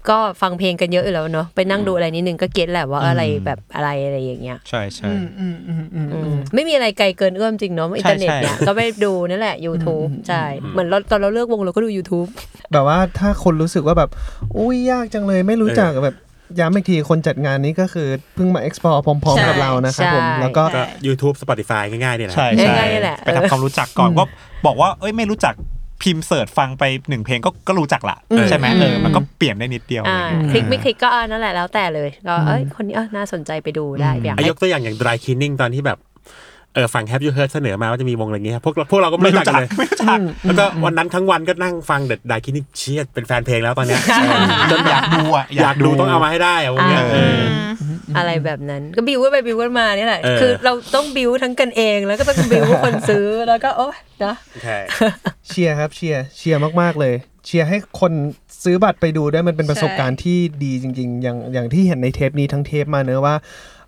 Speaker 6: ก็ฟังเพลงกันเยอะอยู่แล้วเนาะไปนั่งดูอะไรนิดนึงก็เก็ตแหละว่าอะไรแบบอะไรอะไรอย่างเงี้ย
Speaker 5: ใช่ใช่
Speaker 3: อืมอืมอืมอืม
Speaker 6: อืมไม่มีอะไรไกลเกินเอื้อมจริงเนาะอินเทอร์เน็ต
Speaker 5: ใช่ใช่
Speaker 6: เนี่ยก็ไปดูนั่นแหละ YouTube ใช่เหมือนเราตอนเราเลือกวงเราก็ดู YouTube
Speaker 3: แบบว่าถ้าคนรู้สึกว่าแบบอุ้ยยากจังเลยไม่รู้จักแบบย้ำอีกทีคนจัดงานนี้ก็คือเพิ่งมา explore พร้อม ๆ กับเรานะครับผม
Speaker 6: ใช่
Speaker 3: แล้วก็
Speaker 4: ก็ YouTube Spotify ง่ายๆเนี่ยนะ
Speaker 5: ใช่
Speaker 6: เอ้ย
Speaker 5: ใช่
Speaker 6: ง่ายๆแหละ
Speaker 5: ไปทำความรู้จักก่อนก็บอกว่าเอ้ยไม่รู้จักพิมพ์เสิร์ชฟังไปหนึ่งเพลงก็ก็รู้จักละใช่ไหมเออมันก็เปลี่ยนได้นิดเดียว
Speaker 6: อ่า
Speaker 5: อะไรเงี้ย
Speaker 6: คลิกไม่คลิกก็อ่านั่นแหละแล้วแต่เลยก็เอ้ยคนนี้เอ้ยน่าสนใจไปดูได้อยาก
Speaker 4: ไอ้
Speaker 6: ให้
Speaker 4: ยกตัวอย่างอย่าง dry cleaning ตอนที่แบบเออฝั่ง Have You Heard เสนอมาว่าจะมีวงอะไรเงี้ยพวกเราพวกเราก็ไม่
Speaker 5: ไม่
Speaker 4: รู้
Speaker 5: รู้
Speaker 4: จัก
Speaker 5: จัก
Speaker 4: เลย
Speaker 5: ไม่รู้จัก
Speaker 4: แล้วก็วันนั้นทั้งวันก็นั่งฟังเด็ด dry cleaning เชียเป็นแฟนเพลงแล้วตอนเนี้ย
Speaker 5: จนอยากดูอ่ะ
Speaker 4: อยากดูต้องเอามาให้ได้อะวงเนี้ยเออ
Speaker 6: อะไรแบบนั้นก็บิวกันไปบิวกันมาเนี่ยแหละ
Speaker 4: เออ
Speaker 6: คือเราต้องบิวทั้งกันเองแล้วก็ต้องบิวคนซื้อแล้วก็โอ้นะ
Speaker 4: ใช่
Speaker 3: เชียร์ครับเชียร์เชียร์มากๆเลย เชียร์ให้คนซื้อบัตรไปดูด้วยมันเป็นประสบการณ์ที่ดีจริง ๆ อย่างอย่างที่เห็นในเทปนี้ทั้งเทปมาเนอะว่า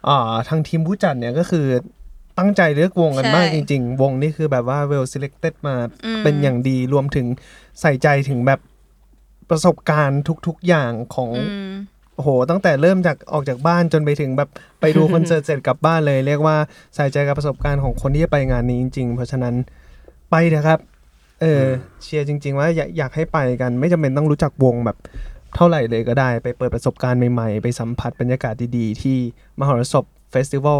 Speaker 3: อ่าทางทีมผู้จัดเนี่ยก็คือตั้งใจเลือกวงกันมาก
Speaker 2: ใช่
Speaker 3: จริง ๆ วงนี่คือแบบว่า well selected มาเป็นอย่างดีรวมถึงใส่ใจถึงแบบประสบการณ์ทุกๆอย่างของ โอ้โห ตั้งแต่เริ่มจากออกจากบ้านจนไปถึงแบบไปดูคอนเสิร์ตเสร็จกลับบ้านเลย เรียกว่าใส่ใจกับประสบการณ์ของคนที่จะไปงานนี้จริง ๆ เพราะฉะนั้นไปเถอะครับ เออเชียร์จริง ๆ ว่าอยากอยากให้ไปกัน ไม่จำเป็นต้องรู้จักวงแบบเท่าไหร่เลยก็ได้ ไปเปิดประสบการณ์ใหม่ๆ ไปสัมผัสบรรยากาศดีๆ ที่มหรสพเฟสติวัล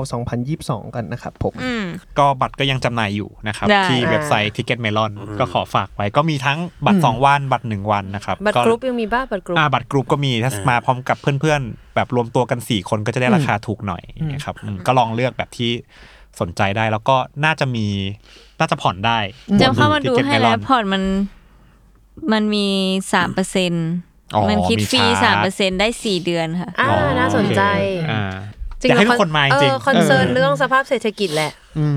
Speaker 3: 2022 กันนะครับผม
Speaker 2: อืม
Speaker 5: ก็บัตรก็ยังจำหน่ายอยู่นะครับ
Speaker 2: ได้
Speaker 5: ที่เว็บไซต์ Ticket Melon ก็ขอฝากไว้ก็มีทั้งบัตร 2 วันบัตร 1 วันนะครับ
Speaker 6: บัตร
Speaker 5: ก็
Speaker 6: กรุ๊ปยังมีบ้าบัตรกรุ๊ป
Speaker 5: อ่าบัตรกรุ๊ปก็มีถ้ามาพร้อมกับเพื่อนๆ แบบรวมตัวกัน 4 คนก็จะได้ราคาถูกหน่อยนะครับอืมก็ลองเลือกแบบที่สนใจได้แล้วก็น่าจะมีน่าจะผ่อนได้
Speaker 2: เจะเข้ามาดูให้แล้ว
Speaker 5: พ
Speaker 2: พ
Speaker 5: อ
Speaker 2: อร์ตมัน มันมีสามเปอร์เซ็น
Speaker 5: อ๋อ
Speaker 2: มันคิดฟรี
Speaker 5: มีชา
Speaker 2: สาม
Speaker 5: ร์
Speaker 2: เปอร์เซ็น
Speaker 5: จ
Speaker 2: ได้สี่เดือนค่ะ
Speaker 6: อ่าน่าสนใจ
Speaker 5: อ่า
Speaker 6: จริง
Speaker 5: อยากให้
Speaker 6: เร
Speaker 5: ทุกคนมาจริง
Speaker 6: เออคอนเซิร์นเรื่องสภาพเศรษฐกิจแหละ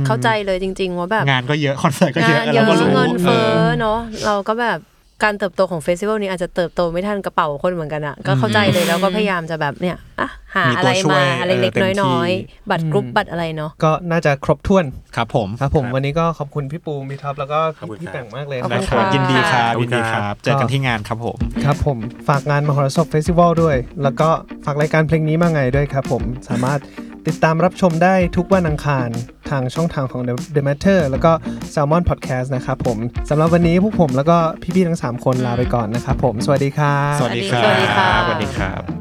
Speaker 6: เข้าใจเลยจริง ๆ ว่าแบบ
Speaker 5: งานก็เยอะคอนเสิร์ตก็เยอะ
Speaker 6: งาน
Speaker 5: เราก็รู้
Speaker 6: เงินเฟ้อ
Speaker 5: เออ
Speaker 6: เนาะเราก็แบบ การเติบโตของเฟสติวัลนี้อาจจะเติบโตไม่ทันกระเป๋าคนเหมือนกันอะก็เข้าใจเลยแล้วก็พยายามจะแบบเนี่ยอ่ะหา
Speaker 5: มี
Speaker 6: อะ
Speaker 5: ตั
Speaker 6: ไร
Speaker 5: วช่ว
Speaker 6: มาย อะไรเล็ก
Speaker 5: เออเต็มที่
Speaker 6: น้อยๆ บัตรกรุ๊ปบัตรอะไรเนาะ
Speaker 3: ก็น่าจะครบถ้วน
Speaker 5: ครับผม
Speaker 3: ครับผม
Speaker 4: ครับ
Speaker 3: วันนี้ก็ขอบคุณพี่ปูพี่ท็อปแล้วก็
Speaker 4: ขอบคุณ
Speaker 3: พี่
Speaker 4: ครับ
Speaker 3: แป่งมากเลย
Speaker 6: ขอบ
Speaker 5: ได้
Speaker 6: คุณ
Speaker 5: ครับ
Speaker 6: ค่ะ
Speaker 5: ยินดีครับ
Speaker 4: ขอบคุณ
Speaker 5: ยินดีค
Speaker 4: ครั
Speaker 5: รับ บ เจอกันที่งานครับผม
Speaker 3: ครับผมฝากงานมหรสพเฟสติวัลด้วย แล้วก็ฝากรายการเพลงนี้มาไงด้วยครับผมสามารถติดตามรับชมได้ทุกวันอังคารทางช่องทางของ The- The Matter แล้วก็ Salmon Podcast นะครับผมสำหรับวันนี้พวกผมแล้วก็พี่ๆทั้ง 3 คนลาไปก่อนนะครับผมสวัสดีครับ
Speaker 5: สวัสดีครับ
Speaker 6: สวัสดีค่ะ
Speaker 5: สวัสดีครับ